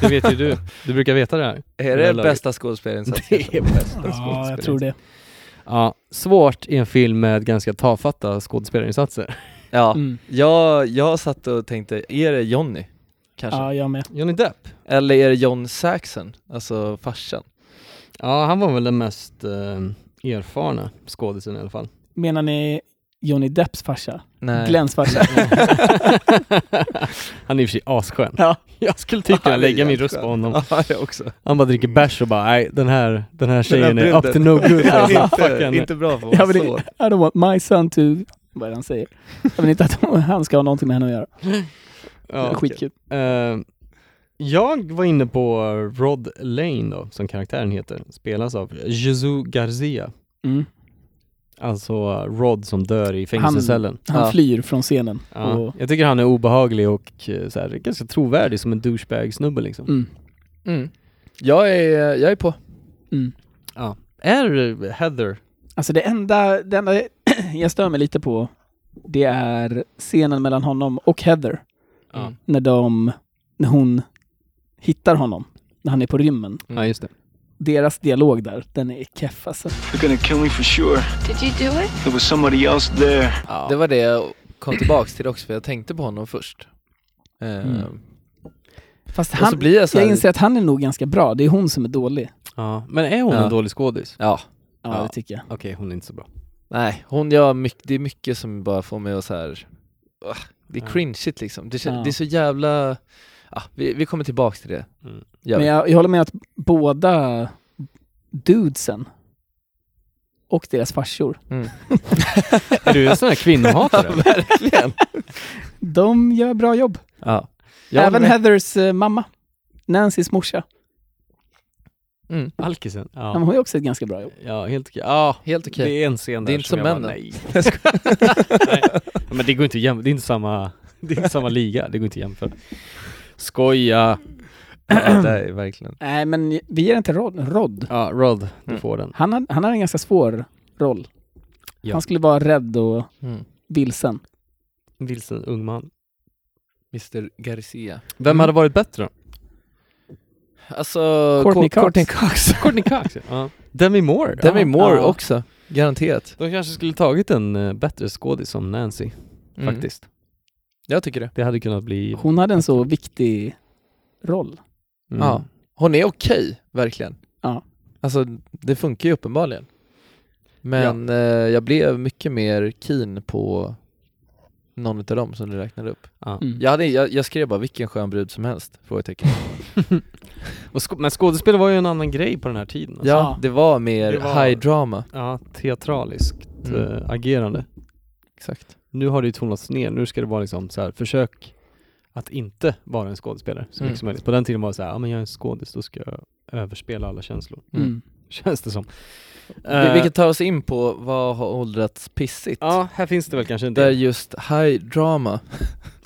Speaker 1: Det vet ju du. Du brukar veta det här.
Speaker 10: Är
Speaker 1: Det
Speaker 10: det
Speaker 1: är
Speaker 10: den
Speaker 1: laget.
Speaker 10: bästa skådespelarinsatsen?
Speaker 1: Det är
Speaker 10: bästa
Speaker 4: Ja, jag tror det.
Speaker 1: Ja, svårt i en film med ganska tafatta skådespelarinsatser.
Speaker 10: Ja,
Speaker 4: Mm.
Speaker 10: jag, jag satt och tänkte, är det Johnny? Kanske?
Speaker 4: Ja, jag med.
Speaker 1: Johnny Depp?
Speaker 10: Eller är det John Saxon? Alltså farsan?
Speaker 1: Ja, han var väl den mest eh, erfarna skådisen i alla fall.
Speaker 4: Menar ni Johnny Depps farsa?
Speaker 10: Nej.
Speaker 4: Glenns farsa?
Speaker 1: han är i och för sig asskön.
Speaker 4: Ja.
Speaker 1: Jag skulle typ kunna
Speaker 10: Ja, det är
Speaker 1: lägga min
Speaker 10: jävligt
Speaker 1: röst på
Speaker 10: skönt.
Speaker 1: honom.
Speaker 10: Ja, jag också.
Speaker 1: Han bara dricker bärs och bara nej, den här, den här tjejen är
Speaker 10: brunden.
Speaker 1: up to no good. alltså. Fuck
Speaker 10: inte,
Speaker 1: henne.
Speaker 10: inte bra för vår
Speaker 4: Jag vill,
Speaker 10: son.
Speaker 4: I don't want my son to... Vad är det han säger? Jag vill inte att han ska ha någonting med henne att göra.
Speaker 1: Ja.
Speaker 4: Skitkul.
Speaker 1: Eh, jag var inne på Rod Lane då, som karaktären heter. Spelas av Jesus Garcia.
Speaker 4: Mm.
Speaker 1: Alltså eh, Rod som dör i fängelsecellen.
Speaker 4: Han
Speaker 10: Ja.
Speaker 4: flyr från scenen.
Speaker 1: Ja.
Speaker 4: Och,
Speaker 1: Jag tycker han är obehaglig och eh, så här, ganska trovärdig som en douchebag-snubbe liksom.
Speaker 4: mm,
Speaker 10: Mm. Jag, är, jag är på.
Speaker 4: mm.
Speaker 1: Är eh, Heather
Speaker 4: Alltså det enda, det enda jag stör mig lite på, det är scenen mellan honom och Heather.
Speaker 10: Mm.
Speaker 1: Ja.
Speaker 4: När de, när hon hittar honom, när han är på rymmen.
Speaker 1: Ja just det.
Speaker 4: Deras dialog där, den är keff alltså.
Speaker 6: They're gonna kill me for sure.
Speaker 7: Did you do it?
Speaker 6: There was somebody else there.
Speaker 10: Det var det jag kom tillbaks till också, för jag tänkte på honom först. Ehm,
Speaker 4: Fast
Speaker 10: Och så
Speaker 4: han,
Speaker 10: blir jag så här,
Speaker 4: jag inser att han är nog ganska bra, det är hon som är dålig.
Speaker 1: Ja. Men är hon
Speaker 10: Ja.
Speaker 1: en dålig skådis?
Speaker 10: ja,
Speaker 4: Ja,
Speaker 10: Ja.
Speaker 4: det tycker jag.
Speaker 1: Okej, hon är inte så bra.
Speaker 10: nej, hon gör mycket, det är mycket som bara får mig att så här. ah, det är
Speaker 1: Ja.
Speaker 10: cringeigt liksom. Det, kän-
Speaker 4: Ja.
Speaker 10: det är så jävla, ah, vi, vi kommer tillbaks till det.
Speaker 1: Mm.
Speaker 10: Gör
Speaker 4: Men
Speaker 10: vi.
Speaker 4: jag, jag håller med att båda dudesen och deras farsor,
Speaker 1: Är du en sån här kvinnohatare?
Speaker 4: de gör bra jobb.
Speaker 10: Ja.
Speaker 4: Även Heathers eh, mamma, Nancys morsa,
Speaker 10: Mm.
Speaker 1: Alkisen?
Speaker 4: hon
Speaker 1: Ja.
Speaker 4: har ju också ett ganska bra jobb.
Speaker 1: Ja, helt okej. Ja,
Speaker 10: Helt okej.
Speaker 1: det är en scen
Speaker 10: Det
Speaker 1: där
Speaker 10: är inte som
Speaker 1: jag bara,
Speaker 10: männen.
Speaker 1: nej. nej. Men det går inte att jäm- det är inte samma, det är inte samma liga, det går inte att jämföra. Skoja!
Speaker 10: Ja, det är verkligen.
Speaker 4: Nej, men vi ger den till Rod. Rod.
Speaker 1: Ja, Rod, du
Speaker 10: Mm.
Speaker 1: får den.
Speaker 4: Han, har, han har en ganska svår roll.
Speaker 1: Ja.
Speaker 4: Han skulle vara rädd och
Speaker 10: Mm.
Speaker 4: vilsen.
Speaker 1: Vilsen ung man.
Speaker 10: Mr Garcia.
Speaker 1: Vem hade varit bättre då?
Speaker 10: Alltså,
Speaker 4: Courtney
Speaker 10: Co-
Speaker 4: Cox.
Speaker 10: Courtney Cox.
Speaker 1: Courtney Cox? Ja. Demi Moore?
Speaker 10: Demi
Speaker 1: ja.
Speaker 10: Moore
Speaker 4: Ja.
Speaker 10: också, garanterat.
Speaker 1: De kanske skulle tagit en eh, bättre skådis som Nancy,
Speaker 10: Mm.
Speaker 1: faktiskt.
Speaker 10: Jag tycker det.
Speaker 1: Det hade kunnat bli...
Speaker 4: Hon hade en så viktig roll.
Speaker 1: Mm.
Speaker 10: Ja. Hon är okej, verkligen.
Speaker 4: Ja.
Speaker 10: Alltså, det funkar ju uppenbarligen. Men eh, jag blev mycket mer keen på någon av dem som du räknade upp.
Speaker 1: Ja.
Speaker 4: Mm.
Speaker 10: Jag, hade, jag, jag skrev bara vilken skön brud som helst, frågetecken.
Speaker 1: Och sk- men skådespel var ju en annan grej på den här tiden. Alltså.
Speaker 10: Ja, det var mer
Speaker 1: Det var-
Speaker 10: high drama.
Speaker 1: Ja, teatraliskt
Speaker 10: Mm.
Speaker 1: eh, agerande.
Speaker 10: Exakt.
Speaker 1: Nu har det ju tonats ner, nu ska det vara liksom så här, försök att inte vara en skådespelare så
Speaker 10: Mm.
Speaker 1: mycket som möjligt. På den tiden var det så här, ja men jag är en skådis, då ska jag överspela alla känslor.
Speaker 10: Mm.
Speaker 4: Mm.
Speaker 1: Känns det som.
Speaker 10: Vi-
Speaker 1: Eh,
Speaker 10: Vilket tar oss in på vad har åldrats pissigt?
Speaker 1: Ja, här finns det väl kanske en
Speaker 10: Där
Speaker 1: del.
Speaker 10: just high drama,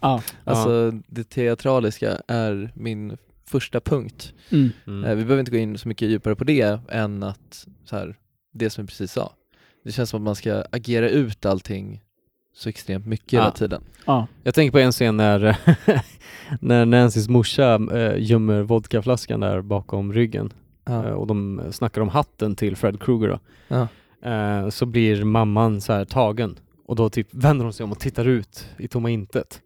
Speaker 4: Ja.
Speaker 10: alltså det teatraliska, är min första punkt.
Speaker 4: Mm.
Speaker 1: Mm.
Speaker 10: Eh, Vi behöver inte gå in så mycket djupare på det än att så här, det som vi precis sa. Det känns som att man ska agera ut allting så extremt mycket hela
Speaker 1: Ja.
Speaker 10: tiden.
Speaker 4: ja.
Speaker 1: Jag tänker på en scen när, när Nancys morsa äh, gömmer vodkaflaskan där bakom ryggen eh, och de snackar om hatten till Fred Krueger då.
Speaker 10: Ja.
Speaker 1: Eh, så blir mamman så här tagen och då typ vänder hon sig om och tittar ut i tomma intet.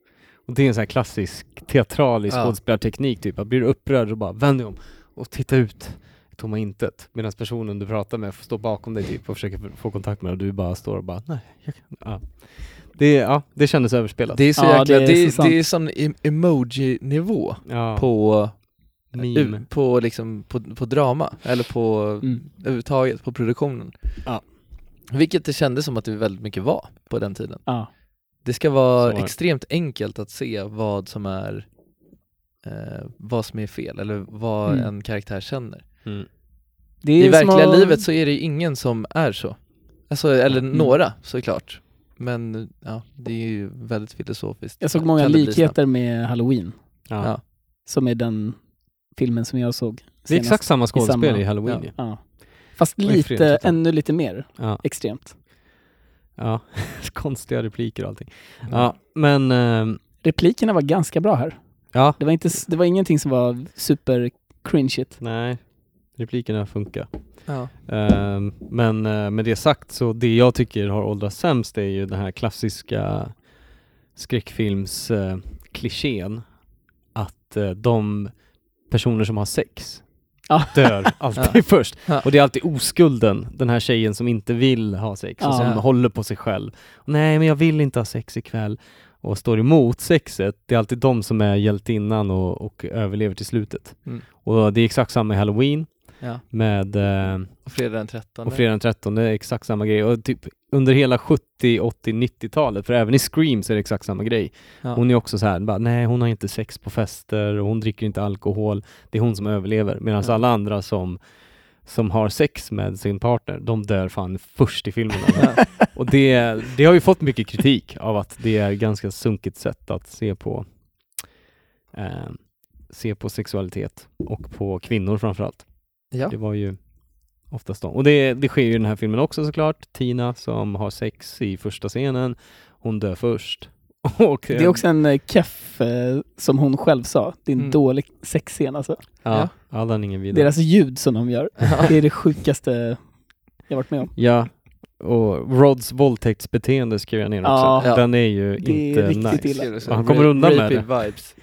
Speaker 1: Och det är en sån här klassisk teatralisk
Speaker 10: Ja.
Speaker 1: skådespelarteknik typ, att blir du upprörd så bara vänd dig om och titta ut i tomma intet medan personen du pratar med får stå bakom dig typ och försöker få kontakt med dig och du bara står och bara nej. Jag kan. Ja. Det, ja, det kändes överspelat.
Speaker 10: Det är så
Speaker 4: Ja,
Speaker 10: jäkla,
Speaker 4: det
Speaker 10: det
Speaker 4: är så
Speaker 10: är, det,
Speaker 4: sant.
Speaker 10: är sån em- emoji-nivå
Speaker 1: ja.
Speaker 10: på,
Speaker 1: Meme.
Speaker 10: u- på, liksom, på, på drama, eller på
Speaker 4: Mm.
Speaker 10: överhuvudtaget, på produktionen.
Speaker 1: Ja.
Speaker 10: Vilket det kändes som att det väldigt mycket var på den tiden.
Speaker 4: ja.
Speaker 10: Det ska vara
Speaker 1: Så är det.
Speaker 10: extremt enkelt att se vad som är eh, vad som är fel eller vad
Speaker 4: Mm.
Speaker 10: en karaktär känner.
Speaker 4: Det är ju
Speaker 10: I
Speaker 4: som
Speaker 10: verkliga
Speaker 4: att- Mm.
Speaker 10: livet så är det ju ingen som är så. Alltså, eller några såklart. Men ja, det är ju väldigt filosofiskt.
Speaker 4: Jag såg många
Speaker 10: Kan det bli snabbt?
Speaker 4: likheter med Halloween,
Speaker 1: Ja.
Speaker 10: Ja.
Speaker 4: som är den filmen som jag såg.
Speaker 1: Det är exakt
Speaker 4: senast
Speaker 1: samma skådespel i,
Speaker 4: samma-
Speaker 1: Halloween ju.
Speaker 4: Ja. Fast
Speaker 1: i
Speaker 4: lite,
Speaker 1: Fredrik, utan-
Speaker 4: ännu lite mer
Speaker 1: Ja.
Speaker 4: extremt.
Speaker 1: Ja. Konstiga repliker och allting. Ja, men ehm,
Speaker 4: Replikerna var ganska bra här.
Speaker 1: ja,
Speaker 4: Det var, inte, s- det var ingenting som var super cringeigt.
Speaker 1: nej. Replikerna funkar.
Speaker 10: Ja.
Speaker 1: Ehm, men eh, med det sagt så det jag tycker har åldrats sämst är ju den här klassiska skräckfilmsklichén att eh, de personer som har sex
Speaker 4: Ja.
Speaker 1: dör alltid först.
Speaker 10: Ja.
Speaker 1: Och det är alltid oskulden, den här tjejen som inte vill ha sex och
Speaker 4: Ja.
Speaker 1: som
Speaker 10: Ja.
Speaker 1: håller på sig själv. Nej men jag vill inte ha sex ikväll och står emot sexet. Det är alltid de som är hjältinnan och, och överlever till slutet.
Speaker 10: Mm.
Speaker 1: Och det är exakt samma i Halloween
Speaker 10: Ja.
Speaker 1: med eh,
Speaker 10: Och fredag den 13.
Speaker 1: och fredag den 13, det är exakt samma grej. Och typ under hela 70, 80, 90-talet, för även i Scream så är det exakt samma grej.
Speaker 10: Ja.
Speaker 1: Hon är också så här, bara, nej hon har inte sex på fester och hon dricker inte alkohol. Det är hon som överlever. Medan
Speaker 10: Ja.
Speaker 1: alla andra som, som har sex med sin partner, de dör fan först i filmen. och det, det har ju fått mycket kritik av att det är ganska sunkigt sätt att se på eh, se på sexualitet och på kvinnor framförallt.
Speaker 10: Ja.
Speaker 1: Det var ju oftast de. Och det, det sker ju i den här filmen också såklart. Tina som har sex i första scenen, hon dör först. Och,
Speaker 4: Det är också en eh, keff, eh, som hon själv sa. Det är en
Speaker 10: Mm.
Speaker 4: dålig sexscen alltså.
Speaker 1: Ja, ja. den är ingen vidare.
Speaker 4: Deras ljud som de gör, det är det sjukaste jag varit med om.
Speaker 1: Ja, och Rods våldtäktsbeteende skrev jag ner också.
Speaker 4: Ja.
Speaker 10: Ja.
Speaker 1: Den är ju
Speaker 4: Det är
Speaker 1: inte
Speaker 4: riktigt
Speaker 1: nice.
Speaker 4: illa.
Speaker 10: Ser du så?
Speaker 1: Han kommer undan med
Speaker 10: Rapey vibes.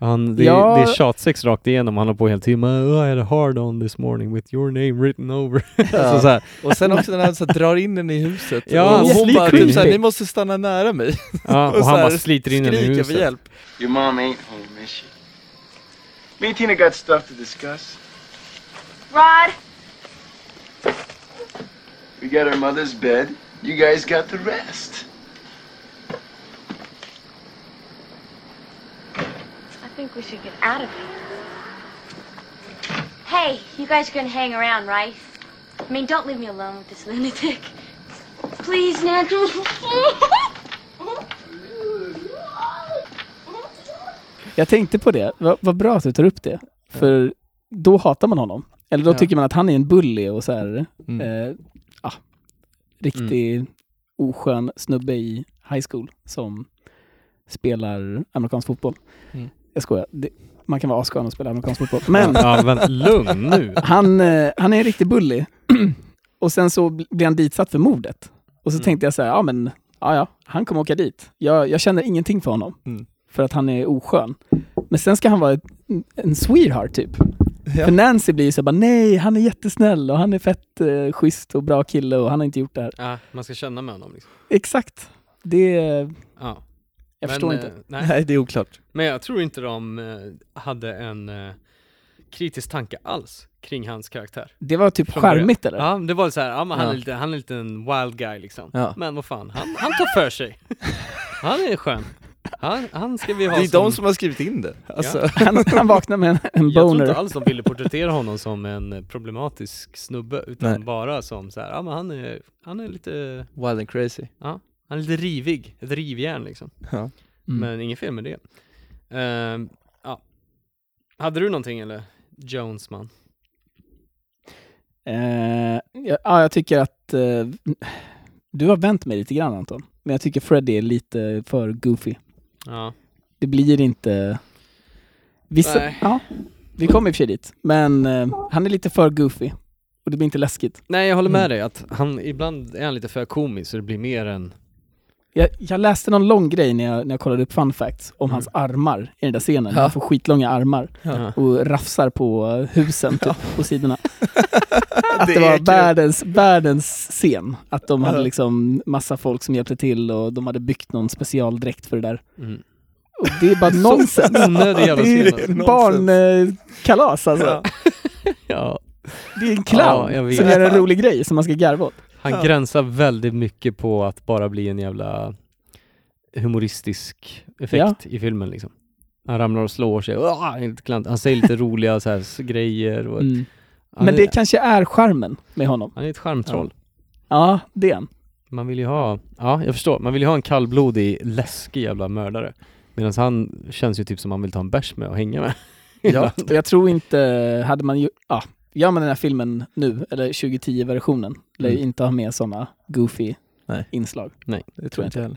Speaker 1: Han, det,
Speaker 4: Ja.
Speaker 1: det är tjatsex rakt igenom, han håller på hela tiden med, I had a hard on this morning with your name written over. alltså, så här,
Speaker 10: Och sen också när han så här drar in den i huset.
Speaker 1: Ja,
Speaker 10: och hon
Speaker 1: det är
Speaker 10: bara typ
Speaker 1: creepy.
Speaker 10: såhär, ni måste stanna nära mig.
Speaker 1: ja, och
Speaker 10: så
Speaker 1: han
Speaker 10: här
Speaker 1: bara sliter in henne i
Speaker 10: skriker för
Speaker 1: huset.
Speaker 10: hjälp.
Speaker 6: Your mom ain't home, is she? Me and Tina got stuff to discuss.
Speaker 3: Rod!
Speaker 6: We got our mother's bed. You guys got the rest.
Speaker 3: I think we should get out of here. Hey, you guys are gonna hang around, right? I mean, don't leave me alone with this lunatic. Please, Nigel.
Speaker 4: Jag tänkte på det, vad vad bra att du tar upp det. För då hatar man honom. Eller då
Speaker 10: Ja.
Speaker 4: tycker man att han är en bully och så här,
Speaker 10: Mm.
Speaker 4: eh, ja, riktig oskön snubbe i high school som spelar amerikansk fotboll.
Speaker 10: Mm.
Speaker 4: Jag skojar, det, man kan vara asskön och spela amerikansk fotboll. Men
Speaker 1: Ja, vänta, lugn nu.
Speaker 4: han, eh, han är en riktig bully. och sen så bl- blir han ditsatt för mordet. Och så
Speaker 1: Mm.
Speaker 4: tänkte jag så här, ja men, ja ja, han kommer åka dit. Jag, jag känner ingenting för honom.
Speaker 10: Mm.
Speaker 4: För att han är oskön. Men sen ska han vara ett, en sweetheart typ.
Speaker 10: Ja.
Speaker 4: För Nancy blir ju så här bara, nej, han är jättesnäll och han är fett eh, schysst och bra kille och han har inte gjort det här.
Speaker 1: Ja, man ska känna med honom liksom.
Speaker 4: Exakt. Det,
Speaker 1: Ja.
Speaker 4: jag
Speaker 1: Men,
Speaker 4: förstår
Speaker 1: eh,
Speaker 4: inte.
Speaker 1: Nej.
Speaker 10: Nej, det är oklart.
Speaker 1: Men jag tror inte de eh, hade en eh, kritisk tanke alls kring hans karaktär.
Speaker 4: Det var typ
Speaker 1: från början.
Speaker 4: charmigt eller?
Speaker 1: Ja, det var så här, ja, men han,
Speaker 10: Ja.
Speaker 1: är lite, han är lite en wild guy liksom.
Speaker 10: Ja.
Speaker 1: Men vad fan, han, han tar för sig. Han är skön. Han, han ska vi
Speaker 10: Det
Speaker 1: ha
Speaker 10: är de som har skrivit in det. Alltså,
Speaker 4: Han, han vaknar med en, en
Speaker 1: Jag tror inte
Speaker 4: boner.
Speaker 1: alls de ville porträttera honom som en eh, problematisk snubbe, utan
Speaker 10: Nej.
Speaker 1: bara som så här, ja men han är, han är lite,
Speaker 10: Wild and crazy.
Speaker 1: han är lite rivig, ett rivjärn liksom.
Speaker 10: Ja.
Speaker 4: Mm.
Speaker 1: Men inget fel med det. Ehm, ja. Hade du någonting eller? Jonesman?
Speaker 4: Eh, ja, ja, jag tycker att... eh, du har vänt mig lite grann Anton. Men jag tycker Freddy är lite för goofy.
Speaker 1: Ja.
Speaker 4: Det blir inte... Vissa,
Speaker 1: Nej.
Speaker 4: ja, vi kommer i och för sig dit. Men eh, han är lite för goofy. Och det blir inte läskigt.
Speaker 1: Nej jag håller
Speaker 4: Mm.
Speaker 1: med dig att han, ibland är han lite för komisk så det blir mer än...
Speaker 4: Jag, jag läste någon lång grej när jag, när jag kollade upp fun facts om hans armar i den där scenen. Han får skitlånga armar
Speaker 1: Ja.
Speaker 4: och rafsar på husen typ, på sidorna. Att det,
Speaker 10: Det är
Speaker 4: var
Speaker 10: kul.
Speaker 4: världens, världens scen. Att de hade liksom massa folk som hjälpte till och de hade byggt någon specialdräkt för det där.
Speaker 1: Mm.
Speaker 4: Och det är bara nonsens.
Speaker 1: Onödig jävla
Speaker 4: Det
Speaker 1: scen.
Speaker 4: är
Speaker 1: alltså.
Speaker 4: barnkalas alltså.
Speaker 1: Ja.
Speaker 4: Det är en clown
Speaker 1: Ja, jag vet.
Speaker 4: som gör en rolig grej som man ska garva åt.
Speaker 1: Han gränsar väldigt mycket på att bara bli en jävla humoristisk effekt i filmen liksom. Han ramlar och slår sig, Ah, helt klant. han säger lite roliga så här, s- grejer och...
Speaker 4: Mm.
Speaker 1: han,
Speaker 4: Men
Speaker 1: är,
Speaker 4: det kanske är charmen med honom.
Speaker 1: han är ett charmtroll.
Speaker 4: Ja, det är han.
Speaker 1: Man vill ju ha, ja jag förstår, man vill ju ha en kallblodig läskig jävla mördare. Medan han känns ju typ som man vill ta en bärs med och hänga med.
Speaker 4: Ja, och jag tror inte, hade man ju, ja, gör man den här filmen nu, eller 2010-versionen, lär ju
Speaker 1: Mm.
Speaker 4: inte ha med sådana goofy
Speaker 9: Nej.
Speaker 4: inslag.
Speaker 1: Nej.
Speaker 9: Det tror jag inte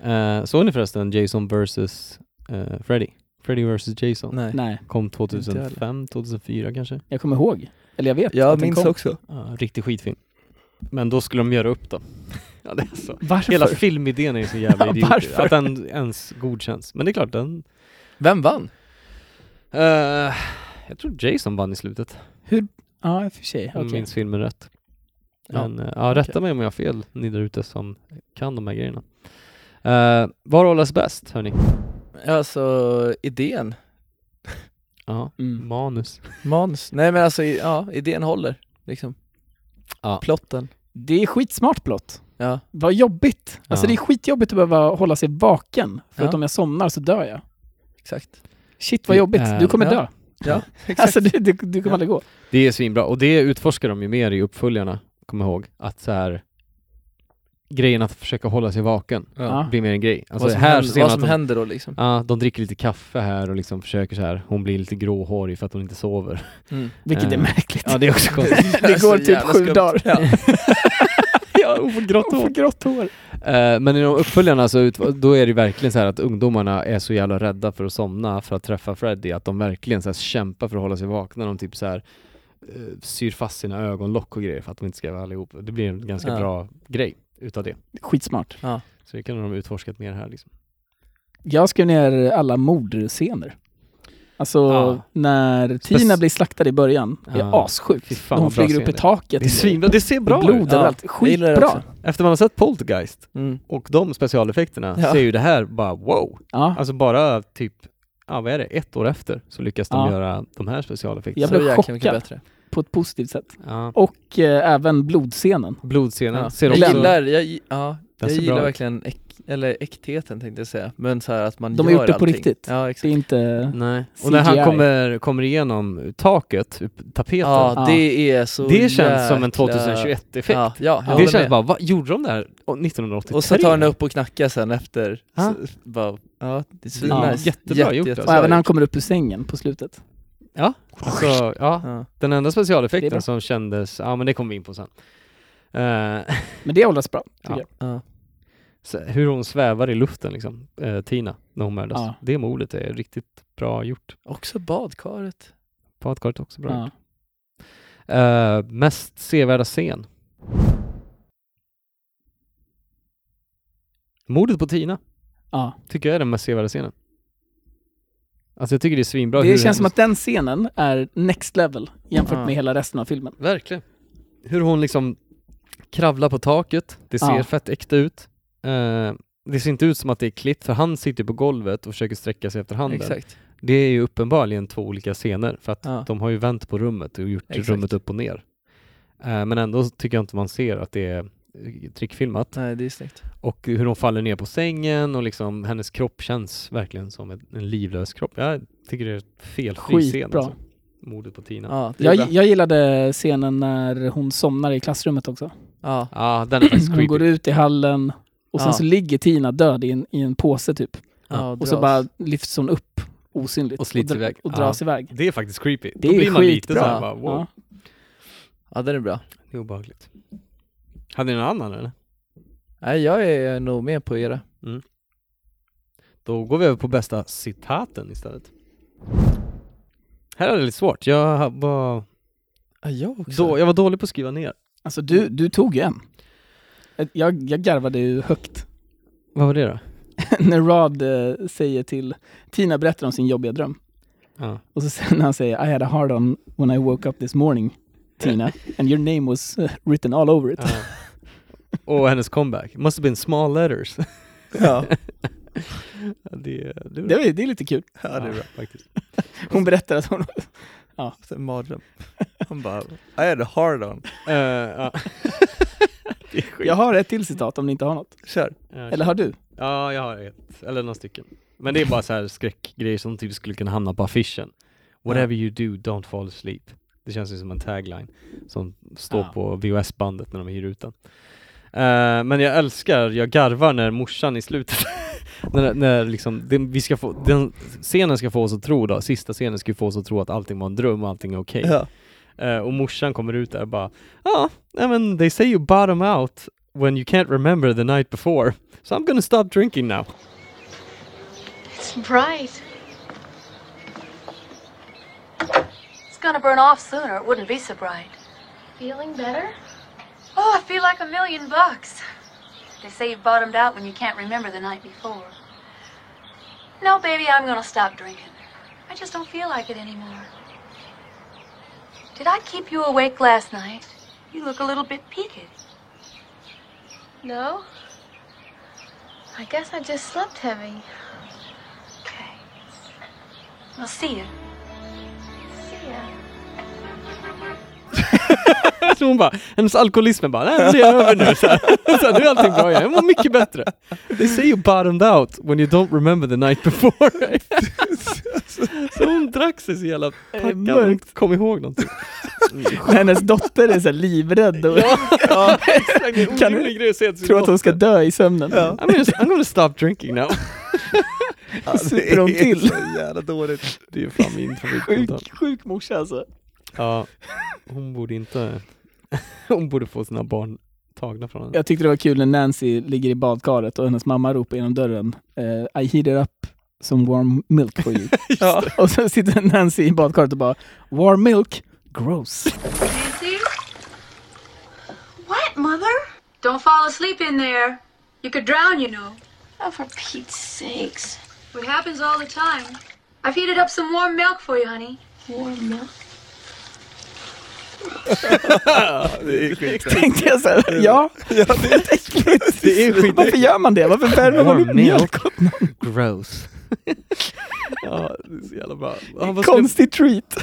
Speaker 9: heller.
Speaker 1: Eh, såg ni förresten Jason vs eh, Freddy? Freddy vs Jason?
Speaker 9: Nej.
Speaker 4: Nej,
Speaker 1: Kom
Speaker 9: Inte heller.
Speaker 1: 2005, 2004 kanske?
Speaker 4: jag kommer ihåg. Eller jag vet att
Speaker 9: Jag
Speaker 4: den
Speaker 9: minns
Speaker 4: kom.
Speaker 9: också.
Speaker 1: Ja, riktig skitfilm. Men då skulle de göra upp den. ja, det är så.
Speaker 4: Varför?
Speaker 1: Hela filmidén är ju så jävla
Speaker 4: Ja,
Speaker 1: idiotisk.
Speaker 4: varför?
Speaker 1: att den ens godkänns. Men det är klart, den...
Speaker 10: Vem vann?
Speaker 1: eh, jag tror Jason vann i slutet,
Speaker 4: ja, i och för sig.
Speaker 1: om
Speaker 4: Okej.
Speaker 1: minns filmen rätt.
Speaker 9: Ja,
Speaker 1: Men, eh, ja, rätta mig om jag har fel, ni där ute som kan de här grejerna. Uh, vad hållas bäst, hörni?
Speaker 10: Alltså idén.
Speaker 1: Ja,
Speaker 4: Mm.
Speaker 1: manus.
Speaker 10: Manus. Nej men alltså i- ja, idén håller. Liksom.
Speaker 1: Ja.
Speaker 10: Plotten.
Speaker 4: Det är skitsmart plott.
Speaker 10: Ja.
Speaker 4: Vad jobbigt. Alltså
Speaker 1: Ja.
Speaker 4: det är skitjobbigt att behöva hålla sig vaken, för att
Speaker 10: Ja.
Speaker 4: om jag somnar så dör jag.
Speaker 10: Exakt.
Speaker 4: Shit vad
Speaker 1: Det
Speaker 4: jobbigt,
Speaker 1: är-
Speaker 4: du kommer
Speaker 10: ja.
Speaker 4: dö.
Speaker 10: Ja, exakt.
Speaker 4: Alltså du, du, du kommer
Speaker 10: Ja.
Speaker 4: aldrig gå.
Speaker 1: Det är svinbra, och det utforskar de ju mer i uppföljarna, kom ihåg. Att så här grejen att försöka hålla sig vaken
Speaker 4: Ja.
Speaker 1: blir mer en grej. Alltså
Speaker 10: vad som,
Speaker 1: här
Speaker 10: händer,
Speaker 1: ser man
Speaker 10: vad
Speaker 1: att
Speaker 10: som
Speaker 1: de-
Speaker 10: händer då liksom.
Speaker 1: Ja, de dricker lite kaffe här och liksom försöker så här. Hon blir lite gråhårig för att hon inte sover.
Speaker 10: Mm.
Speaker 4: Vilket är
Speaker 1: Eh.
Speaker 4: märkligt.
Speaker 1: Ja, det är också konstigt.
Speaker 4: det
Speaker 10: så
Speaker 4: går typ
Speaker 10: jävla
Speaker 4: sju
Speaker 10: skumt.
Speaker 4: dagar.
Speaker 10: Ja.
Speaker 4: ja, hon får grått hår.
Speaker 1: Eh, Men i de uppföljarna så ut, då är det verkligen så här att ungdomarna är så jävla rädda för att somna för att träffa Freddy att de verkligen så här kämpar för att hålla sig vakna. De typ så här eh, syr fast sina ögonlock och grejer för att de inte ska vara allihop. Det blir en ganska
Speaker 10: Ja.
Speaker 1: bra grej utav det.
Speaker 4: Skitsmart.
Speaker 1: Så det kan de ha utforskat mer här liksom.
Speaker 4: Jag skrev ner alla mordscener. Alltså
Speaker 1: Ja.
Speaker 4: när Tina blir slaktad i början, det är
Speaker 1: Ja.
Speaker 4: assjukt.
Speaker 1: Fy fan,
Speaker 4: När hon
Speaker 1: vad bra
Speaker 4: flyger upp i
Speaker 1: scener.
Speaker 4: taket.
Speaker 1: Det är svinbra, det ser bra
Speaker 4: blod
Speaker 1: ut!
Speaker 10: Ja.
Speaker 4: överallt.
Speaker 10: Jag gillar det
Speaker 4: Skitbra!
Speaker 10: också.
Speaker 1: Efter man har sett Poltergeist
Speaker 10: Mm.
Speaker 1: och de specialeffekterna
Speaker 10: Ja.
Speaker 1: ser ju det här bara wow!
Speaker 4: Ja.
Speaker 1: Alltså bara typ, ja vad är det, ett år efter så lyckas de
Speaker 4: Ja.
Speaker 1: göra de här specialeffekterna.
Speaker 4: Jag
Speaker 10: Så
Speaker 4: blev
Speaker 10: jäkla mycket
Speaker 4: chockad.
Speaker 10: Bättre.
Speaker 4: På ett positivt sätt.
Speaker 1: Ja.
Speaker 4: Och eh, även blodscenen.
Speaker 1: Blodscenen
Speaker 10: Ja.
Speaker 1: ser
Speaker 10: Jag
Speaker 1: också...
Speaker 10: gillar, jag, gi- ja,
Speaker 1: Den
Speaker 10: jag
Speaker 1: ser
Speaker 10: gillar
Speaker 1: bra ut.
Speaker 10: verkligen äk, eller äktheten tänkte jag säga, men så här att man
Speaker 4: De har
Speaker 10: gör
Speaker 4: gjort det på
Speaker 10: allting.
Speaker 4: riktigt.
Speaker 10: Ja,
Speaker 4: Det är
Speaker 10: exakt.
Speaker 4: inte...
Speaker 1: Nej. Och när
Speaker 4: CGI.
Speaker 1: han kommer, kommer igenom taket, upp- tapeten,
Speaker 10: Ja,
Speaker 4: Ja.
Speaker 10: det är så
Speaker 1: det känns
Speaker 10: jäkla...
Speaker 1: som en 2021-effekt.
Speaker 10: Ja, ja, jag
Speaker 1: det
Speaker 10: håller
Speaker 1: känns
Speaker 10: med.
Speaker 1: bara, vad gjorde de där 1983?
Speaker 10: Och så tar han upp och knackar sen efter.
Speaker 1: Ja.
Speaker 10: Så, bara, ja, det är så
Speaker 4: Ja,
Speaker 10: nice.
Speaker 1: jättebra gjort,
Speaker 4: Och
Speaker 1: alltså.
Speaker 4: även när han kommer upp ur sängen på slutet.
Speaker 1: Alltså, ja,
Speaker 10: Ja.
Speaker 1: den enda
Speaker 4: Det är
Speaker 1: specialeffekten
Speaker 4: bra.
Speaker 1: som kändes, ja men det kommer vi in på sen. Eh,
Speaker 4: Men det åldras bra, tycker
Speaker 1: Ja.
Speaker 4: jag.
Speaker 1: så hur hon svävar i luften liksom, eh, Tina, när hon mördas.
Speaker 4: Ja.
Speaker 1: Det mordet är riktigt bra gjort.
Speaker 10: Också badkaret.
Speaker 1: Badkaret är också bra
Speaker 4: Ja.
Speaker 1: gjort. Eh, mest sevärda scen? Mordet på Tina.
Speaker 4: Ja.
Speaker 1: tycker jag är den mest sevärda scenen. Alltså jag tycker det är svinbra
Speaker 4: Det
Speaker 1: hur
Speaker 4: känns som
Speaker 1: hennes-
Speaker 4: att den scenen är next level jämfört
Speaker 10: Ja.
Speaker 4: med hela resten av filmen.
Speaker 1: Verkligen. Hur hon liksom kravlar på taket, det ser
Speaker 4: Ja.
Speaker 1: fett äkta ut. Eh, det ser inte ut som att det är klippt, för han sitter på golvet och försöker sträcka sig efter handen.
Speaker 10: Exakt.
Speaker 1: Det är ju uppenbarligen två olika scener, för att
Speaker 10: Ja.
Speaker 1: de har ju vänt på rummet och gjort
Speaker 10: Exakt.
Speaker 1: rummet upp och ner. Eh, men ändå tycker jag inte man ser att det är eh, trickfilmat.
Speaker 10: Nej, det är snyggt.
Speaker 1: Och hur hon faller ner på sängen och liksom hennes kropp känns verkligen som en, en livlös kropp. Jag tycker det är en felfri scen.
Speaker 4: Skitbra.
Speaker 1: Alltså. Mordet på Tina. Ja,
Speaker 10: Ja, det är bra.
Speaker 4: Jag, jag gillade scenen när hon somnar i klassrummet också.
Speaker 10: Ja.
Speaker 1: den är faktiskt
Speaker 4: Hon Mm. går
Speaker 1: creepy.
Speaker 4: ut i hallen och sen
Speaker 10: Ja.
Speaker 4: så ligger Tina död i en, i en påse typ.
Speaker 10: Ja,
Speaker 4: Och så
Speaker 10: dras.
Speaker 4: bara lyfts hon upp osynligt.
Speaker 1: Och slits
Speaker 4: dra-
Speaker 1: iväg.
Speaker 4: Och dras iväg.
Speaker 1: Det är faktiskt creepy.
Speaker 4: Det
Speaker 1: Då
Speaker 4: är
Speaker 1: blir man lite
Speaker 4: skitbra.
Speaker 1: såhär bara wow.
Speaker 4: Ja.
Speaker 10: Ja, den är bra.
Speaker 1: Det är obehagligt. Hade ni någon annan eller?
Speaker 10: Nej, jag är nog med på era.
Speaker 1: Då går vi över på bästa citaten istället. Här är det lite svårt. Jag var,
Speaker 10: Ja, jag också.
Speaker 1: då, jag var dålig på att skriva ner.
Speaker 4: Alltså du, du tog ju en. Jag, jag garvade ju högt.
Speaker 1: Vad var det då?
Speaker 4: när Rod eh, säger till, Tina berättar om sin jobbiga dröm.
Speaker 1: Ja.
Speaker 4: Och så sen när han säger I had a hard on when I woke up this morning, Tina. And your name was eh, written all over it.
Speaker 1: Ja. Och hennes comeback. Must have been small letters.
Speaker 10: Ja.
Speaker 1: det, det, var,
Speaker 4: Det, är, det är lite kul.
Speaker 1: ja, det är bra faktiskt.
Speaker 4: Hon berättar att hon...
Speaker 9: En mardröm. Han bara, I had a hard on.
Speaker 1: Eh, ja. Det är skit.
Speaker 4: Jag har ett till citat om ni inte har något.
Speaker 9: Kör.
Speaker 1: Ja,
Speaker 4: Eller har du?
Speaker 1: Ja, jag har ett. Eller några stycken. Men det är bara så här skräckgrejer som typ skulle kunna hamna på affischen. Whatever you do, don't fall asleep. Det känns ju som en tagline som står
Speaker 4: Ja.
Speaker 1: på VHS-bandet när de hyr ut den. Eh, men jag älskar, jag garvar när morsan i slutet, när, när liksom, den, vi ska få, den scenen ska få oss att tro då, sista scenen ska ju få oss att tro att allting var en dröm och allting är okej.
Speaker 9: Ja.
Speaker 1: Eh, och morsan kommer ut där och bara, ja, I mean, they say you bottom out when you can't remember the night before, so I'm gonna stop drinking now.
Speaker 3: It's bright. It's gonna burn off soon, or it wouldn't be so bright. Feeling better? Oh, I feel like a million bucks. They say you bottomed out when you can't remember the night before. No, baby, I'm gonna stop drinking. I just don't feel like it anymore. Did I keep you awake last night? You look a little bit peaked. No? I guess I just slept heavy. Okay. I'll see you. See ya.
Speaker 1: Så hon bara, hennes alkoholism bara, nej men det är över nu. Så här. Så här, nu är allting bra igen, jag mår mycket bättre. They say you bottomed out when you don't remember the night before. så hon drack sig så jävla packad, hon inte kom ihåg någonting.
Speaker 4: När hennes dotter är så här livrädd och
Speaker 1: ja, exakt, en
Speaker 4: Kan du
Speaker 1: orimlig grej att säga till sin
Speaker 4: tror att hon ska
Speaker 1: dotter.
Speaker 4: dö i sömnen.
Speaker 9: Ja.
Speaker 1: I'm gonna, I'm gonna stop drinking now.
Speaker 9: Ja, det
Speaker 4: Super de
Speaker 9: är
Speaker 4: till.
Speaker 9: så jävla dåligt.
Speaker 1: Det är fan min favoritkommentar.
Speaker 4: Sjuk, sjuk morsa alltså.
Speaker 1: Ja, hon borde inte... Hon borde få sina barn tagna från henne.
Speaker 4: Jag tyckte det var kul när Nancy ligger i badkaret och hennes mamma ropar genom dörren eh, I heated up some warm milk for you. ja. Och så sitter Nancy i badkaret och bara Warm milk? Gross.
Speaker 3: Nancy? What, Mother? Don't fall asleep in there. You could drown, you know.
Speaker 7: Oh, for Pete's sakes.
Speaker 3: It happens all the time. I've heated up some warm milk for you, honey.
Speaker 7: Warm milk.
Speaker 9: Det är skit.
Speaker 4: Tänkte jag såhär, ja,
Speaker 9: Ja, det är äckligt. Det är skit.
Speaker 4: varför gör man det? Varför värmer man upp mjölk?
Speaker 1: Gross. ja, det är så jävla bra. Ja, vad skulle-
Speaker 4: Konstig treat.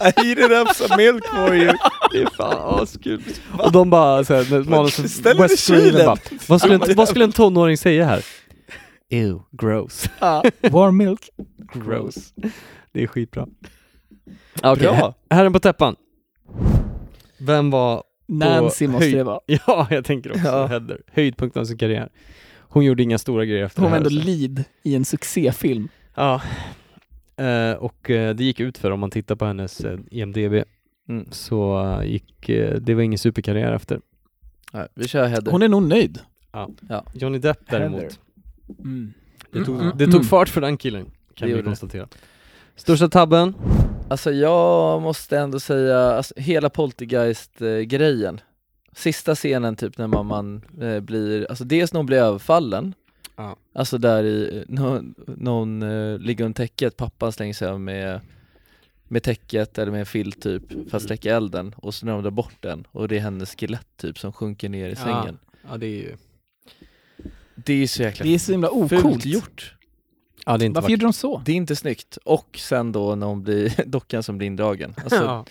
Speaker 9: I heated up some milk for you.
Speaker 1: Det är fan askul. Och de bara såhär, när manuset,
Speaker 9: Ställ den i
Speaker 1: West Sweden
Speaker 9: kylen.
Speaker 1: bara, vad skulle, en, vad skulle en tonåring säga här? Ew, gross.
Speaker 4: Ja. Warm milk?
Speaker 1: Gross. Det är skitbra. Okej,
Speaker 9: Bra.
Speaker 1: här- herren på täppan. Vem var,
Speaker 4: Nancy
Speaker 1: På
Speaker 4: måste
Speaker 1: höjd.
Speaker 4: det vara.
Speaker 1: ja jag tänker också,
Speaker 9: Ja.
Speaker 1: Heather, höjdpunkten av sin karriär. Hon gjorde inga stora grejer efter
Speaker 4: Hon
Speaker 1: det
Speaker 4: var
Speaker 1: här.
Speaker 4: ändå
Speaker 1: så-
Speaker 4: lead i en succéfilm.
Speaker 1: Ja. Eh, och eh, det gick ut för om man tittar på hennes eh, IMDB.
Speaker 9: Mm.
Speaker 1: Så eh, gick, eh, det var ingen superkarriär efter.
Speaker 10: Nej, vi kör Heather.
Speaker 4: Hon är nog nöjd.
Speaker 1: Johnny Depp däremot.
Speaker 4: Heather. Mm.
Speaker 1: Det tog,
Speaker 4: Mm.
Speaker 1: det tog fart för den killen,
Speaker 10: Det
Speaker 1: kan vi
Speaker 10: gjorde det.
Speaker 1: konstatera. Största tabben?
Speaker 10: Alltså jag måste ändå säga, alltså, hela poltergeist-grejen. Sista scenen typ när mamman eh, blir, alltså dels när hon blir överfallen,
Speaker 1: Ja.
Speaker 10: alltså där i, någon, någon eh, ligger under täcket, pappan slänger sig över med, med täcket eller med en filt typ för att släcka elden och så när de drar bort den och det är hennes skelett typ som sjunker ner i
Speaker 1: Ja.
Speaker 10: sängen.
Speaker 1: Ja det är ju...
Speaker 10: Det är ju så jäkla
Speaker 4: Det är så himla
Speaker 10: fult
Speaker 4: ocoolt.
Speaker 10: gjort.
Speaker 1: Ja det är inte
Speaker 4: Varför gjorde de så?
Speaker 10: Det är inte snyggt. Och sen då när hon blir, dockan som blir indragen. Alltså,
Speaker 1: Ja.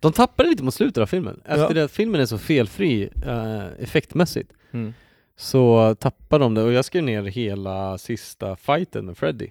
Speaker 1: De tappade lite mot slutet av filmen. Efter det att filmen är så felfri eh, effektmässigt
Speaker 10: Mm.
Speaker 1: så tappar de det och jag skrev ner hela sista fighten med Freddy.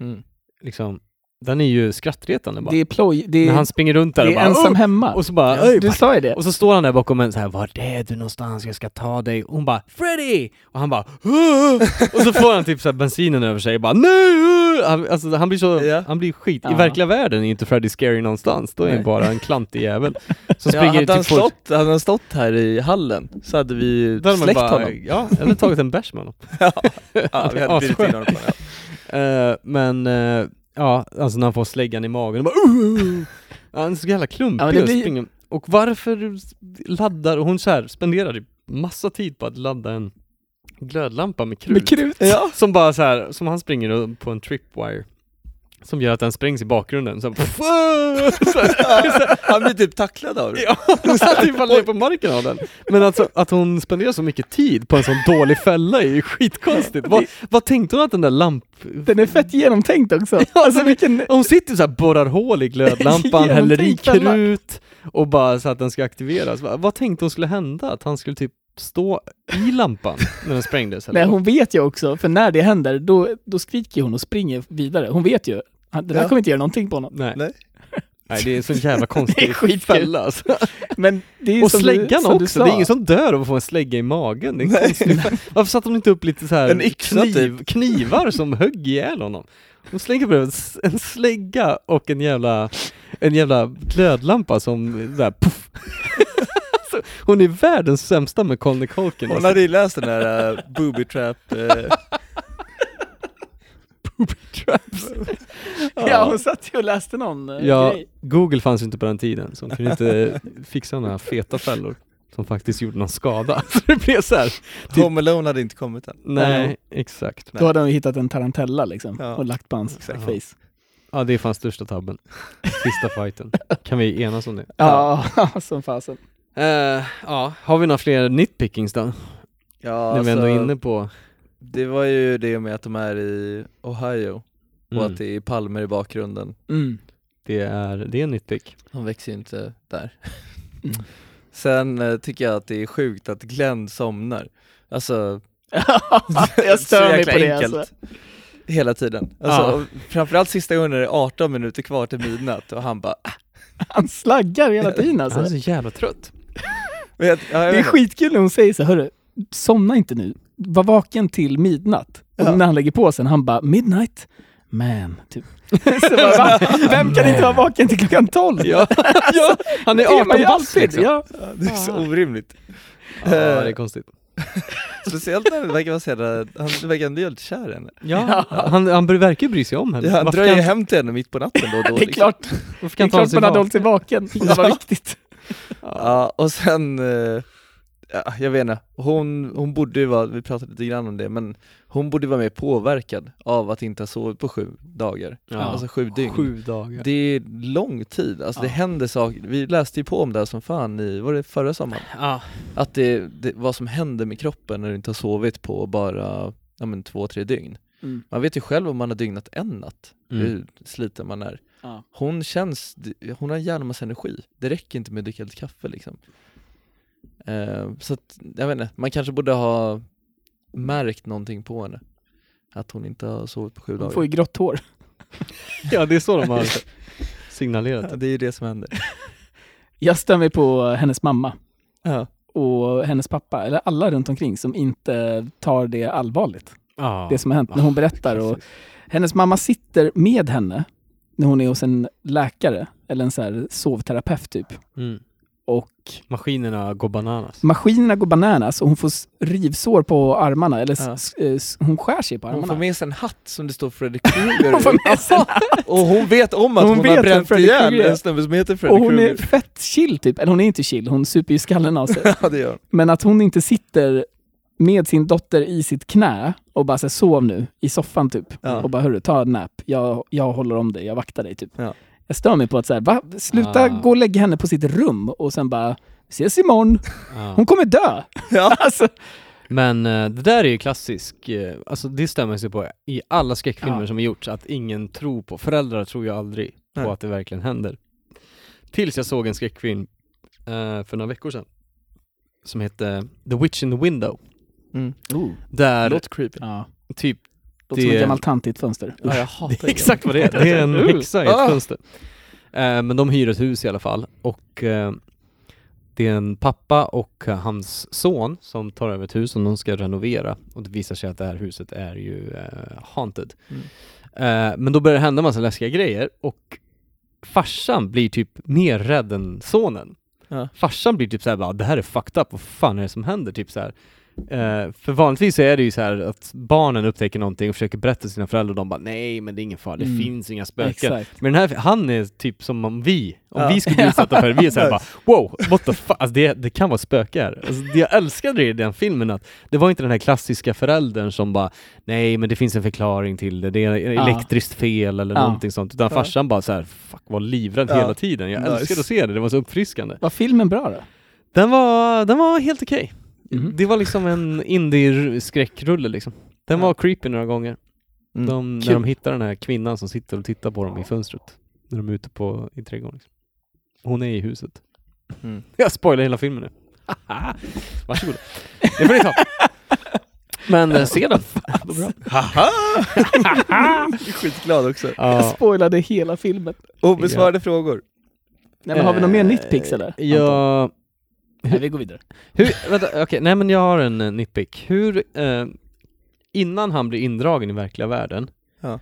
Speaker 10: mm.
Speaker 1: Liksom, den är ju skrattretande bara.
Speaker 4: Det är ploj, det
Speaker 1: När
Speaker 4: är,
Speaker 1: han springer runt där
Speaker 4: det
Speaker 1: och
Speaker 4: är
Speaker 1: bara
Speaker 4: ensam
Speaker 1: "Åh!"
Speaker 4: hemma.
Speaker 1: och så bara
Speaker 4: Ja,
Speaker 1: "Oj,
Speaker 4: du
Speaker 1: vad-"
Speaker 4: sa ju det.
Speaker 1: och så står han där bakom en så här Vart är du någonstans? Jag ska ta dig. Och hon bara Freddy! Och han bara "Åh!" Och så får han typ så här bensinen över sig och bara Nej! åh!" Han, alltså, han blir så,
Speaker 10: Ja.
Speaker 1: han blir skit. I
Speaker 4: Ja.
Speaker 1: verkliga världen är inte Freddy scary någonstans. Då är han
Speaker 10: Nej.
Speaker 1: bara en klantig jävel. Som
Speaker 10: Ja,
Speaker 1: springer
Speaker 10: hade, han
Speaker 1: typ folk-
Speaker 10: stått, hade han stått här i hallen så hade vi ju
Speaker 1: Där hade man
Speaker 10: släckt
Speaker 1: bara,
Speaker 10: honom.
Speaker 1: Ja, eller tagit en bärs med honom.
Speaker 9: Ja, vi hade drivit in honom på den.
Speaker 1: Eh, men eh, ja, alltså när han får släggan i magen och bara uh, Han är så jävla klumpig
Speaker 4: Ja, men det
Speaker 1: och
Speaker 4: blir-
Speaker 1: springer. Och varför laddar, och hon så här spenderar ju massa tid på att ladda en glödlampa med krut.
Speaker 4: Med krut.
Speaker 1: Ja. Som bara så här, som han springer och- på en tripwire. Som gör att den sprängs i bakgrunden. Så, här, puff, uh, så här,
Speaker 9: Han blir typ tacklad av det.
Speaker 1: Ja, så att typ han ner på marken av den. Men alltså att hon spenderar så mycket tid på en sån dålig fälla är ju skitkonstigt. Vad, vad tänkte hon att den där lamp...
Speaker 4: Den är fett genomtänkt också. Alltså vilken...
Speaker 1: Hon sitter ju så här borrar hål i glödlampan, häller i
Speaker 4: Genomtänkt fälla.
Speaker 1: krut och bara så att den ska aktiveras. Va, vad tänkte hon skulle hända? Att han skulle typ stå i lampan när den sprängdes? Eller?
Speaker 4: Nej,
Speaker 1: vad?
Speaker 4: hon vet ju också, för när det händer, då, då skriker hon och springer vidare. Hon vet ju. Han- Den här
Speaker 9: Ja.
Speaker 4: kommer inte göra någonting på honom.
Speaker 1: Nej.
Speaker 9: Nej.
Speaker 1: Nej det är så jävla konstigt.
Speaker 4: Det är skitkul.
Speaker 1: Fälla, alltså.
Speaker 4: Men det är ju
Speaker 1: Och
Speaker 4: som du,
Speaker 1: släggan
Speaker 4: som du
Speaker 1: också, det är
Speaker 4: sa.
Speaker 1: ingen som dör av att få en slägga i magen. Det är
Speaker 10: Nej.
Speaker 1: konstigt. Varför satte de inte upp lite så här
Speaker 10: En yxa typ.
Speaker 1: knivar som högg ihjäl honom? De slänger bredvid s- en slägga och en jävla, en jävla glödlampa som där, puff. alltså, hon är världens sämsta med Colin Culkin.
Speaker 10: Hon
Speaker 1: Alltså.
Speaker 10: hade ju läst den där uh, booby trap... eh,
Speaker 4: Ja, hon satt ju och läste någon eh,
Speaker 1: Ja,
Speaker 4: grej.
Speaker 1: Google fanns ju inte på den tiden, så de kunde inte fixa några feta fällor som faktiskt gjorde någon skada. Så det blev så här.
Speaker 10: Home Alone hade inte kommit än.
Speaker 1: Nej, exakt.
Speaker 4: Då hade hon ju hittat en tarantella liksom
Speaker 10: Ja.
Speaker 4: och lagt på hans
Speaker 10: Exakt.
Speaker 4: face.
Speaker 1: Ja, det är fan största tabben. Sista fighten. Kan vi enas om det?
Speaker 4: Ja, som fasen.
Speaker 1: Eh, ja, har vi några fler nitpickings då?
Speaker 10: Ja,
Speaker 1: När vi
Speaker 10: alltså,
Speaker 1: ändå är inne på...
Speaker 10: Det var ju det med att de är i Ohio och
Speaker 1: Mm,
Speaker 10: att det är palmer i bakgrunden.
Speaker 4: Mm.
Speaker 1: det, är, det är en nitpick.
Speaker 10: De växer ju inte där.
Speaker 1: Mm.
Speaker 10: Sen eh, tycker jag att det är sjukt att Glenn somnar. Alltså,
Speaker 4: jag
Speaker 10: så
Speaker 4: stör mig
Speaker 10: jäkla
Speaker 4: på det
Speaker 10: enkelt.
Speaker 4: alltså.
Speaker 10: Hela tiden. Alltså,
Speaker 1: Ja.
Speaker 10: och Framförallt sista gången när det är 18 minuter kvar till midnatt och han bara "Ah."
Speaker 4: Han slaggar hela tiden alltså.
Speaker 1: Han är så jävla trött.
Speaker 10: Men jag- ja, jag
Speaker 4: Det är
Speaker 10: vet.
Speaker 4: skitkul när hon säger så här, hörru, somna inte nu. Var vaken till midnatt. Och
Speaker 10: Ja.
Speaker 4: när han lägger på sen, han bara, midnight, man, typ. så bara, va? Vem kan inte vara vaken till klockan 12?
Speaker 1: Ja, ja, han är 18 bast
Speaker 4: liksom.
Speaker 1: liksom. Ja,
Speaker 4: ja.
Speaker 10: Det är så orimligt.
Speaker 1: det är konstigt.
Speaker 10: Speciellt när han verkar vara så jävla, han verkar ändå lite kär i henne.
Speaker 1: Ja, han, han verkar ju bry sig om henne.
Speaker 10: Ja, han
Speaker 1: Varför
Speaker 10: drar ju
Speaker 1: kan-
Speaker 10: hem till henne mitt på natten då och då.
Speaker 4: Det är
Speaker 10: liksom.
Speaker 4: klart,
Speaker 1: varför
Speaker 4: det
Speaker 1: kan
Speaker 4: är
Speaker 1: inte han
Speaker 4: klart
Speaker 1: sig
Speaker 4: man hade hållit
Speaker 1: vaken?
Speaker 4: sig vaken. Det var viktigt.
Speaker 10: Ja, och sen, eh, ja, jag vet inte, hon, hon borde ju vara, vi pratade lite grann om det, men hon borde vara mer påverkad av att inte ha sovit på sju dagar,
Speaker 1: Ja.
Speaker 10: alltså sju dygn.
Speaker 1: Sju dagar.
Speaker 10: Det är lång tid, alltså det händer saker, vi läste ju på om det här som fan i, var det förra sommaren?
Speaker 1: Ja.
Speaker 10: Att det, det, vad som händer med kroppen när du inte har sovit på bara, ja men två, tre dygn.
Speaker 4: Mm.
Speaker 10: Man vet ju själv om man har dygnat en natt,
Speaker 1: Mm.
Speaker 10: hur sliten man är.
Speaker 4: Ja.
Speaker 10: Hon känns, hon har en jävla massa energi. Det räcker inte med att dricka lite kaffe liksom. Eh, så att, jag vet inte, man kanske borde ha märkt någonting på henne. Att hon inte har sovit på sju
Speaker 4: Hon
Speaker 10: dagar.
Speaker 4: får ju grått hår.
Speaker 1: ja, det är så de har signalerat.
Speaker 10: Ja, det är ju det som händer.
Speaker 4: Jag stör mig på hennes mamma
Speaker 10: Ja.
Speaker 4: och hennes pappa, eller alla runt omkring som inte tar det allvarligt.
Speaker 1: Ja.
Speaker 4: det som har hänt när hon berättar. Och hennes mamma sitter med henne när hon är hos en läkare, eller en så här sovterapeut typ.
Speaker 1: Mm.
Speaker 4: Och
Speaker 1: Maskinerna går bananas.
Speaker 4: maskinerna går bananas och hon får s- rivsår på armarna, eller s-
Speaker 10: Ja.
Speaker 4: s- eh, s- hon skär sig på
Speaker 10: Hon
Speaker 4: armarna.
Speaker 10: får med sig en hatt som det står Freddy Krueger
Speaker 4: Hon får
Speaker 10: i.
Speaker 4: med sig en hatt.
Speaker 10: Och hon vet om att
Speaker 4: Hon
Speaker 10: hon,
Speaker 4: vet
Speaker 10: har
Speaker 4: vem
Speaker 10: bränt
Speaker 4: Freddy
Speaker 10: ihjäl
Speaker 4: Krueger är.
Speaker 10: en snubbe som heter Freddy
Speaker 4: och hon är
Speaker 10: Krueger.
Speaker 4: fett chill typ, eller hon är inte chill, hon super ju skallen av sig.
Speaker 10: Ja det gör hon.
Speaker 4: Men att hon inte sitter med sin dotter i sitt knä och bara säger sov nu i soffan typ.
Speaker 10: Ja.
Speaker 4: Och bara hörru, ta en nap. Jag, jag håller om dig, jag vaktar dig typ.
Speaker 10: Ja.
Speaker 4: Jag stör mig på att så här, va? Sluta
Speaker 1: Ah.
Speaker 4: gå och lägga henne på sitt rum och sen bara, ses imorgon.
Speaker 1: Ja.
Speaker 4: Hon kommer dö!
Speaker 10: Ja.
Speaker 4: Alltså,
Speaker 1: Men eh, det där är ju klassisk, eh, alltså det stämmer sig på i alla skräckfilmer
Speaker 4: Ja.
Speaker 1: som är gjorts, att ingen tror på, föräldrar tror ju aldrig
Speaker 10: Nej.
Speaker 1: på att det verkligen händer. Tills jag såg en skräckfilm eh, för några veckor sedan, som hette The Witch in the Window,
Speaker 10: Oh.
Speaker 1: där
Speaker 10: Låter creepy.
Speaker 4: ja.
Speaker 1: typ
Speaker 4: Låter som
Speaker 1: Det-
Speaker 4: ett gammalt tantigt fönster.
Speaker 10: Ja, jag hatar
Speaker 1: Det är exakt vad det är, det är en häxa i ett
Speaker 10: Ah.
Speaker 1: fönster. Eh, men de hyr ett hus i alla fall och eh, det är en pappa och eh, hans son som tar över ett hus som de ska renovera och det visar sig att det här huset är ju eh, haunted.
Speaker 10: Mm.
Speaker 1: Eh, men då börjar det hända massa läskiga grejer och farsan blir typ mer rädd än sonen.
Speaker 10: Ja.
Speaker 1: Farsan blir typ såhär bara, det här är fucked up, vad fan är det som händer? Typ så här. Eh, för vanligtvis så är det ju så här att barnen upptäcker någonting och försöker berätta för sina föräldrar och de bara nej men det är ingen fara, det
Speaker 4: Mm.
Speaker 1: finns inga spöken.
Speaker 4: Exakt.
Speaker 1: Men den här, han är typ som om vi, om
Speaker 10: Ja.
Speaker 1: vi skulle bli utsatta för det, vi är såhär
Speaker 10: Nice.
Speaker 1: bara wow, what the fuck, alltså det, det kan vara spöke här. Alltså det jag älskade i den filmen att det var inte den här klassiska föräldern som bara nej men det finns en förklaring till det, det är
Speaker 4: Ja.
Speaker 1: elektriskt fel eller
Speaker 4: Ja.
Speaker 1: någonting sånt, utan
Speaker 10: Ja.
Speaker 1: farsan bara såhär fuck var livrädd
Speaker 10: Ja.
Speaker 1: hela tiden. Jag
Speaker 10: Nice.
Speaker 1: älskade att se det, det var så uppfriskande.
Speaker 4: Var filmen bra då?
Speaker 1: Den var, den var helt okej.
Speaker 4: Mhm.
Speaker 1: Det var liksom en indie-skräckrulle liksom. Den
Speaker 10: Ja.
Speaker 1: var creepy några gånger.
Speaker 10: Mm.
Speaker 1: De, när
Speaker 4: Kul.
Speaker 1: de hittar den här kvinnan som sitter och tittar på dem i fönstret. När de är ute på, i trädgården. Liksom. Hon är i huset.
Speaker 10: Mm.
Speaker 1: Jag spoilar hela filmen nu. Varsågod. Det får ni ta. Men eh, se den.
Speaker 10: Skitglad också.
Speaker 1: Ja.
Speaker 4: Spoilade hela filmen.
Speaker 10: Obesvarade frågor.
Speaker 4: Nej, men har vi något mer nitpicks eller?
Speaker 1: Eh, Ja...
Speaker 4: Nej, vi går vidare.
Speaker 1: Hur, vänta, okej, nej men jag har en eh, nitpick. Hur, eh, innan han blir indragen i verkliga världen
Speaker 10: Ja.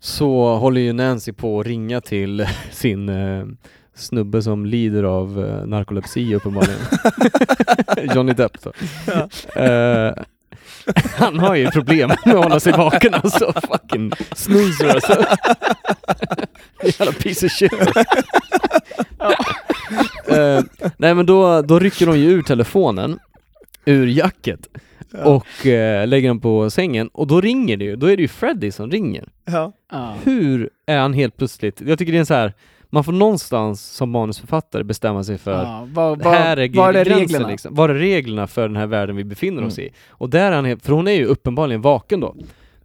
Speaker 1: så håller ju Nancy på att ringa till sin eh, snubbe som lider av eh, narkolepsi uppenbarligen. Johnny Depp då. Eh, han har ju problem med att hålla sig vaken alltså. Fucking snoozer alltså. Jävla piece of shit. Eh, nej men då, då rycker de ju ur telefonen ur jacket och eh, lägger den på sängen och då ringer det ju, då är det ju Freddy som ringer.
Speaker 10: Ja.
Speaker 4: Ja.
Speaker 1: Hur är han helt plötsligt, jag tycker det är en så här man får någonstans som manusförfattare bestämma sig för
Speaker 4: Ja, vad, vad,
Speaker 1: här är,
Speaker 4: vad är
Speaker 1: gränsen
Speaker 4: reglerna?
Speaker 1: liksom. Var är reglerna för den här världen vi befinner oss
Speaker 10: Mm.
Speaker 1: i? Och där är han, helt- för hon är ju uppenbarligen vaken då.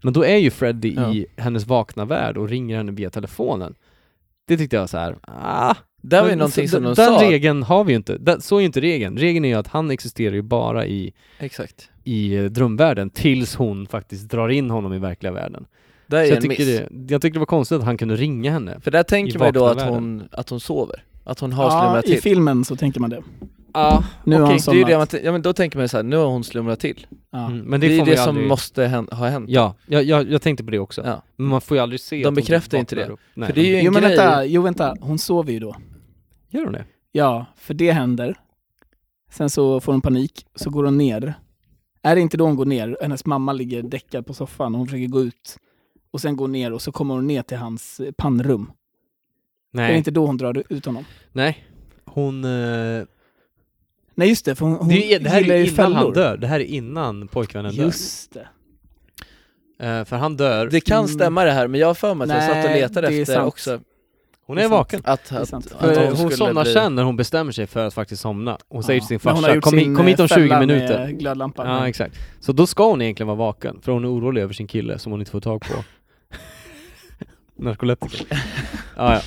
Speaker 1: Men då är ju Freddy i hennes vakna värld och ringer henne via telefonen. Det tyckte jag var så här, ah,
Speaker 10: Det var ju
Speaker 1: men
Speaker 10: någonting
Speaker 1: så-
Speaker 10: som
Speaker 1: den,
Speaker 10: de sa.
Speaker 1: Den regeln har vi ju inte. Den, så är ju inte regeln. Regeln är ju att han existerar ju bara i,
Speaker 10: Exakt.
Speaker 1: i eh, drömvärlden tills hon faktiskt drar in honom i verkliga världen.
Speaker 10: Det är
Speaker 1: Så
Speaker 10: ju
Speaker 1: jag,
Speaker 10: en miss.
Speaker 1: tycker det, jag tycker det var konstigt att han kunde ringa henne.
Speaker 10: För där
Speaker 1: i
Speaker 10: tänker man ju då
Speaker 1: vakna
Speaker 10: att hon, att hon sover. Att hon har slumrat
Speaker 4: ja, i
Speaker 10: till.
Speaker 4: filmen så tänker man det.
Speaker 10: Ja,
Speaker 4: Nu har
Speaker 10: okej,
Speaker 4: han
Speaker 10: det är ju det man
Speaker 4: somnat.
Speaker 10: t- ja, men då tänker man ju såhär, nu har hon slumrat till.
Speaker 4: Ja.
Speaker 1: Mm, men
Speaker 10: Det,
Speaker 1: det, får
Speaker 10: är ju
Speaker 1: man
Speaker 10: det
Speaker 1: ju
Speaker 10: som
Speaker 1: aldrig...
Speaker 10: måste hän- ha hänt.
Speaker 1: Ja, jag, jag, jag tänkte på det också.
Speaker 10: Ja.
Speaker 1: Men man får ju aldrig se
Speaker 10: De
Speaker 1: att hon
Speaker 10: bekräftar inte
Speaker 1: vaknar
Speaker 10: det.
Speaker 1: upp. Nej.
Speaker 10: För det är ju en
Speaker 4: Jo men
Speaker 10: grej.
Speaker 4: vänta, jo vänta, hon sover ju då.
Speaker 1: Gör hon det?
Speaker 4: Ja, för det händer. Sen så får hon panik, så går hon ner. Är det inte då hon går ner? Hennes mamma ligger däckad på soffan och hon försöker gå ut. Och sen går ner och så kommer hon ner till hans eh, pannrum. Är
Speaker 1: Nej.
Speaker 4: det inte då hon drar ut honom?
Speaker 1: Nej. Hon... eh,
Speaker 4: Nej just det, för hon, hon
Speaker 1: det, är- det här är
Speaker 4: gillar
Speaker 1: ju
Speaker 4: ju
Speaker 1: innan
Speaker 4: fällor.
Speaker 1: han dör. Det här är innan pojkvännen
Speaker 4: Just det.
Speaker 1: dör. Eh, för han dör.
Speaker 10: Det kan stämma det här, men jag har för mig att jag satt och
Speaker 4: Nej,
Speaker 10: letade
Speaker 4: det är
Speaker 10: efter
Speaker 4: sant.
Speaker 10: också
Speaker 1: hon
Speaker 4: det
Speaker 1: är
Speaker 4: är sant.
Speaker 1: vaken.
Speaker 10: att,
Speaker 4: är
Speaker 10: att,
Speaker 4: sant.
Speaker 10: att
Speaker 1: För
Speaker 4: hon
Speaker 1: hon,
Speaker 10: skulle
Speaker 1: somnar
Speaker 10: bli-
Speaker 1: sen när hon bestämmer sig för att faktiskt somna. Hon säger till sin
Speaker 4: Men hon har
Speaker 1: farsa,
Speaker 4: gjort
Speaker 1: kom,
Speaker 4: sin,
Speaker 1: hit, kom hit om
Speaker 4: eh,
Speaker 1: 20
Speaker 4: fälla
Speaker 1: minuter.
Speaker 4: Med glödlampan.
Speaker 1: Ja, exakt. Så då ska hon egentligen vara vaken, för hon är orolig över sin kille som hon inte får tag på. Narkoleptiker. ja, ja.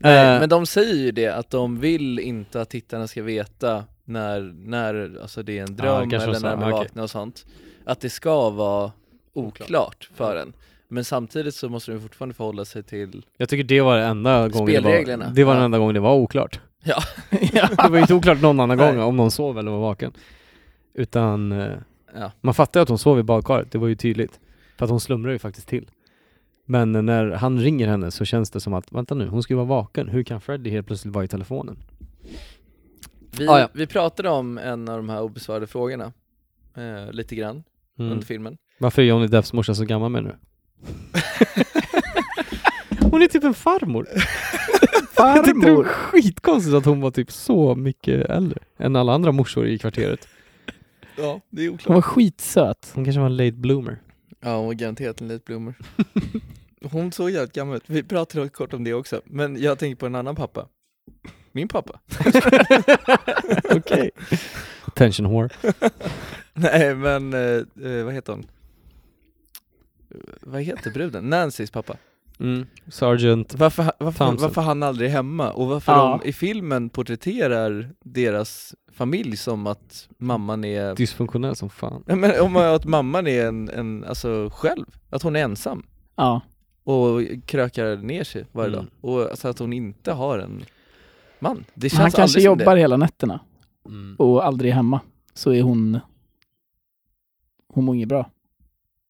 Speaker 10: Nej,
Speaker 1: Eh,
Speaker 10: men de säger ju det, att de vill inte att tittarna ska veta när, när alltså det är en dröm
Speaker 1: kanske de
Speaker 10: eller
Speaker 1: sa,
Speaker 10: när de är
Speaker 1: okej.
Speaker 10: vakna och sånt Att det ska vara oklart för en Men samtidigt så måste de ju fortfarande förhålla sig till
Speaker 1: jag tycker det var det enda gången det var,
Speaker 10: Spelreglerna.
Speaker 1: det var den
Speaker 10: Ja.
Speaker 1: enda gången det var oklart.
Speaker 10: Ja,
Speaker 1: Det var ju inte oklart någon annan
Speaker 10: Nej.
Speaker 1: gång om någon sov eller var vaken. Utan eh,
Speaker 10: Ja.
Speaker 1: man fattar ju att hon sov i badkaret, det var ju tydligt. För att hon slumrar ju faktiskt till. Men eh, när han ringer henne så känns det som att, vänta nu, hon ska ju vara vaken. Hur kan Freddy helt plötsligt vara i telefonen?
Speaker 10: vi,
Speaker 1: Ja, ja.
Speaker 10: vi pratade om en av de här obesvarade frågorna eh, lite grann
Speaker 1: Mm.
Speaker 10: under filmen
Speaker 1: Varför är Johnny Depps morsa så gammal med nu? hon är typ en farmor. Jag tyckte det var
Speaker 4: Farmor!
Speaker 1: skitkonstigt att hon var typ så mycket äldre än alla andra morsor i kvarteret.
Speaker 10: Ja, det är
Speaker 4: Hon
Speaker 10: oklart
Speaker 4: var skitsöt.
Speaker 1: Hon kanske var en late bloomer.
Speaker 10: Ja, hon var garanterat en late bloomer Hon såg jävligt gammal ut, vi pratade kort om det också Men jag tänker på en annan pappa Min pappa
Speaker 1: Okej. Attention whore.
Speaker 10: Nej men, eh, eh, vad heter hon? Eh, Vad heter bruden? Nancys pappa.
Speaker 1: Mm. Sergeant.
Speaker 10: Varför, ha- varför,
Speaker 1: Thompson.
Speaker 10: varför han aldrig är hemma och varför
Speaker 4: Ja.
Speaker 10: de i filmen porträtterar deras familj som att mamman är...
Speaker 1: Dysfunktionell som fan.
Speaker 10: Nej, men om man, att mamman är en, en, alltså själv, att hon är ensam
Speaker 4: Ja.
Speaker 10: och krökar ner sig varje
Speaker 1: Mm.
Speaker 10: dag. Och alltså att hon inte har en man. Det känns
Speaker 4: Han kanske
Speaker 10: aldrig som
Speaker 4: jobbar
Speaker 10: det.
Speaker 4: hela nätterna
Speaker 1: Mm.
Speaker 4: och aldrig är hemma. Så är hon... Hon mår inget bra.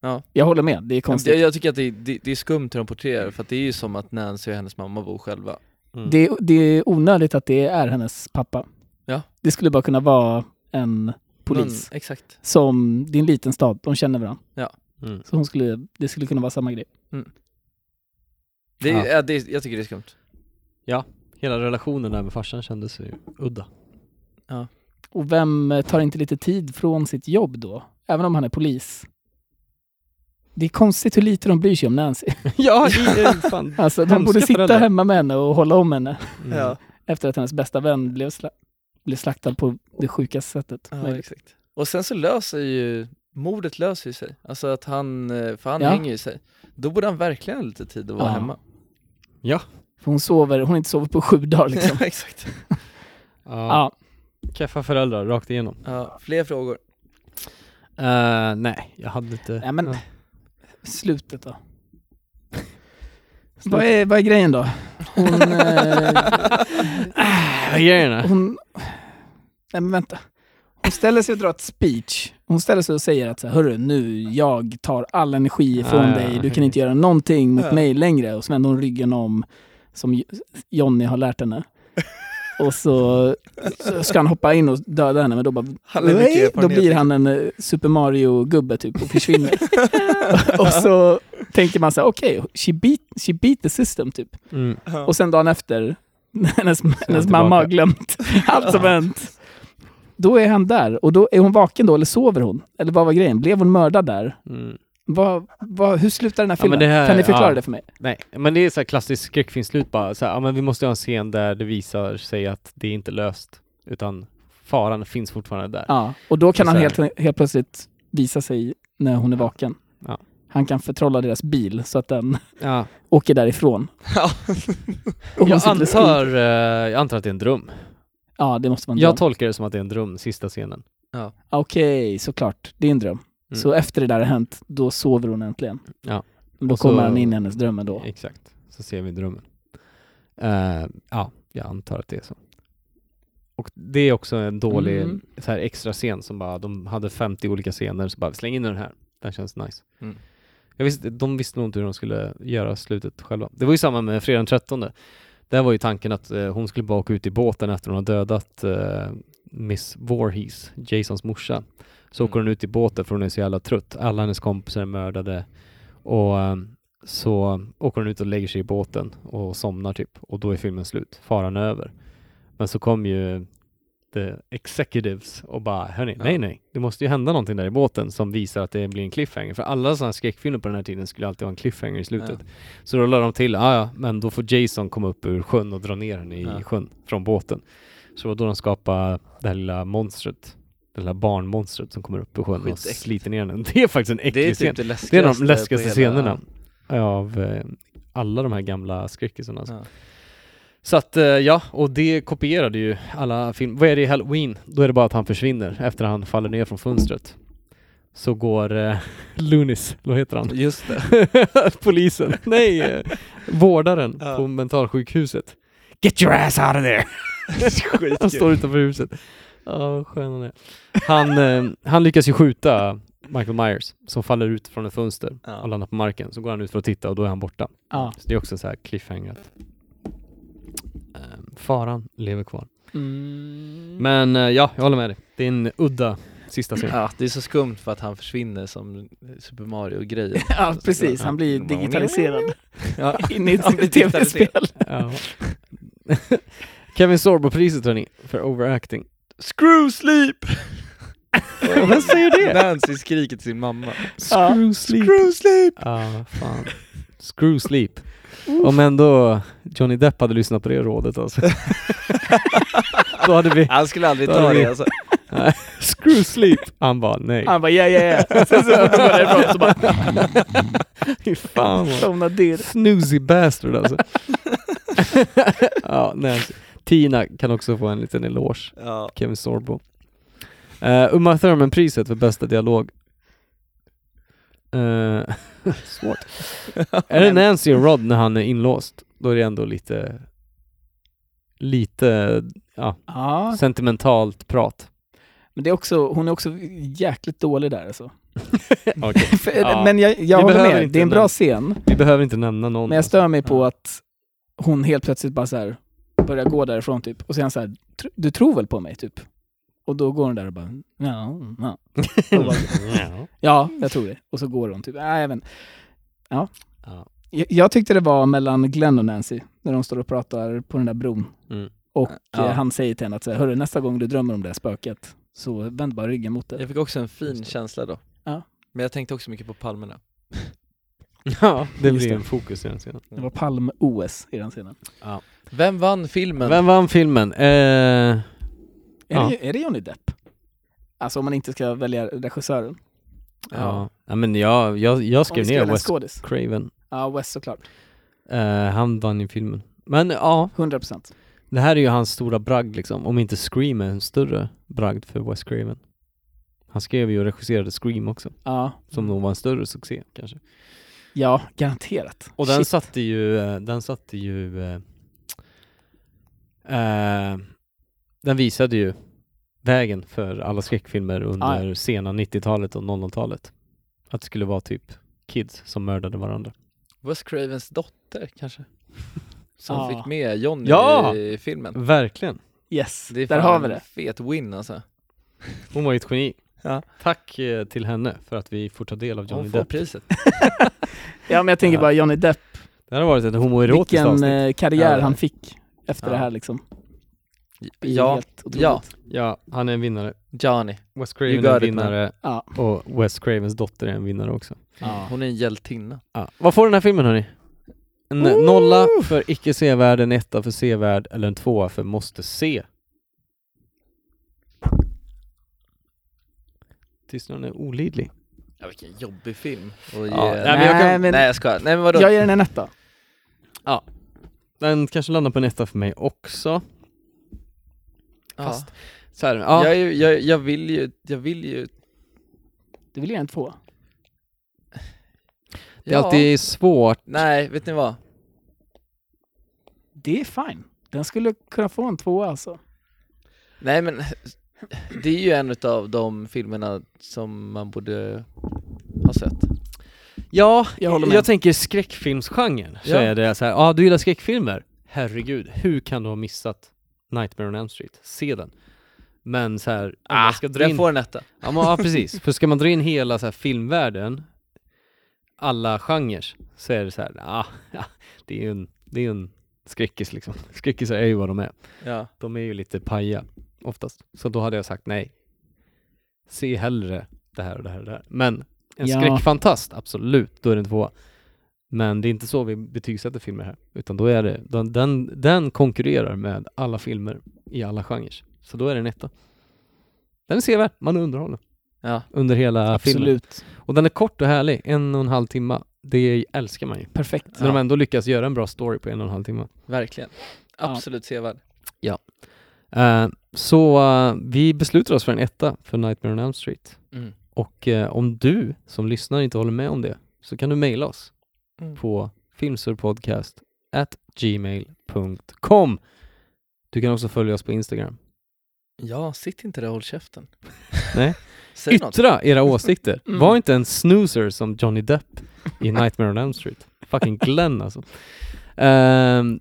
Speaker 10: Ja.
Speaker 4: Jag håller med, det är konstigt.
Speaker 10: Jag, jag tycker att det, det, det är skumt hur de porträtterar för att det är ju som att Nancy och hennes mamma bor själva.
Speaker 1: Mm.
Speaker 4: Det, är- det är onödigt att det är hennes pappa.
Speaker 10: Ja.
Speaker 4: Det skulle bara kunna vara en polis.
Speaker 10: Men, exakt.
Speaker 4: Som, det är en liten stad, de känner varandra.
Speaker 1: Mm.
Speaker 4: Så hon skulle, det skulle kunna vara samma grej.
Speaker 10: Det, är-
Speaker 1: Ja.
Speaker 10: ja. det, är- jag tycker det är skumt.
Speaker 1: Hela relationen där med farsan kändes ju udda.
Speaker 4: Och vem eh, tar inte lite tid från sitt jobb då? Även om han är polis. Det är konstigt hur lite de bryr sig om Nancy.
Speaker 1: ja, det är fan.
Speaker 4: Alltså, de
Speaker 1: Hemska
Speaker 4: borde sitta
Speaker 1: föräldrar.
Speaker 4: hemma med henne och hålla om henne
Speaker 1: Mm.
Speaker 4: efter att hennes bästa vän blev, sla- blev slaktad på det sjukaste sättet.
Speaker 10: Ja,
Speaker 4: möjligt.
Speaker 10: exakt. Och sen så löser ju, mordet löser ju sig. Alltså att han, eh, för han
Speaker 4: Ja.
Speaker 10: hänger ju sig. Då borde han verkligen ha lite tid att vara
Speaker 4: Ja.
Speaker 10: hemma.
Speaker 4: För hon sover, hon har inte sovit på sju dagar liksom.
Speaker 10: Ja, exakt.
Speaker 1: Ja.
Speaker 4: ja.
Speaker 1: Keffa föräldrar, rakt igenom.
Speaker 10: Ja, fler frågor.
Speaker 1: Eh, nej, jag hade inte...
Speaker 4: Nej, men-
Speaker 1: Ja.
Speaker 4: Slutet då. Vad är, vad är grejen då? Hon... eh,
Speaker 1: Vad gör den
Speaker 4: hon... Nej men vänta. Hon ställer sig och drar ett speech. Hon ställer sig och säger att så här, hörru nu, jag tar all energi ifrån
Speaker 1: Ah, ja,
Speaker 4: dig. Du
Speaker 1: okej.
Speaker 4: kan inte göra någonting mot
Speaker 9: Ja.
Speaker 4: mig längre. Och så vänder hon ryggen om, som Jo- Johnny har lärt henne. Och så så ska han hoppa in och döda henne, men då bara...
Speaker 9: Han är mycket
Speaker 4: Nej, då
Speaker 9: erfaren, helt
Speaker 4: blir han en eh, Super Mario-gubbe typ och försvinner. och så tänker man så här, okej, she, beat, she beat the system typ.
Speaker 1: mm.
Speaker 4: Och sen dagen efter, när hennes, hennes
Speaker 1: tillbaka.
Speaker 4: mamma har glömt allt som hänt. Då är han där. Och då är hon vaken då, eller sover hon? Eller vad var grejen? Blev hon mördad där?
Speaker 1: Mm.
Speaker 4: Vad, vad, hur slutar den här
Speaker 1: Ja, men
Speaker 4: filmen?
Speaker 1: det här-
Speaker 4: kan ni förklara
Speaker 1: ja.
Speaker 4: det för mig?
Speaker 1: Nej, men det är så här klassiskt skräckfilmslut bara. Så här, ja, men vi måste ha en scen där det visar sig att det är inte löst, utan faran finns fortfarande där.
Speaker 4: Ja. Och då kan
Speaker 1: Det är
Speaker 4: han
Speaker 1: så här.
Speaker 4: helt, helt plötsligt visa sig när hon är vaken.
Speaker 1: Ja.
Speaker 4: Han kan förtrolla deras bil så att den
Speaker 1: Ja.
Speaker 4: åker därifrån.
Speaker 9: Ja.
Speaker 4: Och hon
Speaker 1: Jag,
Speaker 4: sitter och skriker.
Speaker 1: antar, eh, jag antar att det är en dröm.
Speaker 4: Ja, det måste man
Speaker 1: Jag
Speaker 4: dra.
Speaker 1: tolkar det som att det är en dröm, sista scenen.
Speaker 4: Okej, såklart. Det är en dröm.
Speaker 1: Mm.
Speaker 4: Så efter det där har hänt, då sover hon äntligen.
Speaker 1: Ja.
Speaker 4: Men då
Speaker 1: Och så-
Speaker 4: kommer han in i hennes dröm ändå.
Speaker 1: Exakt, så ser vi drömmen. Eh, ja, jag antar att det är så. Och det är också en dålig
Speaker 4: Mm.
Speaker 1: så här extra scen som bara, de hade 50 olika scener, så bara släng in den här. Den känns nice.
Speaker 9: Mm.
Speaker 1: Jag visste, de visste nog inte hur de skulle göra slutet själva. Det var ju samma med fredag den 13. Där var ju tanken att eh, hon skulle bara åka ut i båten efter hon har dödat eh, Miss Voorhees, Jasons morsa. Så åker hon ut i båten för hon är så jävla trött. Alla hennes kompisar är mördade. Och eh, så åker hon ut och lägger sig i båten och somnar typ. Och då är filmen slut. Faran är över. Men så kom ju the executives och bara, hörni, nej nej, det måste ju hända någonting där i båten som visar att det blir en cliffhanger. För alla sådana skräckfilmer på den här tiden skulle alltid ha en cliffhanger i slutet. Så då la de till, ah, ja, men då får Jason komma upp ur sjön och dra ner henne i
Speaker 9: Ja.
Speaker 1: sjön från båten. Så det var då de skapade det här lilla monstret, det lilla barnmonstret som kommer upp ur sjön och
Speaker 9: Skitäckligt.
Speaker 1: sliter ner henne. Det är faktiskt en äcklig
Speaker 9: Det är
Speaker 1: scen.
Speaker 9: typ det läskigaste
Speaker 1: Det är en av de
Speaker 9: på
Speaker 1: läskigaste
Speaker 9: hela-
Speaker 1: scenerna av eh, alla de här gamla skräckisarna. Alltså.
Speaker 9: Ja.
Speaker 1: Så att eh, ja, och det kopierade ju alla filmer. Vad är det i Halloween? Då är det bara att han försvinner efter han faller ner från fönstret. Så går eh, Lunis, vad heter han?
Speaker 9: Just det.
Speaker 1: Polisen. Nej, eh, vårdaren
Speaker 9: Ja.
Speaker 1: på mentalsjukhuset. Get your ass out of there! Han står utanför huset. Ja, vad skön han är. Han, eh, han lyckas ju skjuta Michael Myers som faller ut från ett fönster
Speaker 9: Ja.
Speaker 1: och landar på marken. Så går han ut för att titta och då är han borta.
Speaker 4: Ja.
Speaker 1: Så det är också en så här cliffhanger att ehm, faran lever kvar.
Speaker 9: Mm.
Speaker 1: Men eh, ja, jag håller med dig. Det är en udda sista scen.
Speaker 9: Ja, det är så skumt för att han försvinner som Super Mario-grejen.
Speaker 4: Ja, precis. Han blir digitaliserad in i
Speaker 9: Han blir
Speaker 4: ett tv-spel.
Speaker 1: Ja. Kevin Sorbo-priset hörni, för overacting.
Speaker 9: Screw sleep!
Speaker 1: Vem säger det?
Speaker 9: Nancy skriker till sin mamma.
Speaker 1: Screw sleep.
Speaker 9: Screw sleep!
Speaker 1: Ja, fan. Screw sleep. Om ändå Johnny Depp hade lyssnat på det rådet alltså. Då hade vi
Speaker 9: Han skulle aldrig
Speaker 1: Då
Speaker 9: ta
Speaker 1: hade vi-
Speaker 9: det alltså.
Speaker 1: screw sleep. Han bara nej.
Speaker 4: Han bara ja, ja, ja. Sen så fort de går därifrån så bara
Speaker 1: Fy fan vad-
Speaker 4: somnar det.
Speaker 1: Snoozy bastard alltså. ja, nej. Tina kan också få en liten eloge.
Speaker 9: Ja.
Speaker 1: Kevin Sorbo. Eh, Uma Thurman-priset för bästa dialog. Eh, svårt. är det Nancy och Rod när han är inlåst? Då är det ändå lite lite
Speaker 4: Ja,
Speaker 1: sentimentalt prat.
Speaker 4: men det är också, hon är också jäkligt dålig där alltså.
Speaker 1: Okej.
Speaker 4: För-
Speaker 1: Ja.
Speaker 4: Men jag, jag
Speaker 1: Vi
Speaker 4: håller
Speaker 1: behöver
Speaker 4: med,
Speaker 1: inte
Speaker 4: det är en bra
Speaker 1: nämna-
Speaker 4: scen.
Speaker 1: Vi behöver inte nämna någon.
Speaker 4: Men jag
Speaker 1: alltså.
Speaker 4: stör mig på att hon helt plötsligt bara så här börjar gå därifrån typ. Och sen så här, "Tr- du tror väl på mig typ? Och då går hon där och bara, ja, ja. Och bara,
Speaker 1: alltså.
Speaker 4: ja jag tror det. Och så går hon typ, nej jag vet inte." Ja.
Speaker 1: Ja.
Speaker 4: Jag, jag tyckte det var mellan Glenn och Nancy, när de står och pratar på den där bron.
Speaker 1: Mm.
Speaker 4: Och
Speaker 9: Ja.
Speaker 4: eh, han säger till henne att så här, hörru nästa gång du drömmer om det här spöket, så vänd bara ryggen mot det.
Speaker 9: Jag fick också en fin känsla då.
Speaker 4: Ja.
Speaker 9: Men jag tänkte också mycket på palmerna.
Speaker 1: ja, det
Speaker 4: Just
Speaker 1: blir
Speaker 4: det.
Speaker 1: en fokus i den scenen.
Speaker 4: Det var Palm-OS i den scenen.
Speaker 9: Vem vann filmen?
Speaker 1: Vem vann filmen? Eh,
Speaker 4: Är, det, är det Johnny Depp? Alltså om man inte ska välja regissören.
Speaker 1: ja. ja, men jag, jag, jag
Speaker 4: Om
Speaker 1: skrev
Speaker 4: vi ska
Speaker 1: ner
Speaker 4: välja en
Speaker 1: Wes
Speaker 4: skådis.
Speaker 1: Craven.
Speaker 4: Ja, Wes såklart.
Speaker 1: Eh, han vann ju filmen. Men ja,
Speaker 4: 100 procent.
Speaker 1: det här är ju hans stora bragd liksom. Om inte Scream är en större bragd för Wes Craven. Han skrev ju och regisserade Scream också,
Speaker 4: Ja.
Speaker 1: som
Speaker 10: Mm.
Speaker 1: nog var en större succé kanske.
Speaker 4: ja, garanterat.
Speaker 1: Och den
Speaker 4: Shit.
Speaker 1: satte ju, eh, den satte ju eh, Eh, den visade ju vägen för alla skräckfilmer
Speaker 10: Ah,
Speaker 1: under sena 90-talet och 00-talet. Att det skulle vara typ kids som mördade varandra.
Speaker 10: Wes Cravens dotter kanske? Som
Speaker 4: Ja.
Speaker 10: fick med Johnny
Speaker 1: Ja!
Speaker 10: i filmen.
Speaker 1: Verkligen.
Speaker 4: Yes,
Speaker 10: Det är
Speaker 4: där
Speaker 10: fan
Speaker 4: har vi
Speaker 10: en
Speaker 4: det.
Speaker 10: fet win alltså.
Speaker 1: Hon var ju ett geni.
Speaker 10: Ja.
Speaker 1: Tack eh, till henne för att vi får ta del av Johnny
Speaker 10: Hon får
Speaker 1: Depp.
Speaker 10: priset.
Speaker 4: Ja men jag tänker
Speaker 1: Ja.
Speaker 4: bara Johnny Depp,
Speaker 1: Det här har varit ett homoerotiskt
Speaker 4: vilken
Speaker 1: avsnitt.
Speaker 4: eh, karriär
Speaker 10: Ja.
Speaker 4: han fick efter
Speaker 1: Ja.
Speaker 4: det här liksom. Det är ju
Speaker 10: Ja,
Speaker 4: helt otroligt.
Speaker 10: ja,
Speaker 1: Ja, han är en vinnare.
Speaker 10: Johnny.
Speaker 1: Wes
Speaker 10: You
Speaker 1: Craven
Speaker 10: got
Speaker 1: är en
Speaker 10: it,
Speaker 1: vinnare
Speaker 4: Ja.
Speaker 1: och Wes Cravens dotter är en vinnare också.
Speaker 10: Hon är en hjältinna.
Speaker 1: Ja. Vad får den här filmen hörni? En nolla för icke sevärd, en etta för sevärd eller en tvåa för måste se. Tystnaden är olidlig.
Speaker 10: Ja, vilken jobbig film. Och
Speaker 1: Ja,
Speaker 10: ge-
Speaker 1: nej, men jag kan-
Speaker 4: Nej, men-
Speaker 10: Nej jag skojar. Nej men vadå?
Speaker 4: Jag ger den en etta.
Speaker 1: Den kanske landar på en etta för mig också.
Speaker 10: Ja.
Speaker 1: fast- Så här, ja.
Speaker 10: Jag, är ju- jag, jag vill ju, jag vill ju...
Speaker 4: Du vill ge den två.
Speaker 1: Det är alltid svårt.
Speaker 10: Nej, vet ni vad?
Speaker 4: Det är fine. Den skulle kunna få en tvåa alltså.
Speaker 10: Nej men, det är ju en av de filmerna som man borde ha sett.
Speaker 1: Ja,
Speaker 4: Jag håller
Speaker 1: jag,
Speaker 4: med.
Speaker 1: tänker skräckfilmsgenren. Så
Speaker 10: Ja.
Speaker 1: är det så här, ja ah, du gillar skräckfilmer? Herregud, hur kan du ha missat Nightmare on Elm Street? Se den. Men så här, om man ska dra
Speaker 10: Ah, Den
Speaker 1: in
Speaker 10: får en etta.
Speaker 1: Ja, men, ja precis, för ska man dra in hela så här, filmvärlden, alla genrer, så är det så här, ah, ja, det är ju en, det är ju en skräckis liksom. Skräckisar är ju vad de är.
Speaker 10: Ja.
Speaker 1: De är ju lite paja oftast. Så då hade jag sagt nej. Se hellre det här och det här och det här. Men en
Speaker 4: Ja.
Speaker 1: skräckfantast, absolut, då är det en tvåa. Men det är inte så vi betygsätter filmer här, utan då är det, den, den, den konkurrerar med alla filmer i alla genrer. Så då är det en etta. Den är sevärd, man är underhållen.
Speaker 10: Ja.
Speaker 1: Under hela filmen.
Speaker 4: Absolut.
Speaker 1: Och den är kort och härlig, en och en halv timma. Det älskar man ju.
Speaker 4: Perfekt.
Speaker 1: När de ändå lyckas göra en bra story på en och en halv timma.
Speaker 10: Verkligen.
Speaker 4: Ja.
Speaker 10: Absolut sevärd.
Speaker 1: Eh, så eh, vi beslutar oss för en etta för Nightmare on Elm Street.
Speaker 10: Mm.
Speaker 1: Och eh, om du som lyssnar inte håller med om det så kan du mejla oss
Speaker 10: Mm.
Speaker 1: på filmsurpodcast gmail.com Du kan också följa oss på Instagram.
Speaker 10: Ja, sitt inte där och håll käften.
Speaker 1: Nej.
Speaker 10: Säg något.
Speaker 1: Yttra era åsikter.
Speaker 4: Mm.
Speaker 1: Var inte en snoozer som Johnny Depp i Nightmare on Elm Street. Fucking Glenn alltså. Ehm,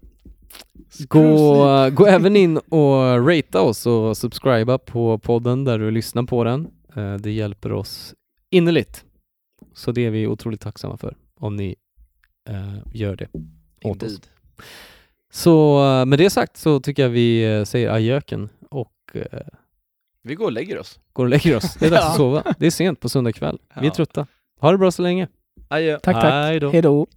Speaker 1: Gå, gå även in och ratea oss och subscriba på podden där du lyssnar på den. Eh, Det hjälper oss innerligt. Så det är vi otroligt tacksamma för om ni eh, gör det åt oss.
Speaker 10: Indeed.
Speaker 1: Så eh, med det sagt så tycker jag vi eh, säger adjöken och eh,
Speaker 10: Vi går och lägger oss.
Speaker 1: går och lägger oss. Det är dags att sova. Det är sent på söndag kväll. Vi är
Speaker 10: Ja.
Speaker 1: trötta. Ha det bra så länge.
Speaker 10: Adjö.
Speaker 4: Tack, tack.
Speaker 1: Hej då.
Speaker 4: Hej då.